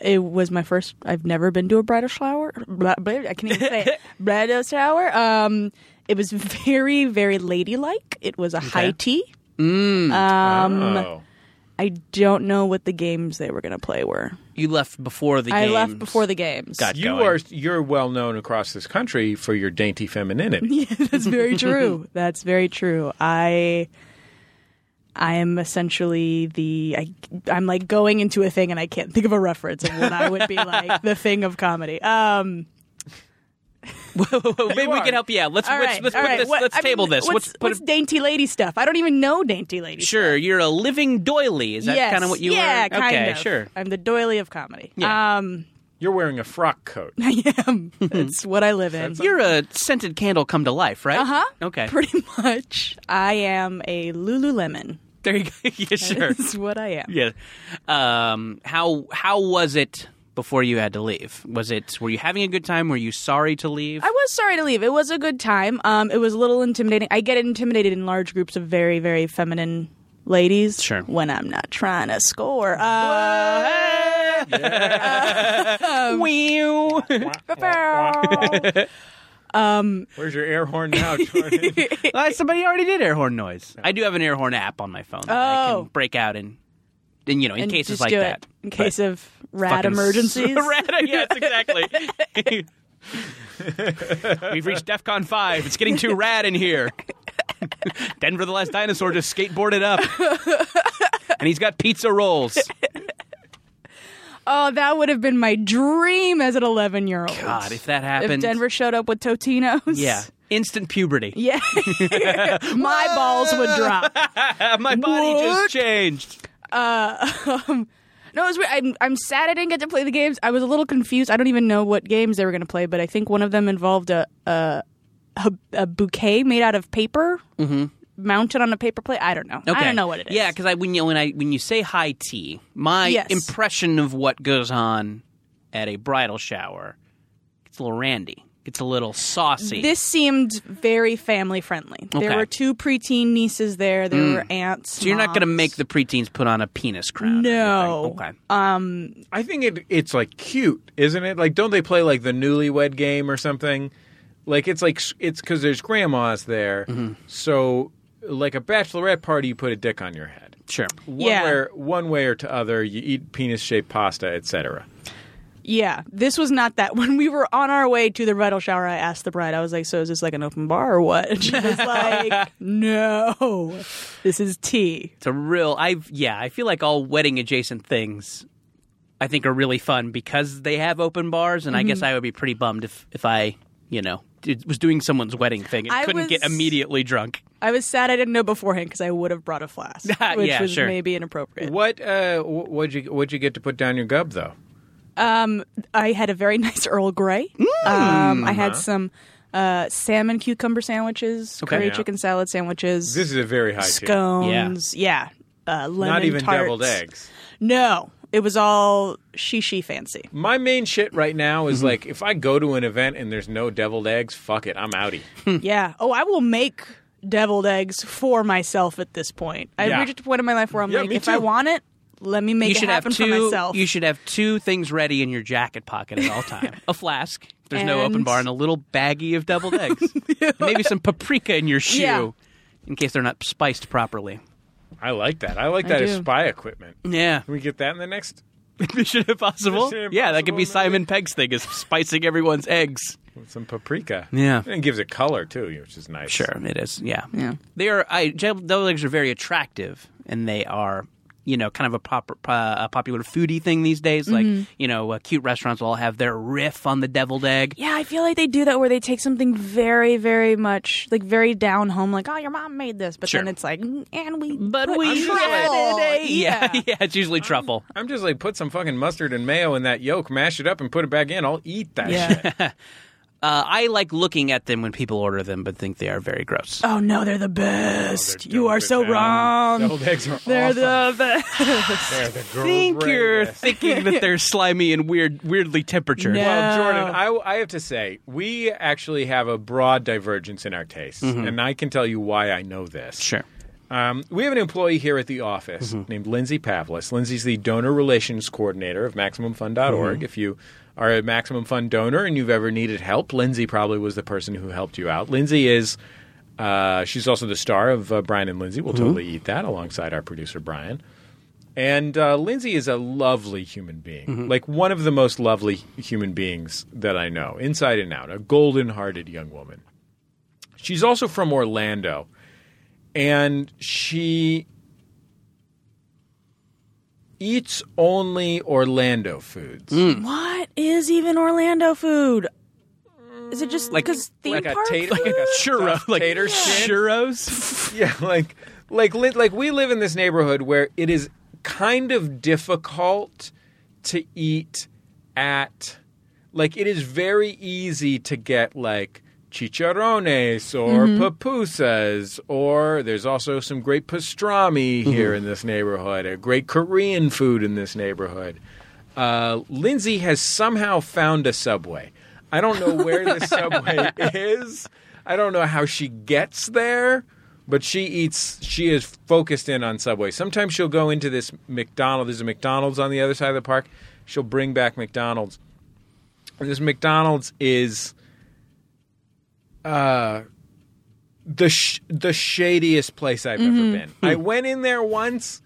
Speaker 4: it was my first. I've never been to a bridal shower. Blah, blah, I can't even say it. bridal shower. Um, it was very, very ladylike. It was a high tea. Um,
Speaker 2: oh.
Speaker 4: I don't know what the games they were going to play were.
Speaker 3: You left before the
Speaker 4: I
Speaker 3: games. [LAUGHS]
Speaker 4: left before the games.
Speaker 3: Got
Speaker 2: You
Speaker 3: going.
Speaker 2: are you're well known across this country for your dainty
Speaker 4: [LAUGHS]
Speaker 2: femininity.
Speaker 4: That's very true. That's very true. I I am essentially the I I'm like going into a thing and I can't think of a reference of when I would be like the thing of comedy. Um
Speaker 3: Well, Maybe we
Speaker 2: are.
Speaker 3: can help you out. Let's
Speaker 4: all
Speaker 3: let's,
Speaker 4: right,
Speaker 3: let's
Speaker 4: all
Speaker 3: put
Speaker 4: right.
Speaker 3: this.
Speaker 4: What-
Speaker 3: let's
Speaker 4: I mean,
Speaker 3: table this.
Speaker 4: What's,
Speaker 3: let's put
Speaker 4: what's dainty lady stuff? I don't even know dainty lady. stuff.
Speaker 3: Sure, you're a living doily. Is that
Speaker 4: Yes.
Speaker 3: kind of what you
Speaker 4: yeah,
Speaker 3: were?
Speaker 4: kind
Speaker 3: okay,
Speaker 4: of.
Speaker 3: sure.
Speaker 4: I'm the doily of comedy.
Speaker 3: Yeah.
Speaker 4: Um,
Speaker 2: You're wearing a frock coat.
Speaker 4: I
Speaker 3: [LAUGHS]
Speaker 4: am. It's what I live in.
Speaker 3: You're a scented candle come to life, right?
Speaker 4: Uh huh.
Speaker 3: Okay.
Speaker 4: [LAUGHS] Pretty much. I am a Lululemon.
Speaker 3: [LAUGHS] There you go. [LAUGHS] yeah,
Speaker 4: [LAUGHS]
Speaker 3: sure.
Speaker 4: That's what I am.
Speaker 3: yeah. Um, how how was it before you had to leave? Was it were you having a good time? Were you sorry to leave?
Speaker 4: I was sorry to leave. It was a good time. Um, it was a little intimidating. I get intimidated in large groups of very, very feminine ladies.
Speaker 3: Sure.
Speaker 4: When I'm not trying to score. [LAUGHS] Uh, [LAUGHS] Um,
Speaker 3: Whew.
Speaker 2: Where's your air horn
Speaker 4: [LAUGHS]
Speaker 2: now, Jordan?
Speaker 3: Uh, Somebody already did air horn noise. I do have an air horn app on my phone that I
Speaker 4: Oh.
Speaker 3: can break out in, in you know, in
Speaker 4: and
Speaker 3: cases
Speaker 4: just
Speaker 3: like
Speaker 4: do
Speaker 3: that.
Speaker 4: It in
Speaker 3: But-
Speaker 4: case of rat
Speaker 3: [LAUGHS] fucking
Speaker 4: emergencies.
Speaker 3: Rat-
Speaker 4: [LAUGHS]
Speaker 3: yes, exactly. We've reached DEFCON 5. It's getting too rad in here. [LAUGHS] Denver the Last Dinosaur just skateboarded up. And he's got pizza rolls.
Speaker 4: Oh, that would have been my dream as an 11 year old.
Speaker 3: God, if that
Speaker 4: If
Speaker 3: happened.
Speaker 4: Denver showed up with Totinos.
Speaker 3: Yeah. Instant puberty.
Speaker 4: [LAUGHS] Yeah.
Speaker 3: [LAUGHS]
Speaker 4: my balls would drop.
Speaker 3: Uh, my body
Speaker 4: What?
Speaker 3: just changed.
Speaker 4: Uh, um, No, it was weird. I'm, I'm sad I didn't get to play the games. I was a little confused. I don't even know what games they were going to play, but I think one of them involved a a, a, a bouquet made out of paper mounted on a paper plate. I don't know.
Speaker 3: Mm-hmm. Okay.
Speaker 4: I don't know what it is.
Speaker 3: Yeah, because I when you when I when you say high tea, my
Speaker 4: Yes.
Speaker 3: impression of what goes on at a bridal shower gets a little randy. Gets a little saucy.
Speaker 4: This seemed very family friendly.
Speaker 3: Okay. Mm.
Speaker 4: There were two preteen nieces there. There were aunts.
Speaker 3: So you're not going to make the preteens put on a penis crown. or
Speaker 4: No. Uh,
Speaker 3: anything. Okay.
Speaker 2: I think it it's like cute, isn't it? Like, don't they play like the newlywed game or something? Like, it's like s- it's because there's grandmas there.
Speaker 4: Mm-hmm.
Speaker 2: So, like a bachelorette party, you put a dick on your head.
Speaker 3: sure.
Speaker 2: One
Speaker 4: Yeah.
Speaker 2: way, or, one way or to other, you eat penis shaped pasta, etc.
Speaker 4: Yeah, this was not that. [LAUGHS] When we were on our way to the bridal shower, I asked the bride, I was like, So is this like an open bar or what? [LAUGHS] And
Speaker 2: [LAUGHS]
Speaker 4: she was like, No, this is tea.
Speaker 3: It's a real. I yeah. I feel like all wedding adjacent things, I think, are really fun because they have open bars, and I
Speaker 4: Mm-hmm.
Speaker 3: guess I would be pretty bummed if if I you know did, was doing someone's wedding thing and
Speaker 4: I
Speaker 3: couldn't get
Speaker 4: was-
Speaker 3: immediately drunk.
Speaker 4: I was sad I didn't know beforehand because I would have brought
Speaker 2: [LAUGHS]
Speaker 4: a flask, which
Speaker 3: Yeah,
Speaker 4: was
Speaker 3: sure.
Speaker 4: maybe inappropriate.
Speaker 2: What uh, wh- what'd you what'd you get to put down your gub though?
Speaker 4: Um, I had a very [LAUGHS] nice Earl Grey. Um, I
Speaker 2: Mm-hmm.
Speaker 4: had some uh, salmon cucumber sandwiches,
Speaker 3: Okay.
Speaker 4: curry
Speaker 2: Yeah.
Speaker 4: chicken salad sandwiches,
Speaker 2: This is a very high tier.
Speaker 4: scones. Yeah. Uh, lemon
Speaker 2: Not even
Speaker 4: tarts.
Speaker 2: deviled eggs.
Speaker 4: No, it was all shishi fancy.
Speaker 2: My main shit right now
Speaker 4: Mm-hmm.
Speaker 2: is like if I go to an event and there's no deviled eggs, fuck it, I'm outie.
Speaker 4: yeah. Oh, I will make deviled eggs for myself at this point. I've
Speaker 2: Yeah.
Speaker 4: reached a point in my life where I'm
Speaker 2: Yeah,
Speaker 4: like,
Speaker 2: me
Speaker 4: if I
Speaker 2: too.
Speaker 4: want it, let me make
Speaker 3: you
Speaker 4: it
Speaker 3: should
Speaker 4: happen
Speaker 3: have two.
Speaker 4: for myself.
Speaker 3: You should have two things ready in your jacket pocket at all
Speaker 4: [LAUGHS]
Speaker 3: time: a flask. if There's no open
Speaker 4: And-
Speaker 3: bar and a little baggie of
Speaker 4: [LAUGHS]
Speaker 3: deviled eggs. And Maybe some paprika in your shoe,
Speaker 4: Yeah.
Speaker 3: in case they're not spiced properly.
Speaker 2: I like that. I like that as spy equipment. Can
Speaker 3: Yeah,
Speaker 2: we get that in the next?
Speaker 3: [LAUGHS] Mission Impossible.
Speaker 2: Mission
Speaker 3: Yeah, that could be
Speaker 2: Impossible,
Speaker 3: Simon Pegg's thing: is spicing everyone's eggs.
Speaker 2: With some paprika.
Speaker 3: Yeah.
Speaker 2: And it gives it color too, which is nice.
Speaker 3: Sure, it is. Yeah, yeah. They are. I double eggs are very attractive, and they are, you know, kind of a pop, uh, a popular foodie thing these days.
Speaker 4: Mm-hmm.
Speaker 3: Like, you know, uh, cute restaurants will all have their riff on the deviled egg.
Speaker 4: yeah, I feel like they do that where they take something very, very much like very down home, like oh, your mom made this, but
Speaker 3: Sure.
Speaker 4: then it's like, "Mm, and we,
Speaker 3: But
Speaker 4: put
Speaker 3: we
Speaker 4: truffle."
Speaker 3: added a-
Speaker 4: yeah.
Speaker 3: [LAUGHS] yeah, yeah. It's
Speaker 4: Oh.
Speaker 3: usually truffle.
Speaker 2: I'm just like put some fucking mustard and mayo in that yolk, mash it up, and put it back in. I'll eat that. shit.
Speaker 3: [LAUGHS]
Speaker 4: Yeah.
Speaker 3: Uh, I like looking at them when people order them, but think they are very gross.
Speaker 4: oh no, they're the
Speaker 2: Oh,
Speaker 4: best. you are
Speaker 2: Deviled
Speaker 4: so
Speaker 2: eggs.
Speaker 4: wrong. [LAUGHS]
Speaker 2: Deviled eggs are
Speaker 4: They're
Speaker 2: awesome.
Speaker 4: the [LAUGHS] best.
Speaker 2: They're the
Speaker 3: I think you're
Speaker 2: greatest.
Speaker 3: thinking that
Speaker 4: [LAUGHS]
Speaker 3: they're slimy and weird, weirdly temperatured.
Speaker 4: No.
Speaker 2: Well, Jordan, I, I have to say, we actually have a broad divergence in our tastes, and I can tell you why I know this.
Speaker 3: Mm-hmm. Sure.
Speaker 2: Um, we have an employee here at the office named Lindsay Pavlis. Lindsay's the donor relations coordinator of MaximumFund.org. If you are a Maximum Fund donor and you've ever needed help, Lindsay probably was the person who helped you out. Lindsay is. Uh, she's also the star of uh, Brian and Lindsay. We'll totally eat that alongside our producer Brian. And uh, Lindsay is a lovely human being, like one of the most lovely human beings that I know, inside and out, a golden hearted young woman. She's also from Orlando, and she eats only Orlando foods.
Speaker 4: [LAUGHS] what is even Orlando food? Is it just
Speaker 3: Like-
Speaker 4: because theme
Speaker 2: Like a
Speaker 4: park?
Speaker 2: tater,
Speaker 4: food?
Speaker 2: like a
Speaker 3: Churro,
Speaker 2: stuffed
Speaker 3: like
Speaker 2: tater shin.
Speaker 3: churros.
Speaker 2: [LAUGHS] yeah, like like li- like we live in this neighborhood where it is kind of difficult to eat at like it is very easy to get like chicharrones or pupusas or there's also some great pastrami here in this neighborhood, a great Korean food in this neighborhood. Uh, Lindsay has somehow found a subway. I don't know where the subway is. I don't know how she gets there, but she eats. She is focused in on subway. Sometimes she'll go into this McDonald's. There's a McDonald's on the other side of the park. She'll bring back McDonald's. And this McDonald's is uh, the sh- the shadiest place I've
Speaker 4: Mm-hmm.
Speaker 2: ever been. I went in there once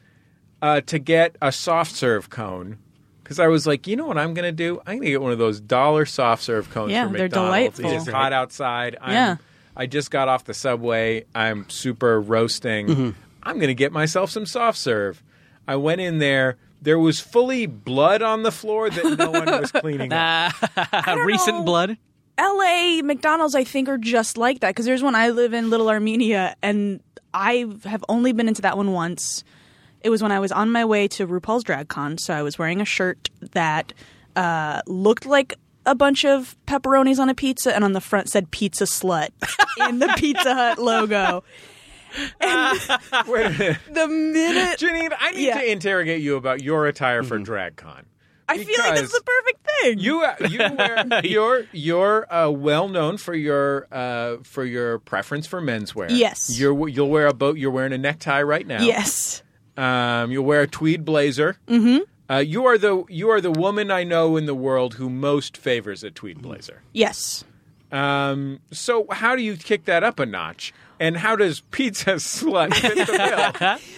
Speaker 2: uh, to get a soft serve cone because I was like, you know what I'm going to do? I'm going to get one of those dollar soft serve cones.
Speaker 4: Yeah,
Speaker 2: from
Speaker 4: they're
Speaker 2: McDonald's.
Speaker 4: delightful.
Speaker 2: It's hot outside. I'm,
Speaker 4: Yeah.
Speaker 2: I just got off the subway. I'm super roasting.
Speaker 4: Mm-hmm.
Speaker 2: I'm going to get myself some soft serve. I went in there. There was fully blood on the floor that no one
Speaker 4: [LAUGHS]
Speaker 2: was cleaning up.
Speaker 3: recent
Speaker 4: know.
Speaker 3: blood.
Speaker 4: LA McDonald's, I think, are just like that because there's one I live in Little Armenia, and I have only been into that one once. It was when I was on my way to RuPaul's Drag Con, so I was wearing a shirt that uh, looked like a bunch of pepperonis on a pizza, and on the front said "Pizza Slut" in the Pizza Hut logo.
Speaker 2: Wait a minute.
Speaker 4: The minute
Speaker 2: Janine, I need
Speaker 4: Yeah.
Speaker 2: to interrogate you about your attire for DragCon.
Speaker 4: I feel like that's
Speaker 2: Because
Speaker 4: the perfect thing.
Speaker 2: You uh, you
Speaker 4: [LAUGHS]
Speaker 2: wear you're you're uh, well known for your uh, for your preference for menswear.
Speaker 4: Yes.
Speaker 2: you're you'll wear a boat. You're wearing a necktie right now.
Speaker 4: yes,
Speaker 2: um, you'll wear a tweed blazer. Mm-hmm. Uh, you are the you are the woman I know in the world who most favors a tweed blazer.
Speaker 4: yes.
Speaker 2: Um, so how do you kick that up a notch? And how does pizza [LAUGHS]
Speaker 4: [LAUGHS]
Speaker 2: slut fit the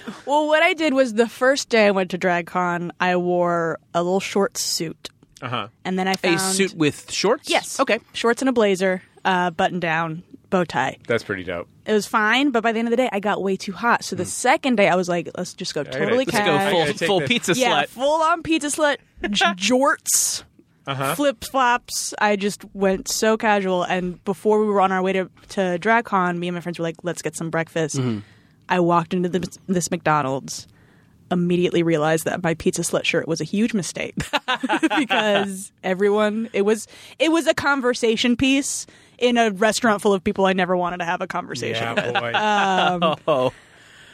Speaker 2: bill?
Speaker 4: Well, what I did was the first day I went to DragCon, I wore a little short suit. Uh-huh. And then I
Speaker 3: A
Speaker 4: found
Speaker 3: suit with shorts.
Speaker 4: Yes.
Speaker 3: Okay.
Speaker 4: Shorts and a blazer, uh, button down, bow tie.
Speaker 2: That's pretty dope.
Speaker 4: It was fine, but by the end of the day, I got way too hot. So the second day, I was like, let's just go
Speaker 2: gotta-
Speaker 4: totally
Speaker 2: let's
Speaker 3: Let's
Speaker 2: Uh, I
Speaker 3: go
Speaker 2: gotta
Speaker 3: full
Speaker 2: take
Speaker 3: full
Speaker 2: this.
Speaker 3: pizza
Speaker 4: yeah,
Speaker 3: slut.
Speaker 4: full on pizza slut,
Speaker 3: [LAUGHS]
Speaker 4: j- jorts,
Speaker 3: Uh-huh.
Speaker 4: flip flops. I just went so casual. And before we were on our way to, to
Speaker 3: Mm-hmm.
Speaker 4: DragCon, me and my friends were like, let's get some breakfast. I walked into the, this McDonald's. immediately realized that my pizza slut shirt was a huge mistake [LAUGHS] because everyone it was it was a conversation piece in a restaurant full of people I never wanted to have a
Speaker 2: [LAUGHS]
Speaker 4: conversation with.
Speaker 2: Yeah, boy.
Speaker 4: Um,
Speaker 3: Oh,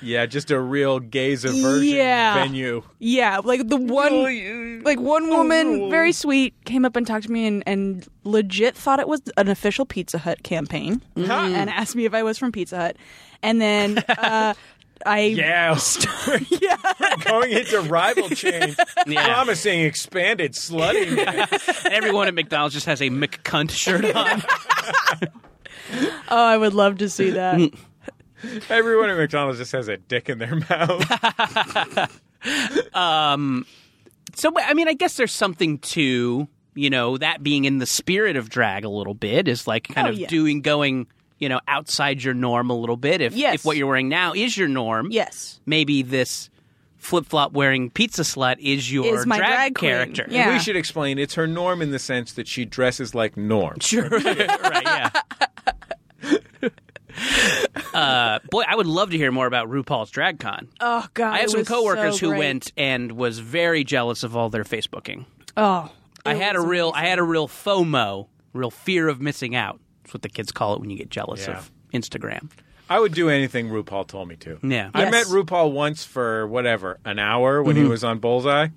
Speaker 2: yeah, just a real gaze aversion
Speaker 4: Yeah.
Speaker 2: venue.
Speaker 4: Yeah, like the one, like one woman, very sweet, came up and talked to me and, and legit thought it was an official Pizza Hut campaign and asked me if I was from Pizza Hut, and then uh, I [LAUGHS]
Speaker 2: Yeah,
Speaker 4: yeah
Speaker 2: going into rival
Speaker 4: [LAUGHS]
Speaker 2: chains,
Speaker 3: yeah.
Speaker 2: promising expanded slutting.
Speaker 3: Everyone at McDonald's just has a McCunt
Speaker 4: [LAUGHS]
Speaker 3: shirt on.
Speaker 4: oh I would love to see that
Speaker 2: Everyone at McDonald's just has a dick in their mouth.
Speaker 3: so I mean, I guess there's something to you know that being in the spirit of drag a little bit is like kind
Speaker 4: Oh,
Speaker 3: of
Speaker 4: yeah.
Speaker 3: doing going you know outside your norm a little bit. If
Speaker 4: Yes.
Speaker 3: if what you're wearing now is your norm,
Speaker 4: yes
Speaker 3: maybe this flip flop wearing pizza slut is your
Speaker 4: Is my drag queen.
Speaker 3: character.
Speaker 4: [LAUGHS] Yeah.
Speaker 2: We should explain it's her norm in the sense that she dresses like Norm. [LAUGHS]
Speaker 3: Sure. right,
Speaker 4: [LAUGHS]
Speaker 3: yeah. uh, boy, I would love to hear more about RuPaul's DragCon.
Speaker 4: oh god
Speaker 3: I have
Speaker 4: it
Speaker 3: some
Speaker 4: was so
Speaker 3: coworkers who
Speaker 4: great.
Speaker 3: went and was very jealous of all their Facebooking.
Speaker 4: oh
Speaker 3: I had a real, I had a real FOMO, real fear of missing out. That's what the kids call it when you get jealous
Speaker 2: Yeah.
Speaker 3: of Instagram.
Speaker 2: I would do anything RuPaul told me to.
Speaker 3: Yeah.
Speaker 2: I
Speaker 4: Yes.
Speaker 2: met RuPaul once for whatever, an hour when he was on Bullseye.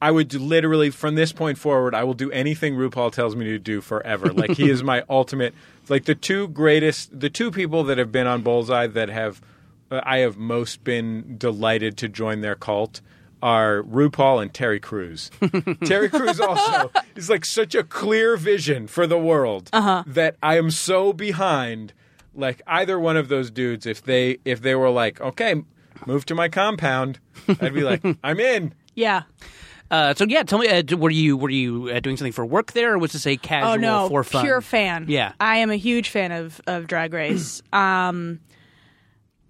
Speaker 2: I would do literally from this point forward, I will do anything RuPaul tells me to do forever. Like he
Speaker 3: [LAUGHS]
Speaker 2: is my ultimate like the two greatest the two people that have been on Bullseye that have uh, I have most been delighted to join their cult are RuPaul and Terry
Speaker 3: [LAUGHS]
Speaker 2: Crews. Terry Crews also is like such a clear vision for the world
Speaker 3: Uh-huh.
Speaker 2: that I am so behind. Like either one of those dudes, if they if they were like, okay, move to my compound, I'd be like,
Speaker 3: [LAUGHS]
Speaker 2: I'm in.
Speaker 4: yeah
Speaker 3: Uh, so yeah, tell me, uh, d- were you were you uh, doing something for work there, or was this a casual
Speaker 4: oh no
Speaker 3: for fun?
Speaker 4: pure fan
Speaker 3: Yeah.
Speaker 4: I am a huge fan of of Drag Race [CLEARS THROAT] um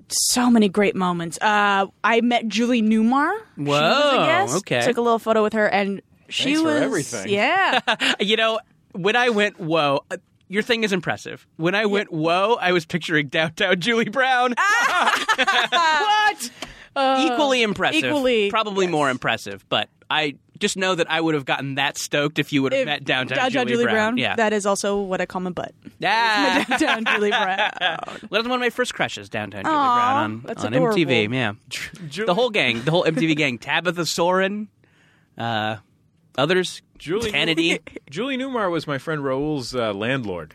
Speaker 4: so many great moments uh I met Julie Newmar She was a
Speaker 3: Whoa,
Speaker 4: guest.
Speaker 3: okay.
Speaker 4: took a little photo with her and she
Speaker 2: Thanks for
Speaker 4: was
Speaker 2: everything.
Speaker 3: [LAUGHS]
Speaker 4: yeah
Speaker 3: [LAUGHS] You know, when I went, whoa, uh, your thing is impressive. When I went, whoa, I was picturing downtown [LAUGHS] Julie Brown. what? equally impressive.
Speaker 4: Oh, equally,
Speaker 3: Probably more impressive, but I just know that I would have gotten that stoked if you would have
Speaker 4: If-
Speaker 3: met downtown,
Speaker 4: Downtown Julie Brown.
Speaker 3: Yeah.
Speaker 4: That is also what I call
Speaker 3: [LAUGHS]
Speaker 4: my butt.
Speaker 3: ah,
Speaker 4: Downtown Julie Brown.
Speaker 3: that was one of my first crushes, downtown Julie Brown on,
Speaker 4: that's
Speaker 3: on
Speaker 4: adorable.
Speaker 3: MTV. Yeah. the whole gang, the whole MTV gang, [LAUGHS] Tabitha Soren, uh, others,
Speaker 2: Julie
Speaker 3: Kennedy.
Speaker 2: [LAUGHS] Julie Newmar was my friend Raoul's uh, landlord.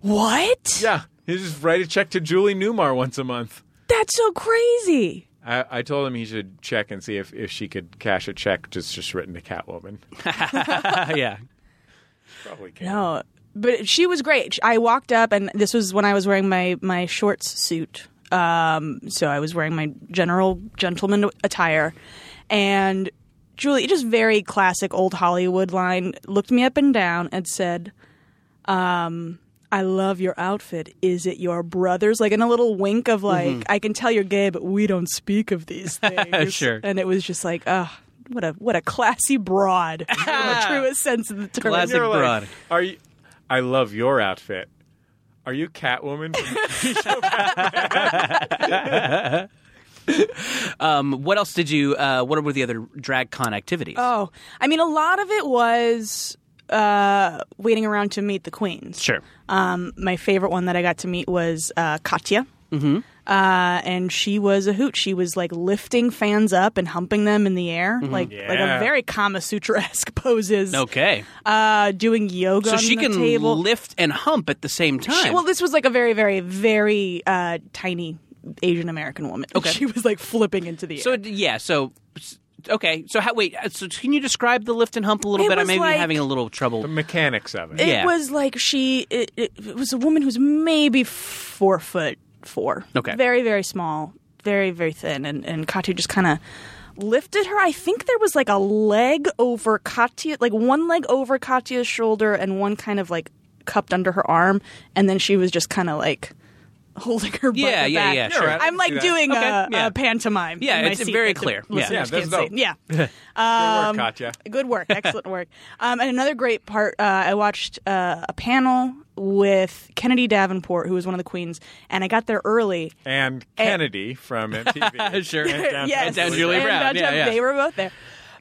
Speaker 4: What?
Speaker 2: Yeah, he just write a check to Julie Newmar once a month.
Speaker 4: That's so crazy.
Speaker 2: I, I told him he should check and see if, if she could cash a check just just written to Catwoman.
Speaker 3: [LAUGHS] yeah.
Speaker 2: Probably can.
Speaker 4: No, but she was great. I walked up, and this was when I was wearing my my shorts suit. Um, so I was wearing my general gentleman attire, and Julie, just very classic old Hollywood line, looked me up and down and said, um. I love your outfit. Is it your brother's? Like in a little wink of like,
Speaker 3: Mm-hmm.
Speaker 4: I can tell you're gay, but we don't speak
Speaker 3: [LAUGHS]
Speaker 4: of these things.
Speaker 3: Sure.
Speaker 4: And it was just like, ah, what a what a classy broad, in
Speaker 3: [LAUGHS]
Speaker 4: the truest sense of the term.
Speaker 3: Classic
Speaker 2: You're like,
Speaker 3: broad.
Speaker 2: are you? I love your outfit. Are you Catwoman? from- [LAUGHS]
Speaker 3: Um, what else did you? Uh, what were the other drag con activities?
Speaker 4: Oh, I mean, a lot of it was uh, waiting around to meet the queens.
Speaker 3: sure.
Speaker 4: Um, my favorite one that I got to meet was uh, Katya. Mm-hmm. Uh, and she was a hoot. She was like lifting fans up and humping them in the air,
Speaker 3: Mm-hmm.
Speaker 4: like like
Speaker 2: Yeah.
Speaker 4: a very Kama Sutra esque [LAUGHS] poses.
Speaker 3: Okay.
Speaker 4: Uh, doing yoga.
Speaker 3: So
Speaker 4: on
Speaker 3: she
Speaker 4: the
Speaker 3: can
Speaker 4: table.
Speaker 3: lift and hump at the same time.
Speaker 4: She- well, this was like a very, very, very uh, tiny Asian American woman.
Speaker 3: Okay.
Speaker 4: [LAUGHS] She was like flipping into the air.
Speaker 3: so it- yeah. So s- okay. So how? Wait. uh, So can you describe the lift and hump a little
Speaker 4: It
Speaker 3: bit? I
Speaker 4: was
Speaker 3: may
Speaker 4: like-
Speaker 3: be having a little trouble.
Speaker 2: the mechanics of it.
Speaker 4: It
Speaker 3: Yeah.
Speaker 4: was like she. It, it, it was a woman who's maybe four foot four.
Speaker 3: Okay.
Speaker 4: Very very small, very very thin, and and Katya just kind of lifted her. I think there was like a leg over Katya, like one leg over Katya's shoulder, and one kind of like cupped under her arm, and then she was just kind of like holding her butt
Speaker 3: Yeah,
Speaker 4: in the
Speaker 3: yeah,
Speaker 4: back.
Speaker 3: yeah, sure.
Speaker 2: I
Speaker 4: I'm
Speaker 2: can see
Speaker 4: like
Speaker 2: that.
Speaker 4: doing
Speaker 3: Okay,
Speaker 4: a,
Speaker 3: yeah.
Speaker 4: a pantomime.
Speaker 3: Yeah,
Speaker 4: in my
Speaker 3: it's
Speaker 4: seat
Speaker 3: very
Speaker 4: that the
Speaker 3: clear. Yeah.
Speaker 4: listeners
Speaker 3: Yeah,
Speaker 2: that's
Speaker 4: can't see.
Speaker 2: dope.
Speaker 4: Yeah.
Speaker 2: [LAUGHS] Good work, Katya.
Speaker 4: Good work, excellent work. [LAUGHS] Um, and another great part, uh, I watched uh, a panel with Kennedy Davenport, who was one of the queens, and I got there early.
Speaker 2: And Kennedy from MTV.
Speaker 3: Sure.
Speaker 2: And down-
Speaker 4: yes,
Speaker 3: and down Julie
Speaker 4: and
Speaker 3: Brown.
Speaker 4: down
Speaker 3: Yeah,
Speaker 4: Jeb-
Speaker 3: yeah.
Speaker 4: They were both there,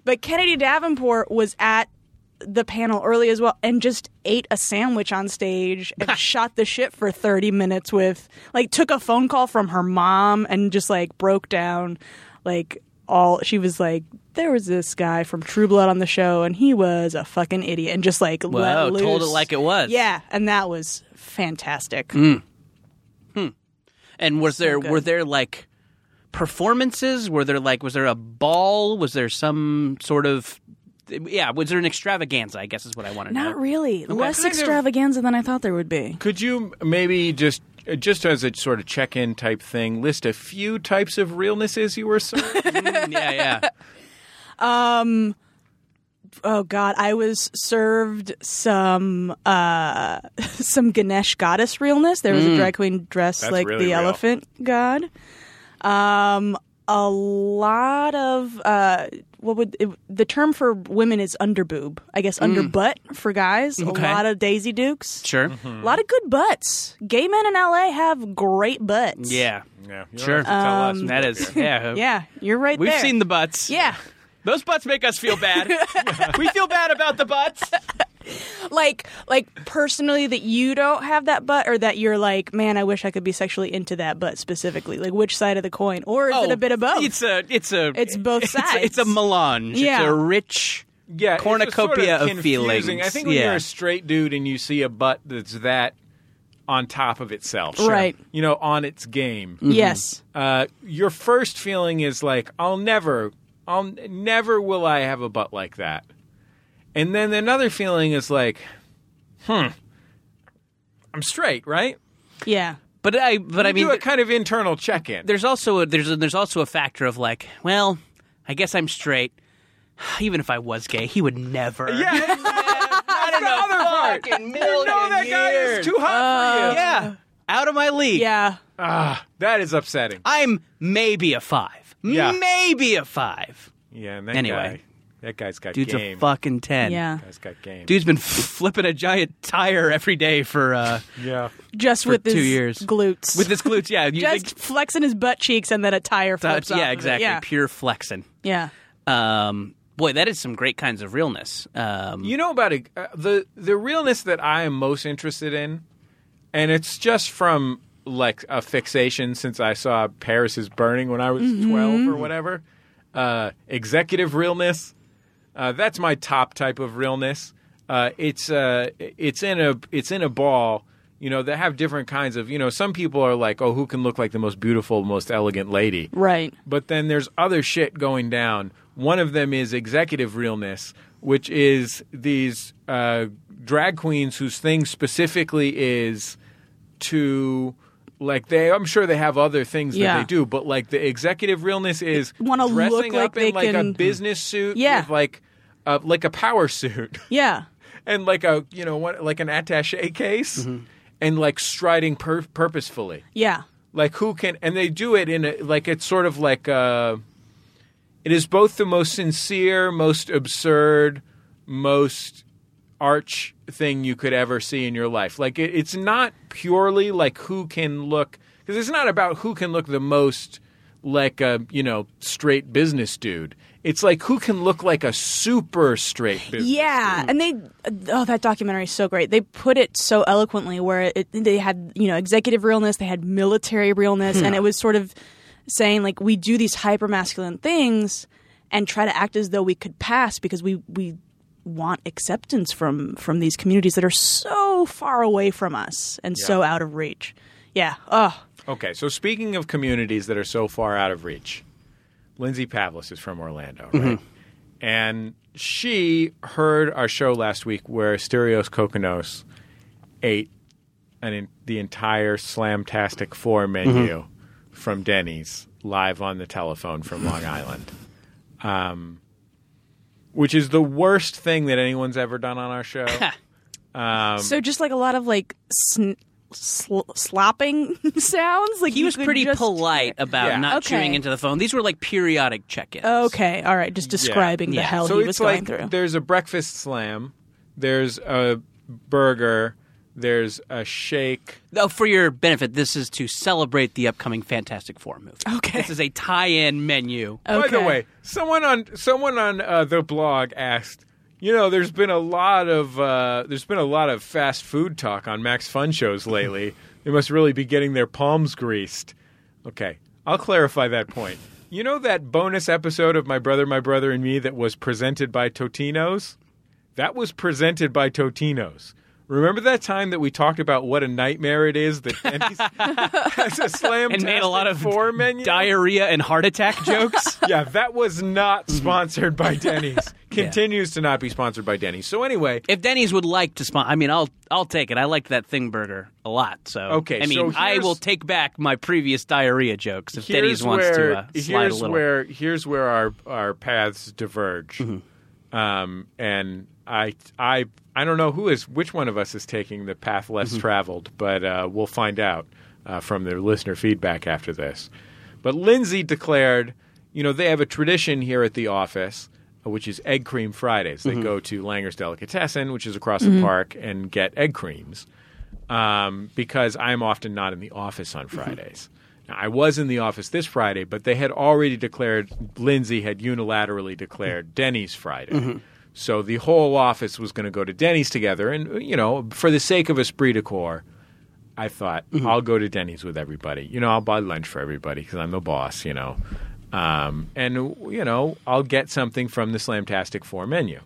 Speaker 4: but Kennedy Davenport was at the panel early as well, and just ate a sandwich on stage
Speaker 3: [LAUGHS]
Speaker 4: and shot the shit for thirty minutes with like took a phone call from her mom and just like broke down, like all she was like. There was this guy from True Blood on the show, and he was a fucking idiot, and just like
Speaker 3: Wow,
Speaker 4: let loose.
Speaker 3: told it like it was. Mm.
Speaker 4: Yeah, and that was fantastic.
Speaker 3: And was there were there like performances? Were there like was there a ball? Was there some sort of yeah? Was there an extravaganza? I guess is what I want to
Speaker 4: Not
Speaker 3: know.
Speaker 4: really. Less
Speaker 2: Kind of-
Speaker 4: extravaganza than I thought there would be.
Speaker 2: Could you maybe just just as a sort of check-in type thing, list a few types of realnesses you were served?
Speaker 3: Mm, yeah,
Speaker 4: [LAUGHS]
Speaker 3: yeah.
Speaker 4: oh god i was served some uh [LAUGHS] some ganesh goddess realness there
Speaker 3: Mm.
Speaker 4: was a drag queen dressed
Speaker 2: That's
Speaker 4: like
Speaker 2: really
Speaker 4: the
Speaker 2: real.
Speaker 4: elephant god um a lot of uh what would it, the term for women is underboob i guess underbutt for guys
Speaker 3: Mm. Okay.
Speaker 4: a lot of daisy dukes
Speaker 3: Sure.
Speaker 2: Mm-hmm.
Speaker 4: a lot of good butts gay men in la have great butts
Speaker 3: Yeah.
Speaker 2: yeah, you don't
Speaker 3: Sure.
Speaker 2: have to tell us. We're
Speaker 3: that
Speaker 2: up
Speaker 3: is
Speaker 4: [LAUGHS]
Speaker 2: here.
Speaker 3: yeah.
Speaker 4: yeah you're right
Speaker 3: We've
Speaker 4: there.
Speaker 3: seen the butts.
Speaker 4: yeah
Speaker 3: Those butts make us feel
Speaker 4: [LAUGHS]
Speaker 3: bad. we feel bad about the butts.
Speaker 4: like like personally that you don't have that butt or that you're like man i wish i could be sexually into that butt specifically like which side of the coin or is it a bit of both
Speaker 3: Oh, It's a it's a
Speaker 4: It's both
Speaker 3: a-
Speaker 4: sides.
Speaker 3: It's a, melange. It's
Speaker 4: Yeah.
Speaker 3: a rich
Speaker 2: yeah, it's just sort
Speaker 3: cornucopia
Speaker 2: of
Speaker 3: of feelings.
Speaker 2: confusing. I think when
Speaker 3: Yeah.
Speaker 2: you're a straight dude and you see a butt that's that on top of itself,
Speaker 4: Right.
Speaker 2: You know, on its game.
Speaker 4: yes
Speaker 2: Uh, your first feeling is like, I'll never, I'll never will I have a butt like that. And then another feeling is like, hmm, I'm straight, right?
Speaker 4: yeah
Speaker 3: But I but I
Speaker 2: You
Speaker 3: mean
Speaker 2: do a kind of internal check-in.
Speaker 3: there's also a, there's a, there's also a factor of like, well, I guess I'm straight. [SIGHS] Even if I was gay, he would never.
Speaker 2: Yeah, [LAUGHS] that's the other part. You know that guy is too hot for you.
Speaker 3: Yeah. Out of my league.
Speaker 4: yeah
Speaker 2: Uh, That is upsetting.
Speaker 3: I'm maybe a five.
Speaker 2: Yeah.
Speaker 3: Maybe a five.
Speaker 2: Yeah, and that guy,
Speaker 3: Anyway.
Speaker 2: that guy's got
Speaker 3: Dude's
Speaker 2: game.
Speaker 3: a fucking ten.
Speaker 4: yeah
Speaker 2: Guy's got game.
Speaker 3: Dude's been [LAUGHS] flipping a giant tire every day for uh
Speaker 2: Yeah.
Speaker 4: just
Speaker 3: For
Speaker 4: with his
Speaker 3: two years.
Speaker 4: glutes
Speaker 3: with his glutes. Yeah. You
Speaker 4: just
Speaker 3: think-
Speaker 4: flexing his butt cheeks and then a tire flips off
Speaker 3: yeah,
Speaker 4: of it.
Speaker 3: exactly.
Speaker 4: yeah
Speaker 3: Pure flexing.
Speaker 4: yeah
Speaker 3: Um, boy, that is some great kinds of realness. Um,
Speaker 2: You know about a, uh, the the realness that I am most interested in, and it's just from like a fixation since I saw Paris is Burning when I was
Speaker 3: Mm-hmm.
Speaker 2: twelve or whatever. Uh, executive realness. Uh, that's my top type of realness. Uh, it's uh, it's in a it's in a ball. You know, that have different kinds of. You know, some people are like, oh, who can look like the most beautiful, most elegant lady?
Speaker 4: right
Speaker 2: but then there's other shit going down. One of them is executive realness, which is these uh, drag queens whose thing specifically is to like they. I'm sure they have other things that
Speaker 4: Yeah.
Speaker 2: they do, but like the executive realness is
Speaker 4: Wanna look
Speaker 2: dressing
Speaker 4: like
Speaker 2: up in
Speaker 4: they
Speaker 2: like a
Speaker 4: can-
Speaker 2: business suit,
Speaker 4: Yeah.
Speaker 2: with like uh, like a power suit [LAUGHS]
Speaker 4: yeah
Speaker 2: and like a you know what like an attaché case, and like striding pur- purposefully
Speaker 4: yeah
Speaker 2: like who can and they do it in a like it's sort of like uh it is both the most sincere most absurd most arch thing you could ever see in your life like it, it's not purely like who can look because it's not about who can look the most like a you know straight business dude it's like who can look like a super straight business
Speaker 4: Yeah, and they oh that documentary is so great. They put it so eloquently where it, they had you know executive realness, they had military realness, and it
Speaker 3: Hmm.
Speaker 4: was sort of saying like we do these hyper masculine things and try to act as though we could pass because we we want acceptance from from these communities that are so far away from us and so out of reach. Yeah. Oh,
Speaker 2: Okay, so speaking of communities that are so far out of reach, Lindsay Pavlis is from Orlando, right? And she heard our show last week where Stereos Kokonos ate an in, the entire Slamtastic Four menu from Denny's live on the telephone from Long Island, um, which is the worst
Speaker 3: Um,
Speaker 2: thing that anyone's ever done on our show.
Speaker 4: so just like a lot of like sn- sl- slopping [LAUGHS] sounds. Like
Speaker 3: He
Speaker 4: you
Speaker 3: was
Speaker 4: could
Speaker 3: pretty
Speaker 4: just-
Speaker 3: polite about
Speaker 2: Yeah.
Speaker 3: not
Speaker 4: Okay.
Speaker 3: chewing into the phone. These were like periodic check-ins.
Speaker 4: Okay, all right. Just describing the
Speaker 3: Yeah.
Speaker 4: hell
Speaker 2: so
Speaker 4: he
Speaker 2: it's
Speaker 4: was
Speaker 2: like
Speaker 4: going through.
Speaker 2: there's a breakfast slam, there's a burger, there's a shake.
Speaker 3: Oh, for your benefit, this is to celebrate the upcoming Fantastic Four movie.
Speaker 4: Okay.
Speaker 3: This is a tie-in menu.
Speaker 2: By the
Speaker 4: Okay.
Speaker 2: way, someone on someone on uh, the blog asked, you know, there's been a lot of uh, there's been a lot of fast food talk on Max Fun shows
Speaker 3: [LAUGHS]
Speaker 2: lately. they must really be getting their palms greased. Okay, I'll clarify that point. You know that bonus episode of My Brother, My Brother and Me that was presented by Totino's? That was presented by Totino's. Remember that time that we talked about what a nightmare it is that
Speaker 3: [LAUGHS]
Speaker 2: Denny's [LAUGHS] has a slam
Speaker 3: And made a lot of
Speaker 2: four menu?
Speaker 3: Diarrhea and heart attack jokes.
Speaker 2: [LAUGHS] yeah, that was not sponsored by Denny's. Continues to not be sponsored by Denny's. So anyway,
Speaker 3: if Denny's would like to sponsor, I mean, I'll I'll take it. I liked that thing burger a lot. So
Speaker 2: Okay,
Speaker 3: I mean,
Speaker 2: so
Speaker 3: I
Speaker 2: here's-
Speaker 3: will take back my previous diarrhea jokes if Denny's wants to uh, slide a
Speaker 2: here's
Speaker 3: little.
Speaker 2: where here's where our our paths diverge.
Speaker 3: Mm-hmm.
Speaker 2: Um, and I I I don't know who is which one of us is taking the path less
Speaker 3: Mm-hmm.
Speaker 2: traveled, but uh, we'll find out uh, from the listener feedback after this. But Lindsay declared, you know, they have a tradition here at the office. uh, Which is egg cream Fridays. They
Speaker 3: Mm-hmm.
Speaker 2: go to Langer's Delicatessen, which is across the park, and get egg creams. um, because I'm often not in the office on Fridays. Now, I was in the office this Friday, but they had already declared, Lindsay had unilaterally declared Denny's Friday.
Speaker 3: Mm-hmm.
Speaker 2: So the whole office was going to go to Denny's together. And, you know, for the sake of esprit de corps, I thought,
Speaker 3: Mm-hmm.
Speaker 2: I'll go to Denny's with everybody. You know, I'll buy lunch for everybody because I'm the boss, you know. Um, and, you know, I'll get something from the Slamtastic 4 menu.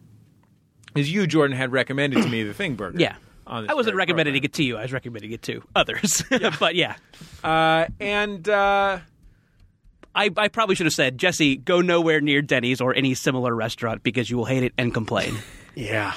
Speaker 2: As you, Jordan, had recommended to me the Thing Burger.
Speaker 3: yeah.
Speaker 2: on this
Speaker 3: I wasn't
Speaker 2: very
Speaker 3: recommending
Speaker 2: program.
Speaker 3: it to you. I was recommending it to others. [LAUGHS] but yeah,
Speaker 2: Uh, and uh,
Speaker 3: I, I probably should have said, Jesse, go nowhere near Denny's or any similar restaurant because you will hate it and complain.
Speaker 2: yeah,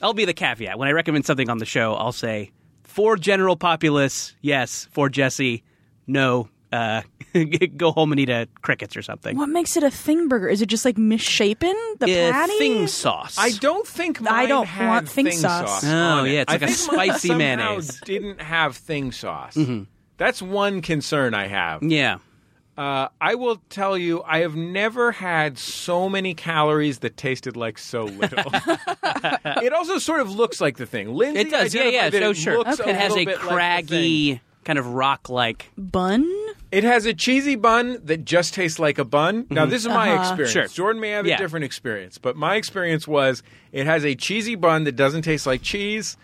Speaker 3: I'll be the caveat. When I recommend something on the show, I'll say for general populace, yes. For Jesse, no. Uh, [LAUGHS] go home and eat a crickets or something.
Speaker 4: What makes it a thing burger? Is it just like misshapen? The
Speaker 3: Uh,
Speaker 4: patty?
Speaker 3: thing sauce.
Speaker 2: I don't think mine
Speaker 4: [LAUGHS] I don't
Speaker 2: had
Speaker 4: want
Speaker 2: thing,
Speaker 4: thing
Speaker 2: sauce.
Speaker 4: sauce.
Speaker 2: on
Speaker 3: Oh,
Speaker 2: it.
Speaker 3: yeah, it's
Speaker 2: I
Speaker 3: like a
Speaker 2: think mine
Speaker 3: spicy
Speaker 2: somehow
Speaker 3: mayonnaise.
Speaker 2: Didn't have thing sauce. That's one concern I have.
Speaker 3: Yeah.
Speaker 2: Uh, I will tell you, I have never had so many calories that tasted like so
Speaker 3: [LAUGHS]
Speaker 2: little. it also sort of looks like the thing. Lindsay
Speaker 3: It does. Yeah, yeah.
Speaker 2: identified that
Speaker 3: So
Speaker 2: it
Speaker 3: sure.
Speaker 2: looks
Speaker 3: It has
Speaker 2: little
Speaker 3: a
Speaker 2: bit like the thing.
Speaker 3: craggy kind of rock-like.
Speaker 4: bun.
Speaker 2: It has a cheesy bun that just tastes like a bun. Now, this is my experience.
Speaker 3: Mm-hmm. Uh-huh. Sure.
Speaker 2: Jordan may have
Speaker 3: Yeah.
Speaker 2: a different experience, but my experience was it has a cheesy bun that doesn't taste like
Speaker 3: [CLEARS THROAT]
Speaker 2: cheese.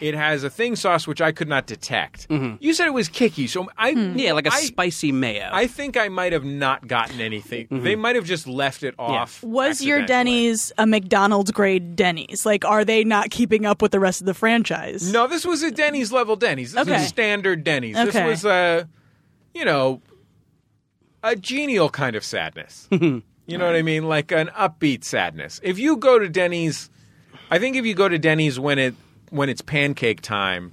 Speaker 2: it has a thing sauce which I could not detect. You said it was kicky, so I
Speaker 3: Mm-hmm. Hmm. Yeah, like a
Speaker 2: I-
Speaker 3: spicy mayo.
Speaker 2: I think I might have not gotten anything.
Speaker 3: Mm-hmm.
Speaker 2: They might have just left it off.
Speaker 4: Was your
Speaker 2: accidentally.
Speaker 4: Denny's a McDonald's grade Denny's? Like, are they not keeping up with the rest of the franchise?
Speaker 2: No, this was a Denny's level Denny's. This was
Speaker 4: Okay.
Speaker 2: a standard Denny's. This
Speaker 4: Okay.
Speaker 2: was a, you know, a genial kind of
Speaker 4: [LAUGHS]
Speaker 2: sadness. you know what I mean? Like an upbeat sadness. If you go to Denny's, I think if you go to Denny's when it when it's pancake time,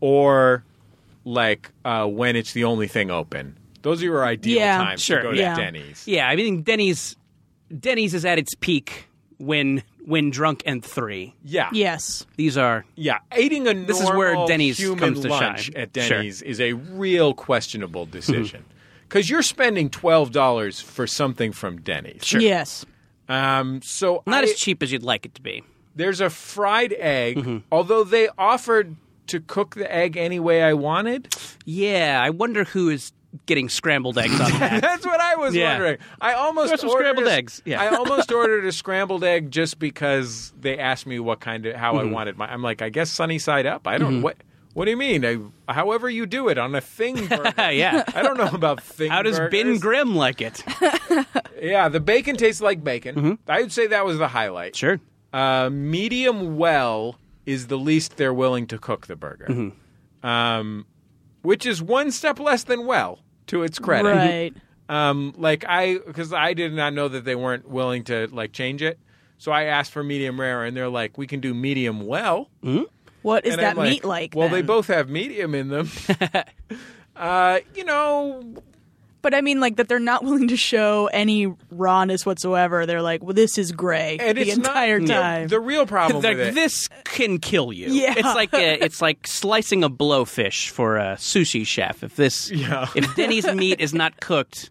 Speaker 2: or like uh, when it's the only thing open. Those are your ideal
Speaker 4: Yeah,
Speaker 2: times
Speaker 3: sure,
Speaker 2: to go
Speaker 4: yeah.
Speaker 2: to Denny's.
Speaker 3: yeah, I mean Denny's. Denny's is at its peak when when drunk and three.
Speaker 2: Yeah.
Speaker 4: Yes.
Speaker 3: These are
Speaker 2: Yeah, eating a
Speaker 3: This is
Speaker 2: normal
Speaker 3: where Denny's
Speaker 2: human
Speaker 3: comes to
Speaker 2: lunch
Speaker 3: shine.
Speaker 2: at
Speaker 3: Sure.
Speaker 2: Denny's is a real
Speaker 3: [LAUGHS]
Speaker 2: questionable decision because you're spending twelve dollars for something from Denny's.
Speaker 4: Yes.
Speaker 2: Um, so
Speaker 3: not
Speaker 2: I-
Speaker 3: as Mm-hmm. cheap as you'd like it to be.
Speaker 2: there's a fried egg, although they offered to cook the egg any way I wanted.
Speaker 3: Yeah, I wonder who is getting scrambled eggs [LAUGHS] on that.
Speaker 2: That's what I was
Speaker 3: Yeah.
Speaker 2: wondering. I almost
Speaker 3: There's some
Speaker 2: ordered
Speaker 3: scrambled
Speaker 2: a-
Speaker 3: eggs. Yeah.
Speaker 2: I
Speaker 3: [LAUGHS]
Speaker 2: almost ordered a scrambled egg just because they asked me what kind of how
Speaker 3: Mm-hmm.
Speaker 2: I wanted my. I'm like, I guess sunny side up. I don't what. What do you mean? I, however you do it on a thing
Speaker 3: [LAUGHS]
Speaker 2: burger.
Speaker 3: Yeah.
Speaker 2: I don't know about thing.
Speaker 3: How does Ben
Speaker 2: burgers.
Speaker 3: Grimm like
Speaker 4: [LAUGHS]
Speaker 3: it?
Speaker 2: Yeah, the bacon tastes like bacon. I would say that was the highlight.
Speaker 3: Mm-hmm. Sure.
Speaker 2: Uh, medium well is the least they're willing to cook the burger,
Speaker 3: Mm-hmm.
Speaker 2: um, which is one step less than well. To its credit,
Speaker 4: Right.
Speaker 2: um, like I, because I did not know that they weren't willing to like change it. So I asked for medium rare, and they're like, "We can do medium well."
Speaker 4: What is
Speaker 2: And
Speaker 4: that
Speaker 2: I'm like,
Speaker 4: meat like?
Speaker 2: Well, they
Speaker 4: [LAUGHS] then?
Speaker 2: both have medium in them. uh, you know,
Speaker 4: But I mean, like that they're not willing to show any rawness whatsoever. They're like, well, this is gray
Speaker 2: And
Speaker 4: the
Speaker 2: it's not-
Speaker 4: entire
Speaker 2: the-
Speaker 4: time.
Speaker 2: The, real
Speaker 4: [LAUGHS]
Speaker 2: problem
Speaker 3: Like,
Speaker 2: with it,
Speaker 3: this can kill you.
Speaker 4: Yeah.
Speaker 3: It's like
Speaker 4: [LAUGHS]
Speaker 3: a, it's like slicing a blowfish for a sushi chef. If this if Denny's meat is not cooked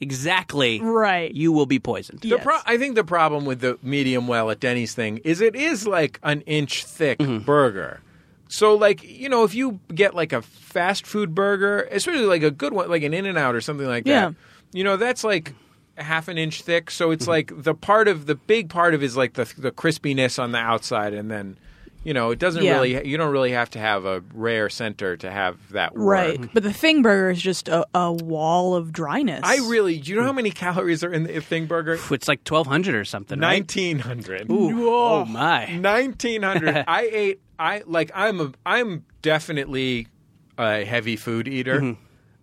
Speaker 3: exactly
Speaker 4: Right.
Speaker 3: you will be poisoned.
Speaker 2: The
Speaker 4: Yes.
Speaker 2: pro- I think the problem with the medium well at Denny's thing is it is like an inch thick
Speaker 4: Mm-hmm.
Speaker 2: burger. So like you know if you get like a fast food burger, especially like a good one, like an In and Out or something like that,
Speaker 4: Yeah. Mm-hmm.
Speaker 2: you know that's like half an inch thick. So it's like the part of the big part of is like the the crispiness on the outside, and then you know it doesn't
Speaker 4: Yeah.
Speaker 2: really you don't really have to have a rare center to have that work.
Speaker 4: right. But the thing burger is just a, a wall of dryness.
Speaker 2: I really, do you know how many calories are in the thing burger?
Speaker 3: It's like 1200 or something, right?
Speaker 2: 1900.
Speaker 3: Ooh. Oh [LAUGHS] my.
Speaker 2: 1900 i ate i like i'm a i'm definitely a heavy food eater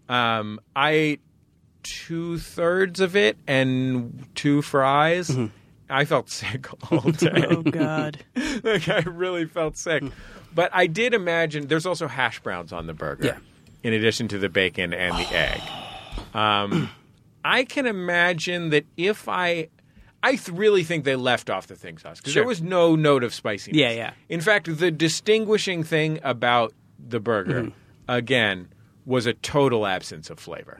Speaker 2: um i ate two-thirds of it and two fries i felt [LAUGHS] sick all day
Speaker 4: Oh God.
Speaker 2: [LAUGHS] like i really felt sick
Speaker 3: Hmm.
Speaker 2: but i did imagine there's also hash browns on the burger
Speaker 3: Yeah.
Speaker 2: in addition to the bacon and
Speaker 3: [SIGHS]
Speaker 2: the egg um i can imagine that if i I th- really think they left off the thing sauce because
Speaker 3: Sure.
Speaker 2: there was no note of spiciness.
Speaker 3: Yeah, yeah.
Speaker 2: In fact, the distinguishing thing about the burger,
Speaker 3: Mm-hmm.
Speaker 2: again, was a total absence of
Speaker 3: [LAUGHS]
Speaker 2: flavor.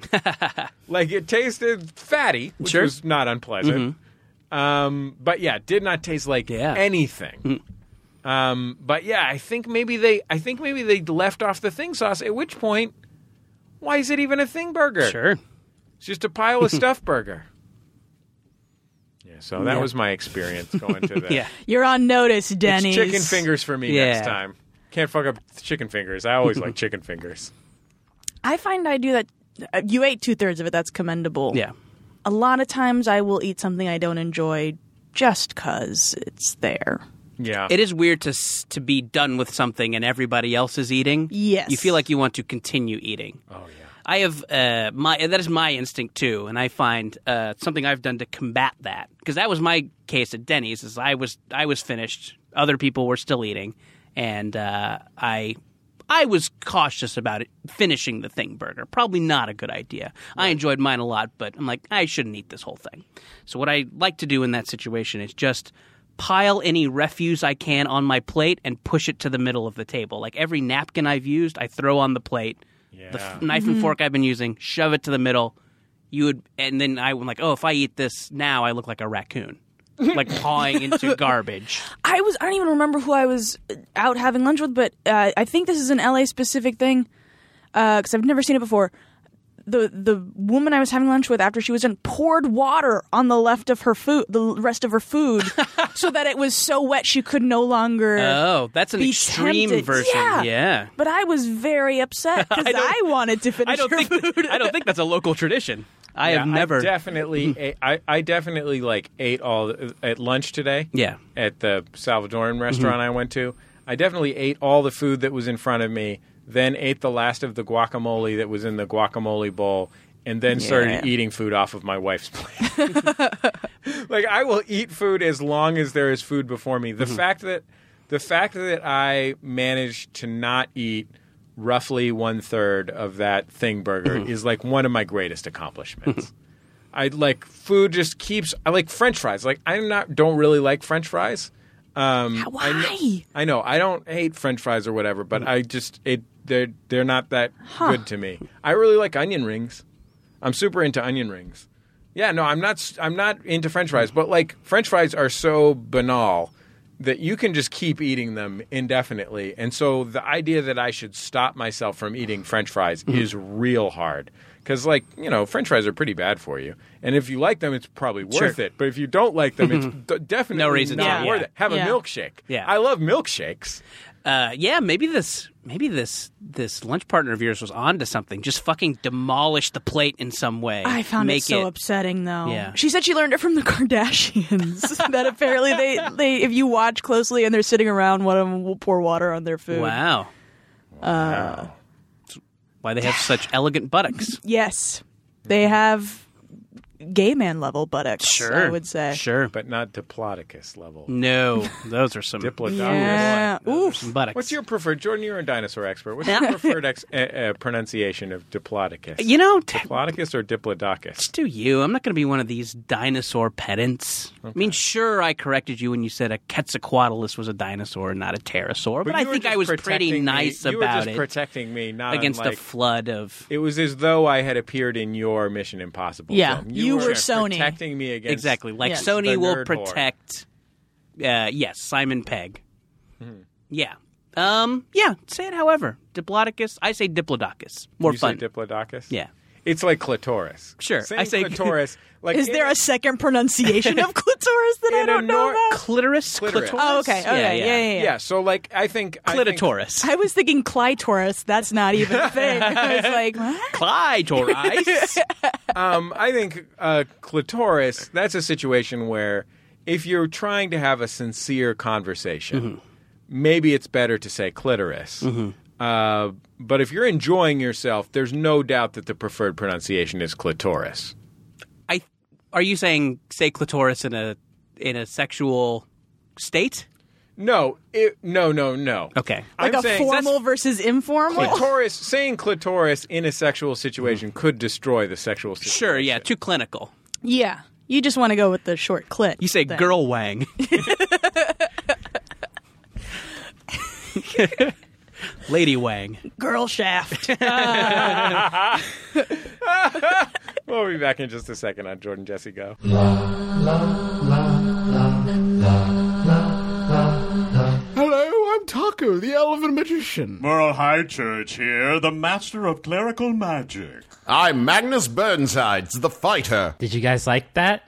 Speaker 2: like it tasted fatty, which
Speaker 3: Sure. Mm-hmm.
Speaker 2: was not unpleasant. Um, but yeah, did not taste like
Speaker 3: Yeah. Mm-hmm.
Speaker 2: anything. Um, but yeah, I think maybe they, I think maybe they left off the thing sauce. At which point, why is it even a thing burger?
Speaker 3: Sure.
Speaker 2: It's just a pile
Speaker 3: [LAUGHS]
Speaker 2: of stuff burger. Yeah, so that was my experience going
Speaker 3: [LAUGHS]
Speaker 2: to the
Speaker 3: Yeah.
Speaker 4: You're on notice,
Speaker 2: It's
Speaker 4: Denny's.
Speaker 2: chicken fingers for me
Speaker 3: Yeah.
Speaker 2: next time. Can't fuck up chicken fingers. I always like chicken
Speaker 3: [LAUGHS]
Speaker 2: fingers.
Speaker 4: I find I do that. uh, You ate two thirds of it. That's commendable.
Speaker 3: Yeah.
Speaker 4: A lot of times I will eat something I don't enjoy just because it's there.
Speaker 2: Yeah.
Speaker 3: It is weird to s- to be done with something and everybody else is eating.
Speaker 4: Yes.
Speaker 3: you feel like you want to continue eating. Oh yeah, I have uh, my that is my instinct too, and I find uh, something I've done to combat that because that was my case at Denny's. Is I was I was finished, other people were still eating, and uh, I. I was cautious about it finishing the thing burger. Probably not a good idea. I enjoyed mine a lot, but I'm like, I shouldn't eat this whole thing. So what I like to do in that situation is just pile any refuse I can on my plate and push it to the middle of the table. Like every napkin I've used, I throw on the plate. The f- knife
Speaker 4: Mm-hmm.
Speaker 3: and fork I've been using, shove it to the middle. You would, and then I'm like, oh, if I eat this now, I look like a raccoon,
Speaker 4: [LAUGHS]
Speaker 3: like pawing into garbage.
Speaker 4: I was I don't even remember who I was out having lunch with, but uh, I think this is an LA specific thing because I've never seen it before. The the woman I was having lunch with after she was done poured water on the left of her food, the rest of
Speaker 3: [LAUGHS]
Speaker 4: her food, so that it was so wet she could no longer.
Speaker 3: Oh, that's an
Speaker 4: be
Speaker 3: extreme
Speaker 4: tempted.
Speaker 3: version.
Speaker 4: Yeah. But I was very
Speaker 3: [LAUGHS]
Speaker 4: upset because I, wanted to finish
Speaker 3: I don't
Speaker 4: her
Speaker 3: think
Speaker 4: food.
Speaker 3: I don't think that's a local tradition. I have
Speaker 2: Yeah,
Speaker 3: never. Mm-hmm.
Speaker 2: I definitely ate, I, I definitely like ate all uh, at lunch today.
Speaker 3: Yeah. Mm-hmm.
Speaker 2: At the Salvadoran restaurant I went to. I definitely ate all the food that was in front of me, then ate the last of the guacamole that was in the guacamole bowl, and then started eating food off of my wife's plate. [LAUGHS] like I will eat food as long as there is food before me. The fact that the fact that I managed to not eat roughly one third of that thing burger is like one of my greatest accomplishments. I like food just keeps I like French fries. Like I'm not don't really like French fries. Um, I kn-
Speaker 4: Why?
Speaker 2: I know I don't hate French fries or whatever, but I just it they're they're not that good to me. I really like onion rings. I'm super into onion rings. Yeah, no, I'm not. s- I'm not into French fries, but like French fries are so banal that you can just keep eating them indefinitely. And so the idea that I should stop myself from eating French fries
Speaker 4: Hmm.
Speaker 2: is real hard because, like, you know, French fries are pretty bad for you. And if you like them, it's probably worth it. But if you don't like them, it's d- definitely
Speaker 3: No reason to,
Speaker 2: not
Speaker 3: yeah.
Speaker 2: worth it. Have
Speaker 4: Hmm. Yeah.
Speaker 2: a milkshake.
Speaker 3: Yeah.
Speaker 2: I love milkshakes.
Speaker 3: Uh, yeah, maybe this maybe this this lunch partner of yours was onto something. Just fucking demolish the plate in some way.
Speaker 4: I found
Speaker 3: Make
Speaker 4: it so upsetting, though.
Speaker 3: Yeah.
Speaker 4: She said she learned it from the [LAUGHS] Kardashians. [LAUGHS] that apparently they, they, if you watch closely and they're sitting around, one of them will pour water on their food.
Speaker 3: Wow.
Speaker 4: Uh,
Speaker 3: Why they have such elegant buttocks?
Speaker 4: Yes, they have gay man level buttocks.
Speaker 3: Sure.
Speaker 4: I would say.
Speaker 3: Sure.
Speaker 2: but not Diplodocus level.
Speaker 3: Mm. No, those are some.
Speaker 2: Diplodocus.
Speaker 4: Yeah.
Speaker 3: Those are
Speaker 4: Oof.
Speaker 3: some buttocks.
Speaker 2: What's your preferred, Jordan? You're a dinosaur expert. What's your preferred ex- uh, uh, pronunciation of Diplodocus?
Speaker 3: You know, t-
Speaker 2: Diplodocus or Diplodocus?
Speaker 3: just do you. I'm not going to be one of these dinosaur pedants. I mean, sure, I corrected you when you said a Quetzalcoatlus was a dinosaur and not a pterosaur, but, I
Speaker 2: you were
Speaker 3: think
Speaker 2: just
Speaker 3: I was
Speaker 2: protecting
Speaker 3: pretty
Speaker 2: me-
Speaker 3: nice
Speaker 2: you were
Speaker 3: about
Speaker 2: just
Speaker 3: it
Speaker 2: protecting me, not
Speaker 3: against
Speaker 2: unlike-
Speaker 3: a flood of.
Speaker 2: It was as though I had appeared in your Mission Impossible.
Speaker 4: Yeah.
Speaker 2: film.
Speaker 4: You were Sony.
Speaker 2: protecting me against
Speaker 3: Exactly. Like
Speaker 4: Yes.
Speaker 3: Sony
Speaker 2: The
Speaker 3: will
Speaker 2: nerd whore.
Speaker 3: protect. Uh, yes, Simon Pegg.
Speaker 2: Hmm.
Speaker 3: Yeah. Um. Yeah. Say it. However, Diplodocus. I say Diplodocus. More
Speaker 2: you say
Speaker 3: fun.
Speaker 2: Diplodocus.
Speaker 3: Yeah.
Speaker 2: it's like clitoris.
Speaker 3: Sure,
Speaker 2: Saying
Speaker 3: I say- [LAUGHS]
Speaker 2: clitoris. Like
Speaker 4: Is
Speaker 2: in
Speaker 4: there a second pronunciation of clitoris that I
Speaker 2: in a
Speaker 4: don't
Speaker 2: nor-
Speaker 4: know about?
Speaker 3: clitoris.
Speaker 2: Clitoris.
Speaker 3: Clitoris.
Speaker 4: Oh, okay.
Speaker 3: Yeah,
Speaker 4: Okay.
Speaker 3: yeah.
Speaker 4: Yeah. Yeah. yeah.
Speaker 2: Yeah. So like I think I think-
Speaker 3: Clitoris.
Speaker 4: I was thinking clitoris. That's not even a thing. I
Speaker 3: [LAUGHS]
Speaker 4: was like, what?
Speaker 3: Clitoris.
Speaker 2: um, I think uh, clitoris. That's a situation where if you're trying to have a sincere conversation,
Speaker 3: Mm-hmm.
Speaker 2: maybe it's better to say clitoris. Uh, but if you're enjoying yourself, there's no doubt that the preferred pronunciation is clitoris.
Speaker 3: [LAUGHS] I. Are you saying say clitoris in a in a sexual state?
Speaker 2: No, it, no, no, no.
Speaker 3: Okay.
Speaker 4: like
Speaker 2: I'm
Speaker 4: a
Speaker 2: saying
Speaker 4: formal versus informal. [LAUGHS]
Speaker 2: clitoris. Saying clitoris in a sexual situation could destroy the sexual situation.
Speaker 3: Mm-hmm. Sure. Yeah. Too clinical.
Speaker 4: Yeah. You just want to go with the short clit.
Speaker 3: You say
Speaker 4: thing.
Speaker 3: girl wang. Lady wang.
Speaker 2: [LAUGHS]
Speaker 4: girl shaft.
Speaker 2: We'll be back in just a second on Jordan Jesse Go.
Speaker 8: Hello, I'm Taco, the Elven Magician.
Speaker 10: Moral High Church here, the master of clerical magic.
Speaker 8: I'm Magnus Burnsides, the fighter.
Speaker 11: Did you guys like that?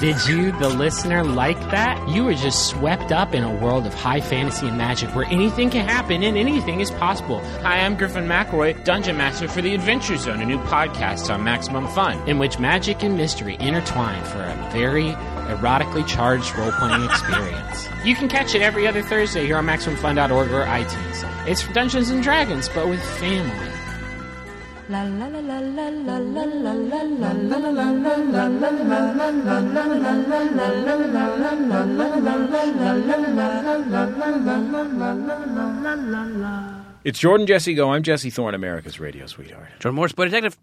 Speaker 11: Did you, the listener, like that? You were just swept up in a world of high fantasy and magic where anything can happen and anything is possible. Hi, I'm Griffin McElroy, Dungeon Master for the Adventure Zone, a new podcast on Maximum Fun, in which magic and mystery intertwine for a very erotically charged role
Speaker 8: [LAUGHS]
Speaker 11: playing experience. You can catch it every other Thursday here on MaximumFun.org or iTunes. It's Dungeons and Dragons, but with family.
Speaker 1: La la la la la la la la la la.
Speaker 2: It's Jordan Jesse Go. I'm Jesse Thorne, America's radio sweetheart.
Speaker 3: Jordan Morris, boy detective.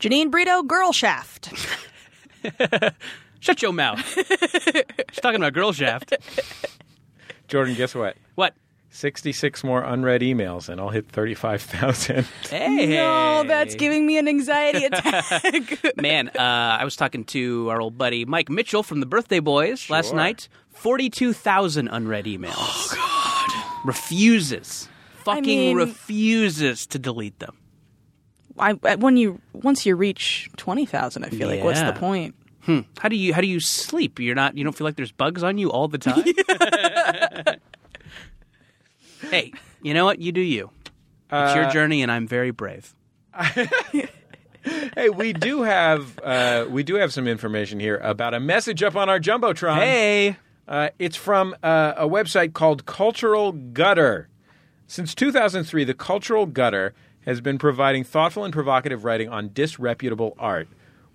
Speaker 4: Janine Brito, girl shaft.
Speaker 3: Shut your mouth. She's talking about girl shaft.
Speaker 2: Jordan, guess what?
Speaker 3: What?
Speaker 2: 66 more unread emails, and I'll hit 35,000.
Speaker 3: Hey.
Speaker 4: No, that's giving me
Speaker 2: [LAUGHS]
Speaker 4: an anxiety attack.
Speaker 3: Man, uh, I was talking to our old buddy Mike Mitchell from the Birthday Boys last night. 42,000 unread emails. Oh, God. Refuses. Fucking
Speaker 4: mean-
Speaker 3: refuses to delete them.
Speaker 4: I, I- when you once you reach twenty thousand, I feel like what's the
Speaker 3: Yeah.
Speaker 4: point?
Speaker 3: How do you how do you sleep? You're not you don't feel like there's bugs on you all the [LAUGHS] time? hey, you know what? You do you. It's your journey and I'm very brave.
Speaker 2: hey, we do have uh, we do have some information here about a message up on our jumbotron.
Speaker 3: Hey.
Speaker 2: Uh, it's from uh, a website called Cultural Gutter. Since 2003, the Cultural Gutter has been providing thoughtful and provocative writing on disreputable art.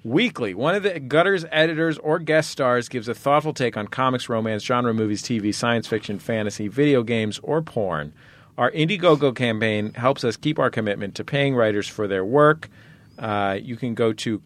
Speaker 2: Weekly, one of the Gutter's editors or guest stars gives a thoughtful take on comics, romance, genre movies, TV, science fiction, fantasy, video games, or porn. Our Indiegogo campaign helps us keep our commitment to paying writers for their work. Uh, you can go to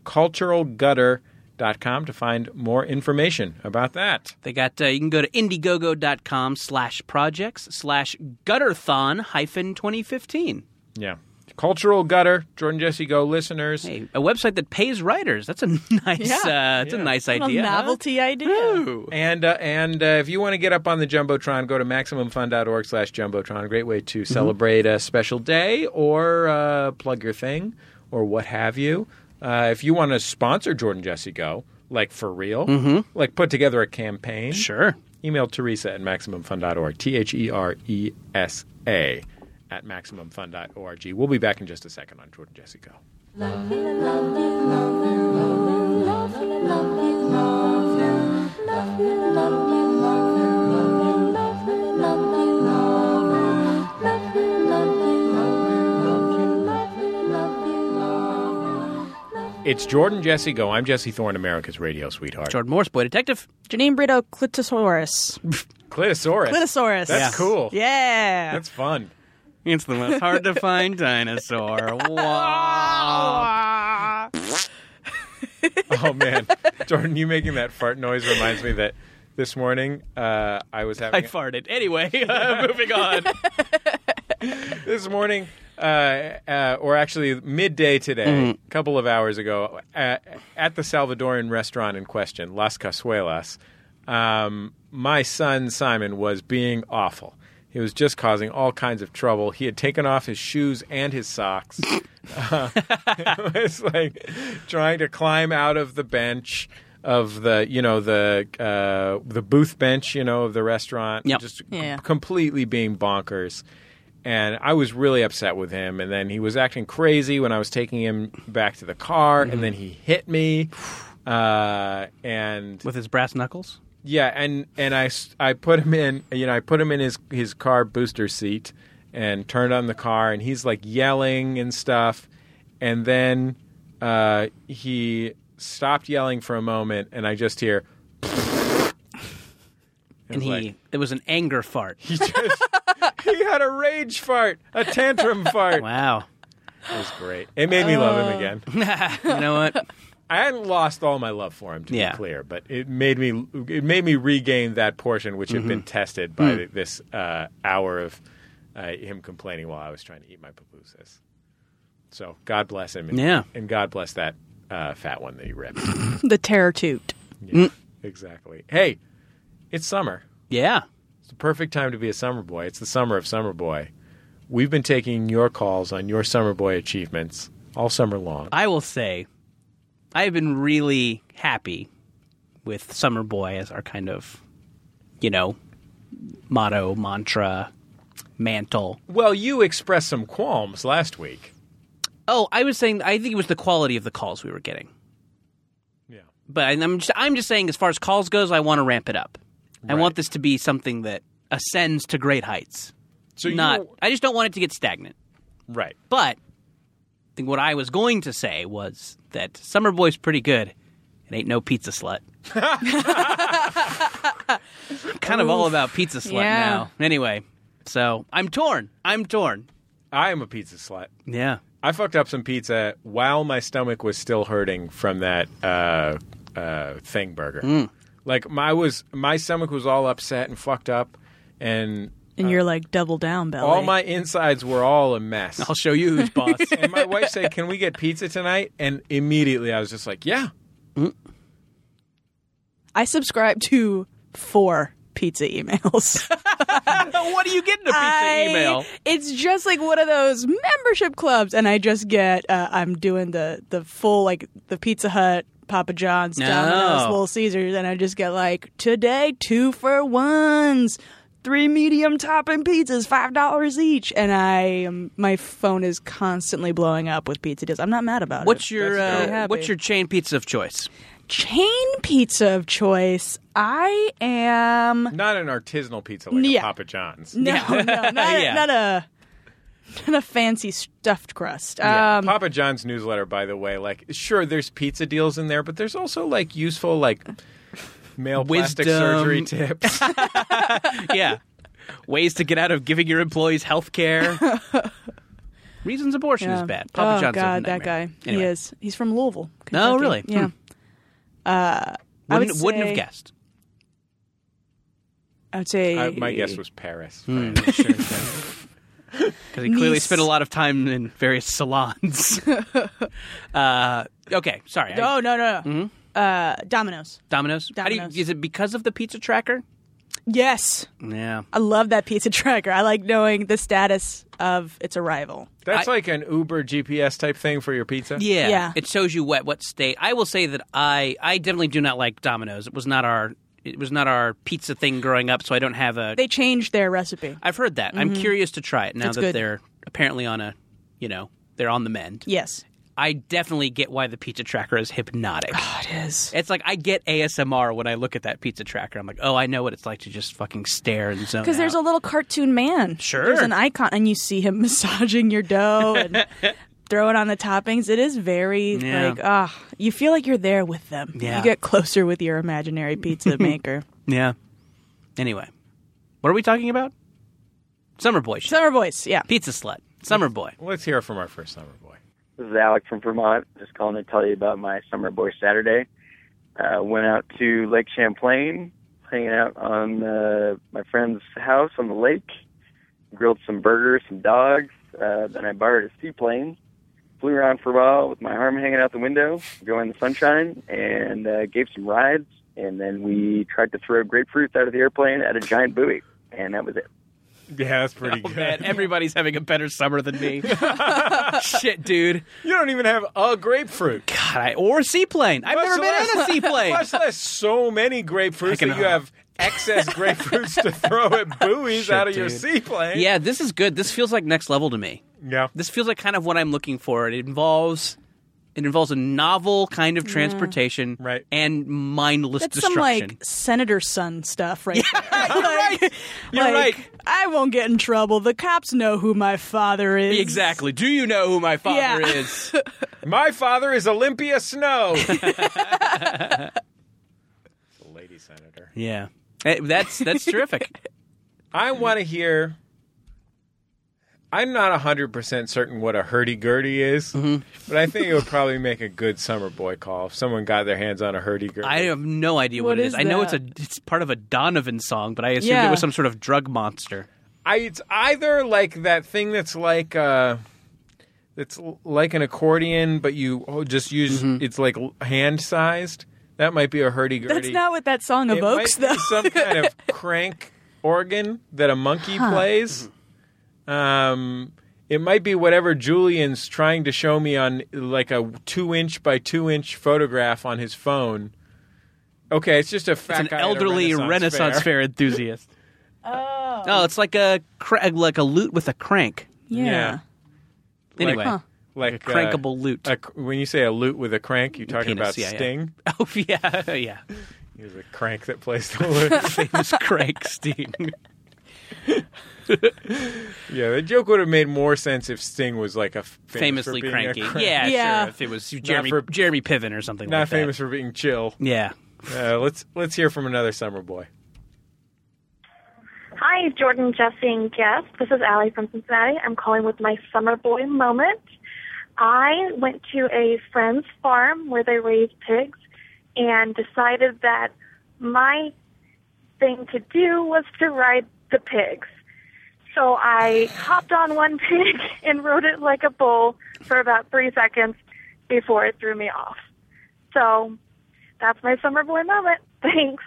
Speaker 2: culturalgutter.com to find more information about that.
Speaker 3: They got uh, you can go to indiegogo.com slash projects slash gutterthon hyphen twenty fifteen.
Speaker 2: Yeah. Cultural gutter, Jordan Jesse Go listeners.
Speaker 3: Hey, a website that pays writers. That's a [LAUGHS] nice
Speaker 4: Yeah.
Speaker 3: uh, that's a nice
Speaker 4: What a
Speaker 3: idea. huh?
Speaker 4: novelty idea.
Speaker 2: And uh, and uh, if you want to get up on the jumbotron, go to maximumfun.org slash jumbotron. Great way to
Speaker 3: Mm-hmm.
Speaker 2: celebrate a special day or uh, plug your thing or what have you. Uh, if you want to sponsor Jordan Jesse Go, like for real, like put together a campaign,
Speaker 3: Mm-hmm. Sure.
Speaker 2: email Teresa at maximumfun.org. T H E R E S A at maximumfun.org. We'll be back in just a second on Jordan Jesse Go. It's Jordan Jesse Go. I'm Jesse Thorne, America's radio sweetheart.
Speaker 3: Jordan Morse, boy detective.
Speaker 4: Janine Brito, Clitosaurus.
Speaker 2: Clitosaurus.
Speaker 4: Clitosaurus.
Speaker 2: That's cool.
Speaker 4: Yeah.
Speaker 2: That's fun.
Speaker 3: It's the most hard to [LAUGHS] find dinosaur. Wow.
Speaker 2: Oh
Speaker 3: [LAUGHS]
Speaker 2: man, Jordan, you making that fart noise reminds me that this morning uh, I was
Speaker 3: I
Speaker 2: having
Speaker 3: farted. Anyway, [LAUGHS] uh, moving on.
Speaker 2: this morning, uh, uh, or actually midday today, a couple of hours ago, at, at the Salvadoran restaurant in question, Las Casuelas, um, my son Simon was being awful. He was just causing all kinds of trouble. He had taken off his shoes and his socks. uh, [LAUGHS] it was like trying to climb out of the bench of the you know the uh, the booth bench you know of the restaurant.
Speaker 3: Yep.
Speaker 2: Just
Speaker 4: Yeah.
Speaker 2: completely being bonkers. And I was really upset with him. And then he was acting crazy when I was taking him back to the car. And then he hit me. Uh, and
Speaker 3: With his brass [LAUGHS] knuckles.
Speaker 2: yeah, and and I, s- I put him in you know I put him in his his car booster seat and turned on the car and he's like yelling and stuff, and then uh, he stopped yelling for a moment and I just hear [LAUGHS]
Speaker 3: And
Speaker 2: It's
Speaker 3: he,
Speaker 2: like-
Speaker 3: it was an anger fart.
Speaker 2: he just he had a rage fart a tantrum fart
Speaker 3: Wow.
Speaker 2: it was great it made me love him again
Speaker 3: You know
Speaker 4: [LAUGHS]
Speaker 3: what?
Speaker 2: I hadn't lost all my love for him, to
Speaker 3: Yeah.
Speaker 2: be clear, but it made me it made me regain that portion which had been tested by th- this uh, hour of uh, him complaining while I was trying to eat my pupusas. So God bless him, and,
Speaker 3: Yeah.
Speaker 2: and God bless that uh, fat one that he ripped.
Speaker 4: The Terror Toot.
Speaker 2: Yeah, exactly. Hey, it's summer.
Speaker 3: Yeah.
Speaker 2: It's the perfect time to be a summer boy. It's the summer of summer boy. We've been taking your calls on your summer boy achievements all summer long.
Speaker 3: I will say, I have been really happy with Summer Boy as our kind of, you know, motto, mantra, mantle.
Speaker 2: Well, you expressed some qualms last week.
Speaker 3: Oh, I was saying, I think it was the quality of the calls we were getting.
Speaker 2: Yeah.
Speaker 3: But and I'm just, I'm just saying, as far as calls goes, I want to ramp it up. I want this to be something that ascends to great heights.
Speaker 2: So you-
Speaker 3: not, I just don't want it to get stagnant.
Speaker 2: Right.
Speaker 3: But I think what I was going to say was that Summer Boy's pretty good. It ain't no pizza slut. [LAUGHS] I'm kind of all about pizza slut
Speaker 4: Yeah.
Speaker 3: now. Anyway, so I'm torn. I'm torn.
Speaker 2: I am a pizza slut.
Speaker 3: Yeah.
Speaker 2: I fucked up some pizza while my stomach was still hurting from that uh, uh, thing burger. Like my was my stomach was all upset and fucked up, and
Speaker 4: And you're like double down,
Speaker 2: Uh,
Speaker 4: Belly.
Speaker 2: all my insides were all a mess.
Speaker 3: I'll show you
Speaker 2: [LAUGHS]
Speaker 3: who's boss.
Speaker 2: and my wife said, "Can we get pizza tonight?" And immediately I was just like, "Yeah."
Speaker 4: I subscribe to four pizza emails.
Speaker 3: [LAUGHS] what do you get in a pizza
Speaker 4: I-
Speaker 3: email?
Speaker 4: It's just like one of those membership clubs, and I just get uh, I'm doing the the full like the Pizza Hut, Papa John's,
Speaker 3: No.
Speaker 4: Domino's, Little Caesars, and I just get like today two for ones. Three medium topping pizzas, five dollars each, and I um, my phone is constantly blowing up with pizza deals. I'm not mad about it.
Speaker 3: What's your
Speaker 2: That's
Speaker 4: dope.
Speaker 3: uh, what's your chain pizza of choice? [LAUGHS]
Speaker 4: chain pizza of choice? I am
Speaker 2: Not an artisanal pizza like a
Speaker 4: Yeah.
Speaker 2: Papa John's.
Speaker 4: [LAUGHS] No,
Speaker 3: [LAUGHS]
Speaker 4: no, not,
Speaker 3: Yeah.
Speaker 4: a, not a not a fancy stuffed crust.
Speaker 2: Yeah.
Speaker 4: Um,
Speaker 2: Papa John's newsletter, by the way, like sure, there's pizza deals in there, but there's also like useful like male plastic
Speaker 3: Wisdom.
Speaker 2: surgery tips.
Speaker 3: [LAUGHS] yeah. Ways to get out of giving your employees health
Speaker 4: [LAUGHS]
Speaker 3: care. Reasons abortion
Speaker 4: yeah.
Speaker 3: is bad. Papa
Speaker 4: oh
Speaker 3: John's a
Speaker 4: God, that
Speaker 3: nightmare.
Speaker 4: guy.
Speaker 3: Anyway.
Speaker 4: He is. He's from Louisville.
Speaker 3: No,
Speaker 4: Kentucky.
Speaker 3: really?
Speaker 4: Yeah.
Speaker 3: Hmm.
Speaker 4: Uh, I would
Speaker 3: Wouldn't, wouldn't
Speaker 4: say-
Speaker 3: have guessed.
Speaker 4: I would say
Speaker 2: I, my guess was Paris.
Speaker 3: Hmm. [LAUGHS] Because he clearly
Speaker 4: Nice.
Speaker 3: spent a lot of time in various salons.
Speaker 4: [LAUGHS]
Speaker 3: uh, okay, sorry. I-
Speaker 4: Oh no no. no.
Speaker 3: Mm-hmm.
Speaker 4: Uh, Domino's.
Speaker 3: Domino's? How do you-
Speaker 4: Domino's.
Speaker 3: is it because of the pizza tracker?
Speaker 4: Yes,
Speaker 3: Yeah.
Speaker 4: I love that pizza [LAUGHS] tracker. I like knowing the status of its arrival.
Speaker 2: That's
Speaker 3: I-
Speaker 2: like an Uber GPS type thing for your pizza.
Speaker 3: Yeah.
Speaker 4: Yeah.
Speaker 3: It shows you what what state. I will say that I I definitely do not like Domino's. It was not our it was not our pizza thing growing up, so I don't have a
Speaker 4: They changed their recipe.
Speaker 3: I've heard that. I'm curious to try it now
Speaker 4: It's
Speaker 3: that
Speaker 4: Mm-hmm. good.
Speaker 3: they're apparently on a, you know, they're on the mend.
Speaker 4: Yes,
Speaker 3: I definitely get why the pizza tracker is hypnotic.
Speaker 4: it is.
Speaker 3: It's like I get ASMR when I look at that pizza tracker. I'm like, oh, I know what it's like to just fucking stare and zone.
Speaker 4: Because there's a
Speaker 3: out.
Speaker 4: little cartoon man.
Speaker 3: Sure. [LAUGHS]
Speaker 4: [LAUGHS] There's an icon, and you see him massaging your dough and throw it on the toppings. It is very
Speaker 3: Yeah.
Speaker 4: like ah, you feel like you're there with them.
Speaker 3: Yeah.
Speaker 4: You get closer with your
Speaker 3: [LAUGHS]
Speaker 4: imaginary pizza maker.
Speaker 3: Yeah. Anyway, what are we talking about? Summer boy. shit.
Speaker 4: Summer boys, yeah.
Speaker 3: Pizza slut. Summer boy.
Speaker 2: Let's hear from our first summer boy.
Speaker 12: This is Alec from Vermont. Just calling to tell you about my summer boy Saturday. Uh, went out to Lake Champlain, hanging out on uh, my friend's house on the lake. Grilled some burgers, some dogs. Uh, then I borrowed a seaplane. Flew around for a while with my arm hanging out the window, going in the sunshine, and uh, gave some rides. And then we tried to throw grapefruits out of the airplane at a giant buoy, and that was it.
Speaker 2: Yeah, that's pretty good.
Speaker 3: Man, everybody's having a better summer than me. Shit, dude.
Speaker 2: You don't even have a grapefruit.
Speaker 3: God, I, or seaplane. I've never been in a seaplane.
Speaker 2: Much less so many grapefruits
Speaker 3: can-
Speaker 2: that you have
Speaker 3: [LAUGHS]
Speaker 2: excess grapefruits to throw at buoys
Speaker 3: Shit,
Speaker 2: out of your
Speaker 3: dude.
Speaker 2: seaplane.
Speaker 3: Yeah, this is good. This feels like next level to me.
Speaker 2: Yeah.
Speaker 3: This feels like kind of what I'm looking for. It involves it involves a novel kind of transportation
Speaker 2: Right.
Speaker 3: and mindless
Speaker 4: That's some
Speaker 3: destruction.
Speaker 4: like senator son stuff, right?
Speaker 3: [LAUGHS]
Speaker 4: there. Like- [LAUGHS]
Speaker 3: You're
Speaker 4: like,
Speaker 3: right.
Speaker 4: I won't get in trouble. The cops know who my father is.
Speaker 3: exactly. Do you know who my father
Speaker 4: Yeah. [LAUGHS]
Speaker 3: is?
Speaker 2: My father is Olympia
Speaker 3: [LAUGHS]
Speaker 2: Snow. Lady senator.
Speaker 3: yeah. Eh, That's that's terrific.
Speaker 2: I
Speaker 4: Mm-hmm.
Speaker 2: want to hear. I'm not 100% certain what a hurdy-gurdy is,
Speaker 4: Mm-hmm.
Speaker 2: but I think it would probably make a good summer boy call if someone got their hands on a hurdy-gurdy.
Speaker 3: I have no idea what,
Speaker 4: What
Speaker 3: it
Speaker 4: is
Speaker 3: I know it's a
Speaker 4: that?
Speaker 3: it's part of a Donovan song, but I assumed it
Speaker 4: Yeah.
Speaker 3: was some sort of drug monster.
Speaker 2: I it's either like that thing that's like uh that's l- like an accordion, but you oh, just use
Speaker 4: Mm-hmm.
Speaker 2: it's like hand sized. That might be a hurdy gurdy.
Speaker 4: That's not what that song
Speaker 2: it
Speaker 4: evokes,
Speaker 2: might
Speaker 4: though.
Speaker 2: be some kind of [LAUGHS] crank organ that a monkey plays. Um, it might be whatever Julian's trying to show me on like a two inch by two inch photograph on his phone. Okay, it's just a
Speaker 3: It's
Speaker 2: fat
Speaker 3: an
Speaker 2: guy at a
Speaker 3: elderly Renaissance,
Speaker 2: [LAUGHS]
Speaker 3: fair. enthusiast. oh. it's like a cra- like a lute with a crank.
Speaker 4: [LAUGHS] yeah.
Speaker 2: yeah.
Speaker 3: Anyway.
Speaker 2: Huh. like
Speaker 3: A
Speaker 2: uh,
Speaker 3: crankable lute.
Speaker 2: a cr- when you say a lute with a crank, you're talking
Speaker 3: penis,
Speaker 2: about
Speaker 3: yeah, yeah.
Speaker 2: Sting.
Speaker 3: [LAUGHS] Oh yeah, [LAUGHS] yeah.
Speaker 2: He was a crank that plays the [LAUGHS] lute.
Speaker 3: Famous crank Sting.
Speaker 2: yeah, the joke would have made more sense if Sting was like a f- famous for
Speaker 3: [LAUGHS] Famously
Speaker 2: being a
Speaker 3: cranky.
Speaker 2: crank.
Speaker 3: Yeah,
Speaker 4: Yeah.
Speaker 3: sure. If it was Jeremy
Speaker 2: for-
Speaker 3: Jeremy Piven or something
Speaker 2: not
Speaker 3: like that.
Speaker 2: famous for being chill.
Speaker 3: Yeah.
Speaker 2: Uh, let's let's hear from another summer boy.
Speaker 13: Hi, Jordan, Jesse, and Jeff. This is Allie from Cincinnati. I'm calling with my summer boy moment. I went to a friend's farm where they raise pigs and decided that my thing to do was to ride the pigs. So I hopped on one pig [LAUGHS] and rode it like a bull for about three seconds before it threw me off. So that's my summer boy moment. [LAUGHS] Thanks.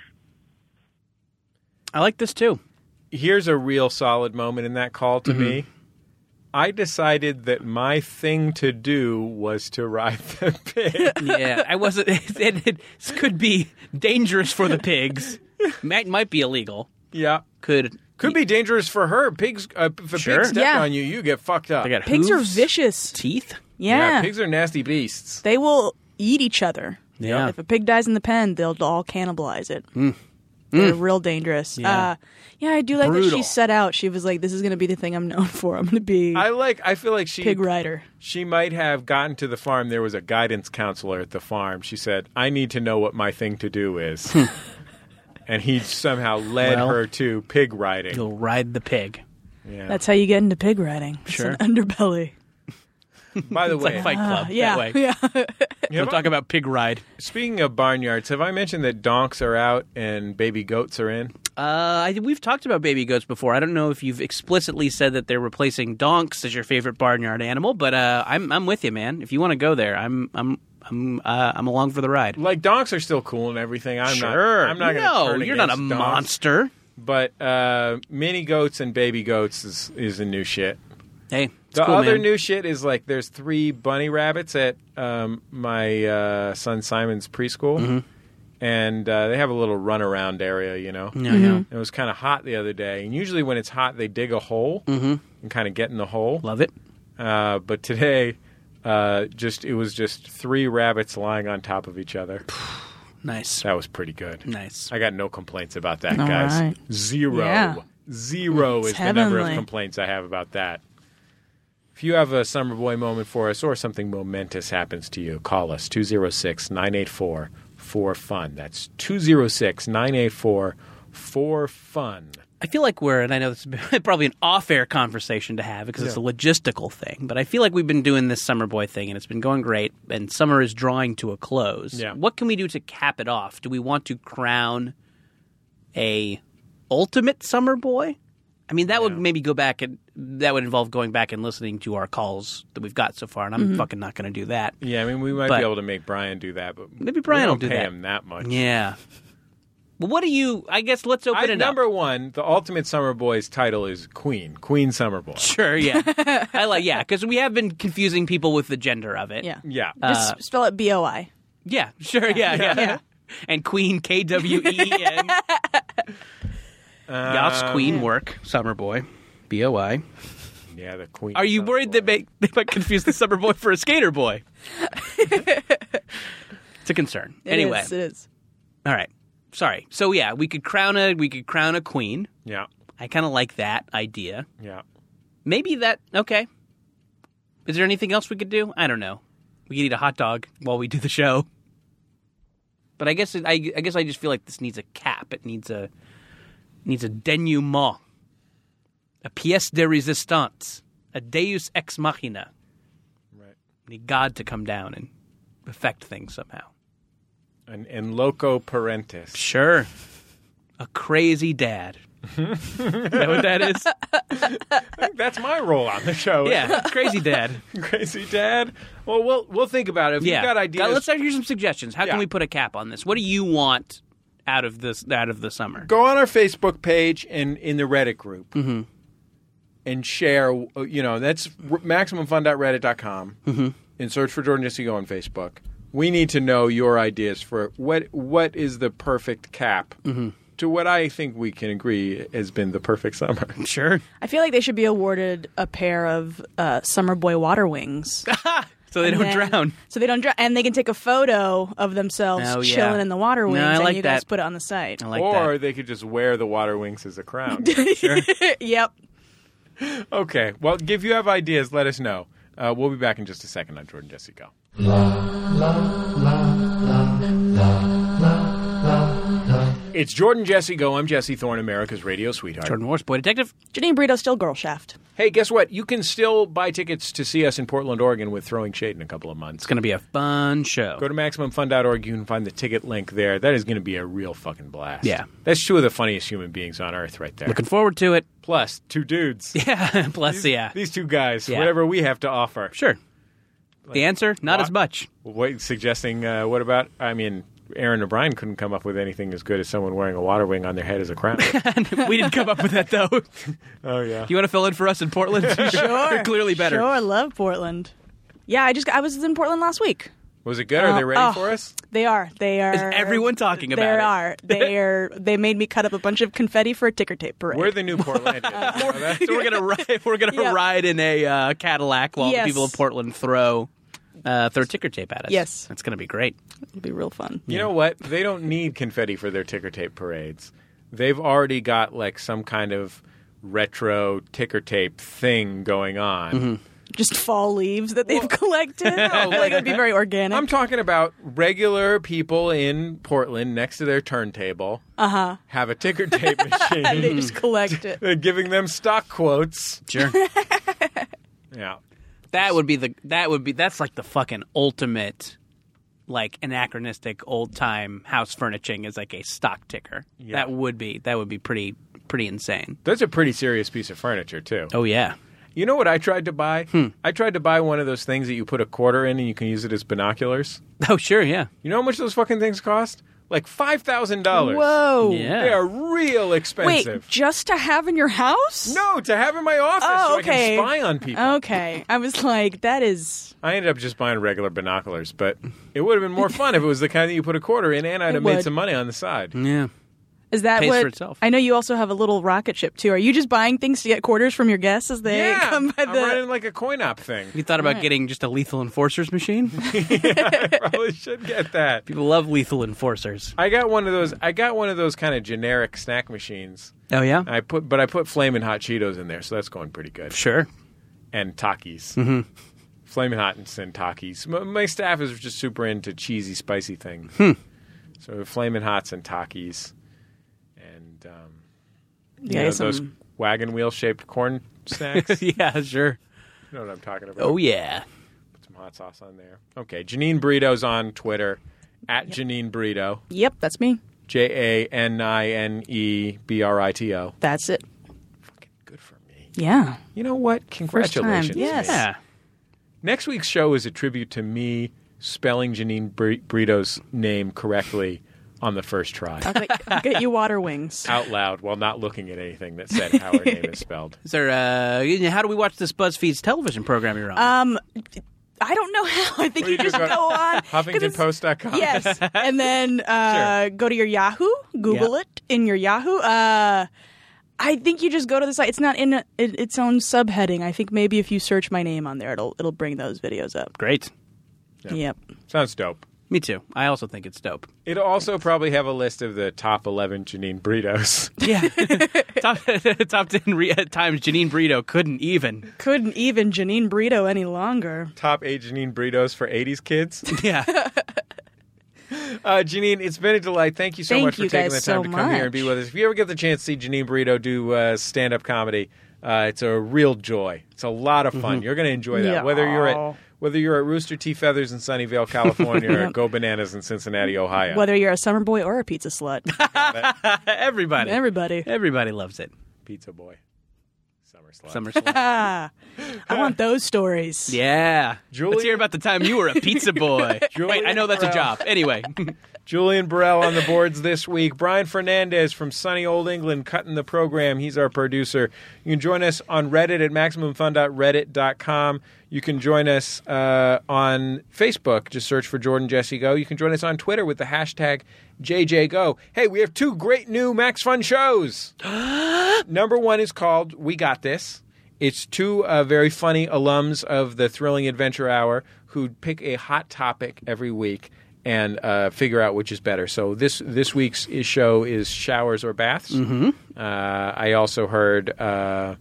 Speaker 3: I like this too.
Speaker 2: Here's a real solid moment in that call to
Speaker 3: Mm-hmm.
Speaker 2: me. I decided that my thing to do was to ride the
Speaker 3: [LAUGHS]
Speaker 2: pig.
Speaker 3: Yeah, I wasn't. It, it, it could be dangerous for the pigs. Might might be illegal.
Speaker 2: yeah.
Speaker 3: Could
Speaker 2: Could be dangerous for her. Pigs, uh, if a
Speaker 3: Sure.
Speaker 2: pig stepped
Speaker 4: Yeah.
Speaker 2: on you, you get fucked up.
Speaker 3: They got
Speaker 4: Pigs are
Speaker 3: hooves,
Speaker 4: vicious.
Speaker 3: teeth.
Speaker 4: Yeah.
Speaker 2: pigs are nasty beasts.
Speaker 4: They will eat each other.
Speaker 3: Yeah. Hmm.
Speaker 4: If a pig dies in the pen, they'll all cannibalize it. They're real dangerous.
Speaker 3: Yeah.
Speaker 4: Uh, yeah, I do like that
Speaker 3: Brutal.
Speaker 4: she set out. She was like, this is going to be the thing I'm known for. I'm going to be
Speaker 2: I
Speaker 4: a
Speaker 2: like. I feel like she
Speaker 4: pig rider.
Speaker 3: Oh.
Speaker 2: she might have gotten to the farm. There was a guidance counselor at the farm. She said, "I need to know what my thing to do is," and he somehow led
Speaker 3: Hmm. Well-
Speaker 2: her to pig riding.
Speaker 3: You'll ride the pig.
Speaker 2: Yeah.
Speaker 4: That's how you get into pig riding.
Speaker 3: Sure.
Speaker 4: It's an underbelly.
Speaker 2: By the
Speaker 3: [LAUGHS] It's
Speaker 2: way,
Speaker 3: like Fight Club.
Speaker 4: Ah, yeah.
Speaker 3: That way.
Speaker 4: [LAUGHS] Yeah.
Speaker 3: We'll talk about pig ride.
Speaker 2: speaking of barnyards, have I mentioned that donks are out and baby goats are in?
Speaker 3: Uh, I, we've talked about baby goats before. I don't know if you've explicitly said that they're replacing donks as your favorite barnyard animal, but uh, I'm I'm with you, man. If you want to go there, I'm I'm I'm uh, I'm along for the ride.
Speaker 2: Like donks are still cool and everything. I'm
Speaker 3: sure.
Speaker 2: not. I'm not. gonna
Speaker 3: no,
Speaker 2: turn
Speaker 3: you're not a
Speaker 2: against donks.
Speaker 3: monster.
Speaker 2: But uh, mini goats and baby goats is is the new shit.
Speaker 3: Hey, it's
Speaker 2: The
Speaker 3: cool,
Speaker 2: other
Speaker 3: man.
Speaker 2: new shit is like there's three bunny rabbits at um, my uh, son Simon's preschool,
Speaker 3: Mm-hmm.
Speaker 2: and uh, they have a little runaround area, you know.
Speaker 3: Yeah, yeah.
Speaker 2: It was kind of hot the other day, and usually when it's hot, they dig a hole
Speaker 3: Mm-hmm.
Speaker 2: and kind of get in the hole.
Speaker 3: Love it.
Speaker 2: Uh, but today, uh, just it was just three rabbits lying on top of each other.
Speaker 3: Nice.
Speaker 2: That was pretty good.
Speaker 3: Nice.
Speaker 2: I got no complaints about that,
Speaker 4: All
Speaker 2: guys.
Speaker 4: right.
Speaker 2: Zero,
Speaker 4: Yeah.
Speaker 2: zero is
Speaker 4: It's
Speaker 2: the number of
Speaker 4: heavenly.
Speaker 2: complaints I have about that. If you have a summer boy moment for us or something momentous happens to you, call us 206 984 4FUN. That's 206 984 4FUN.
Speaker 3: I feel like we're, and I know this is [LAUGHS] probably an off-air conversation to have because it's a
Speaker 2: Yeah.
Speaker 3: logistical thing, but I feel like we've been doing this summer boy thing and it's been going great, and summer is drawing to a close.
Speaker 2: Yeah.
Speaker 3: What can we do to cap it off? Do we want to crown a ultimate summer boy? I mean, that would maybe go back and that would involve going back and listening to our calls that we've got so far, and I'm
Speaker 2: Mhm.
Speaker 3: fucking not going to do that.
Speaker 2: Yeah, I mean, we might
Speaker 3: But-
Speaker 2: be able to make Brian do that, but
Speaker 3: Maybe Brian
Speaker 2: we
Speaker 3: will
Speaker 2: don't
Speaker 3: do
Speaker 2: pay
Speaker 3: that.
Speaker 2: him that much.
Speaker 3: Yeah. Well, what do you? I guess let's open
Speaker 2: I-
Speaker 3: it up.
Speaker 2: number one, the ultimate summer boy's title is Queen, Queen Summer Boy.
Speaker 3: Sure,
Speaker 4: [LAUGHS]
Speaker 3: yeah. I like yeah, because we have been confusing people with the gender of it.
Speaker 4: Yeah.
Speaker 2: Yeah.
Speaker 3: Uh,
Speaker 4: Just spell it B O I.
Speaker 3: yeah, sure, yeah, yeah. And Queen K W E N. Yachts Queen work summer boy, B O I.
Speaker 2: Yeah, the Queen.
Speaker 3: Are you worried that may, they might confuse the summer boy for a skater boy?
Speaker 4: [LAUGHS]
Speaker 3: it's a concern.
Speaker 4: It
Speaker 3: anyway,
Speaker 4: is, it is.
Speaker 3: all right. Sorry. So yeah, we could crown a we could crown a queen.
Speaker 2: Yeah.
Speaker 3: I kind of like that idea.
Speaker 2: Yeah.
Speaker 3: Maybe that okay. Is there anything else we could do? I don't know. We could eat a hot dog while we do the show. But I guess it, I, I guess I just feel like this needs a cap. It needs a needs a denouement, a pièce de résistance, a Deus ex machina.
Speaker 2: Right.
Speaker 3: We need God to come down and affect things somehow.
Speaker 2: An in loco parentis.
Speaker 3: Sure. A crazy dad. is that what that is?
Speaker 2: That's my role on the show.
Speaker 3: Yeah, crazy dad.
Speaker 2: crazy dad. Well, we'll we'll think about it. If
Speaker 3: yeah.
Speaker 2: you've got ideas,
Speaker 3: Now, let's hear some suggestions. How can we put a cap on this? What do you want out of this out of the summer?
Speaker 2: go on our Facebook page and in the Reddit group and share. uh, You know, that's r- maximumfun.reddit.com and search for Jordan Jesse Go on Facebook. We need to know your ideas for what what is the perfect cap to what I think we can agree has been the perfect summer.
Speaker 3: Sure.
Speaker 4: I feel like they should be awarded a pair of uh, summer boy water wings.
Speaker 3: So they
Speaker 4: And
Speaker 3: don't
Speaker 4: then-
Speaker 3: [LAUGHS] drown.
Speaker 4: So they don't drown, and they can take a photo of themselves
Speaker 3: Oh, yeah.
Speaker 4: chilling in the water
Speaker 3: No,
Speaker 4: wings,
Speaker 3: I like
Speaker 4: and you
Speaker 3: that.
Speaker 4: guys put it on the site.
Speaker 2: or they could just wear the water wings as a crown.
Speaker 4: yep.
Speaker 2: okay. Well, if you have ideas, let us know. Uh, we'll be back in just a second on Jordan Jesse Go. It's Jordan Jesse Go. I'm Jesse Thorne, America's radio sweetheart.
Speaker 3: Jordan Morse, Boy Detective.
Speaker 4: Janine Burrito still girl shaft.
Speaker 2: Hey, guess what? You can still buy tickets to see us in Portland, Oregon with Throwing Shade in a couple of months.
Speaker 3: It's going to be a fun show.
Speaker 2: Go to MaximumFun.org. You can find the ticket link there. That is going to be a real fucking blast.
Speaker 3: Yeah.
Speaker 2: That's two of the funniest human beings on earth right there.
Speaker 3: Looking forward to it. [LAUGHS]
Speaker 2: Plus, two dudes.
Speaker 3: Yeah. Plus, yeah.
Speaker 2: These two guys,
Speaker 3: Yeah.
Speaker 2: whatever we have to offer.
Speaker 3: Sure. the answer, not
Speaker 2: [LAUGHS]
Speaker 3: as much.
Speaker 2: What suggesting? Uh, what about? I mean, Aaron O'Brien couldn't come up with anything as good as someone wearing a water wing on their head as a
Speaker 4: [LAUGHS]
Speaker 2: crown.
Speaker 3: we didn't come up with that though. Do
Speaker 2: [LAUGHS] oh yeah.
Speaker 3: you want to fill in for us
Speaker 2: [LAUGHS]
Speaker 3: in Portland?
Speaker 4: Sure.
Speaker 3: You're [LAUGHS] clearly better.
Speaker 4: Sure, I love Portland. Yeah, I just I was in Portland last week.
Speaker 2: Was it good? Are they
Speaker 4: Uh,
Speaker 2: ready
Speaker 4: oh,
Speaker 2: for us?
Speaker 4: They are. They are.
Speaker 3: Is everyone talking about
Speaker 4: They
Speaker 3: it? [LAUGHS]
Speaker 4: are. They are. They made me cut up a bunch of confetti for a ticker tape parade. [LAUGHS]
Speaker 2: We're the new Portland.
Speaker 3: so we're gonna ride. We're gonna
Speaker 4: Yeah.
Speaker 3: ride in a uh, Cadillac while
Speaker 4: Yes.
Speaker 3: the people of Portland throw uh, throw ticker tape at us.
Speaker 4: Yes.
Speaker 3: it's gonna be great.
Speaker 4: It'll be real fun.
Speaker 2: You know what? They don't need confetti for their ticker tape parades. They've already got like some kind of retro ticker tape thing going on.
Speaker 4: Just fall leaves that they've
Speaker 3: [LAUGHS]
Speaker 4: collected. like it'd be very organic.
Speaker 2: I'm talking about regular people in Portland next to their turntable
Speaker 4: uh huh.
Speaker 2: have a ticker
Speaker 4: [LAUGHS]
Speaker 2: tape machine.
Speaker 4: they
Speaker 3: Mm-hmm.
Speaker 4: just collect it.
Speaker 2: They're giving them stock quotes.
Speaker 4: [LAUGHS]
Speaker 3: Sure.
Speaker 2: Yeah.
Speaker 3: That would be the that would be that's like the fucking ultimate like anachronistic old time house furnishing is like a stock ticker.
Speaker 2: Yeah.
Speaker 3: That would be that would be pretty pretty insane.
Speaker 2: That's a pretty serious piece of furniture, too.
Speaker 3: Oh yeah. [LAUGHS]
Speaker 2: You know what I tried to buy?
Speaker 4: Hmm.
Speaker 2: I tried to buy one of those things that you put a quarter in and you can use it as binoculars.
Speaker 3: Oh sure, yeah.
Speaker 2: You know how much those fucking things cost? Like $5,000.
Speaker 4: Whoa.
Speaker 3: Yeah.
Speaker 2: They are real
Speaker 4: Wait,
Speaker 2: expensive.
Speaker 4: just to have in your house?
Speaker 2: no, to have in my office
Speaker 4: Oh,
Speaker 2: so I can
Speaker 4: okay. Oh.
Speaker 2: spy on people.
Speaker 4: Okay. I was like, that is.
Speaker 2: I ended up just buying regular binoculars, but it would have been more fun if it was the kind that you put a quarter in and I'd
Speaker 4: It
Speaker 2: have made
Speaker 4: would.
Speaker 2: some money on the side.
Speaker 3: Yeah.
Speaker 4: Is that
Speaker 3: Pays
Speaker 4: what?
Speaker 3: for itself.
Speaker 4: I know you also have a little rocket ship too. Are you just buying things to get quarters from your guests as they
Speaker 2: yeah,
Speaker 4: come by
Speaker 2: I'm
Speaker 4: the?
Speaker 2: running like a coin op
Speaker 4: [LAUGHS]
Speaker 2: thing.
Speaker 3: You thought about
Speaker 4: Right.
Speaker 3: getting just a lethal enforcers [LAUGHS] machine?
Speaker 2: Probably should get that.
Speaker 3: People love lethal enforcers.
Speaker 2: I got one of those. I got one of those kind of generic snack machines.
Speaker 3: Oh yeah?
Speaker 2: I put, but I put flaming hot Cheetos in there, so that's going pretty good.
Speaker 3: Sure.
Speaker 2: and Takis.
Speaker 3: Mhm.
Speaker 2: Flamin' Hot and Takis. My, my staff is just super into cheesy, spicy things.
Speaker 3: Hmm.
Speaker 2: So Flamin' Hots and Takis. And, um, you
Speaker 3: Yeah,
Speaker 2: know,
Speaker 3: some-
Speaker 2: those wagon wheel shaped
Speaker 3: [LAUGHS]
Speaker 2: corn snacks.
Speaker 3: [LAUGHS] yeah, sure.
Speaker 2: You know what I'm talking about.
Speaker 3: Oh, yeah.
Speaker 2: Put some hot sauce on there. Okay. Janine Burrito's on Twitter at Janine Burrito.
Speaker 4: Yep, that's me.
Speaker 2: J A N I N E B R I T O.
Speaker 4: That's it. Fucking good for me. [LAUGHS] Yeah.
Speaker 2: You know what? Congratulations.
Speaker 4: First time. Yes.
Speaker 2: Nate. Next week's show is a tribute to me spelling Janine Bur- Burrito's name correctly on the first try.
Speaker 4: I'll get you water wings.
Speaker 2: Out loud while not looking at anything that said how her name is spelled.
Speaker 3: Is there? Uh, how do we watch this BuzzFeed's television program you're on?
Speaker 4: Um, I don't know how. I think you just go [LAUGHS] on.
Speaker 2: HuffingtonPost.com.
Speaker 4: Yes, and [LAUGHS] then uh, go to your Yahoo, Google
Speaker 2: Yeah.
Speaker 4: it in your Yahoo. Uh, I think you just go to the site. It's not in a, it, its own subheading. I think maybe if you search my name on there, it'll it'll bring those videos up.
Speaker 3: Great.
Speaker 4: Yep.
Speaker 2: [LAUGHS] Sounds dope.
Speaker 3: Me too. I also think it's dope.
Speaker 2: It'll also probably have a list of the top 11 Janine Burritos.
Speaker 3: [LAUGHS] top, top 10 re- at times Janine Burrito couldn't even.
Speaker 4: Couldn't even Janine Burrito any longer.
Speaker 2: [LAUGHS] top 8 Janine Burritos for 80s kids.
Speaker 3: Yeah.
Speaker 2: Uh, Janine, it's been a delight. Thank you so
Speaker 4: Thank
Speaker 2: much for
Speaker 4: you
Speaker 2: taking the time
Speaker 4: guys
Speaker 2: to
Speaker 4: so
Speaker 2: come here and be with us. If you ever get the chance to see Janine Burrito do uh, stand up comedy, uh, it's a real joy. It's a lot of fun.
Speaker 3: Mhm.
Speaker 2: You're going to enjoy that.
Speaker 3: Yeah.
Speaker 2: Whether you're at whether you're at Rooster Tea Feathers in
Speaker 4: [LAUGHS]
Speaker 2: Sunnyvale, California, or
Speaker 4: Yep.
Speaker 2: Go Bananas in Cincinnati, Ohio.
Speaker 4: Whether you're a summer boy or a pizza slut,
Speaker 3: [LAUGHS]
Speaker 4: [LAUGHS]
Speaker 3: Everybody.
Speaker 4: everybody.
Speaker 3: Everybody loves it.
Speaker 2: Pizza boy. Summer slut.
Speaker 3: Summer slut. [LAUGHS]
Speaker 4: I want those stories.
Speaker 3: yeah.
Speaker 2: Julie-
Speaker 3: Let's hear about the time you were a pizza boy. Wait, I know that's a job. Anyway.
Speaker 2: Julian Burrell on the boards this week. Brian Fernandez from sunny old England cutting the program. He's our producer. You can join us on Reddit at maximumfun.reddit.com. You can join us uh, on Facebook. Just search for Jordan Jesse Go. You can join us on Twitter with the hashtag JJGo. Hey, we have two great new Max Fun shows. Number one is called We Got This. It's two uh, very funny alums of the Thrilling Adventure Hour who pick a hot topic every week and uh, figure out which is better. So this this week's i- show is showers or baths.
Speaker 3: Mhm.
Speaker 2: Uh, I also heard uh,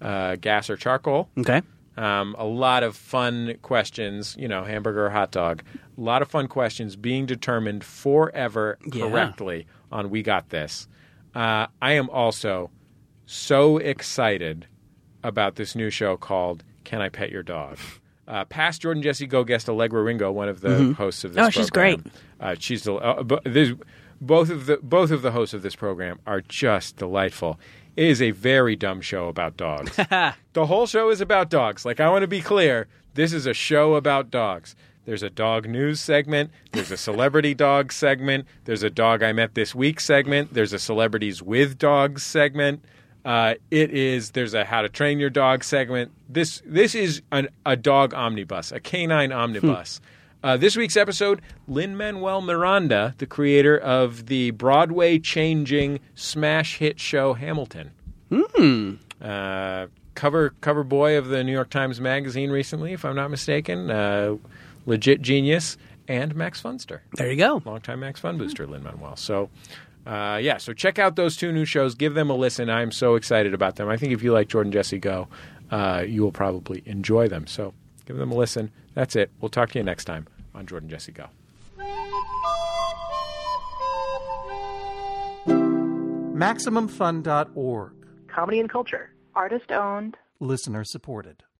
Speaker 2: uh, gas or charcoal.
Speaker 3: Okay.
Speaker 2: Um, a lot of fun questions, you know, hamburger or hot dog. A lot of fun questions being determined forever
Speaker 3: Yeah.
Speaker 2: correctly on We Got This. Uh, I am also so excited about this new show called Can I Pet Your Dog? Uh, past Jordan Jesse Go guest Allegra Ringo, one of the
Speaker 4: Mhm.
Speaker 2: hosts of this
Speaker 4: Oh, she's
Speaker 2: program. Uh, she's del- uh, bo- this- both of the both of the hosts of this program are just delightful. It is a very dumb show about
Speaker 4: [LAUGHS]
Speaker 2: dogs. the whole show is about dogs. Like I want to be clear, this is a show about dogs. There's a dog news segment. There's a celebrity dog segment. There's a dog I met this week segment. There's a celebrities with dogs segment. Uh, it is there's a how to train your dog segment. This this is an, a dog omnibus, a canine omnibus. Uh, this week's episode, Lin Manuel Miranda, the creator of the Broadway changing smash hit show Hamilton.
Speaker 3: Hmm.
Speaker 2: Uh, cover cover boy of the New York Times Magazine recently, if I'm not mistaken. Uh, legit genius and Max Funster.
Speaker 3: There you go.
Speaker 2: Longtime Max Fun Booster, Lin Manuel. So. Uh, yeah, so check out those two new shows. Give them a listen. I'm so excited about them. I think if you like Jordan Jesse Go, uh, you will probably enjoy them. So give them a listen. That's it. We'll talk to you next time on Jordan Jesse Go.
Speaker 14: MaximumFun.org.
Speaker 15: Comedy and culture. Artist owned.
Speaker 14: Listener supported.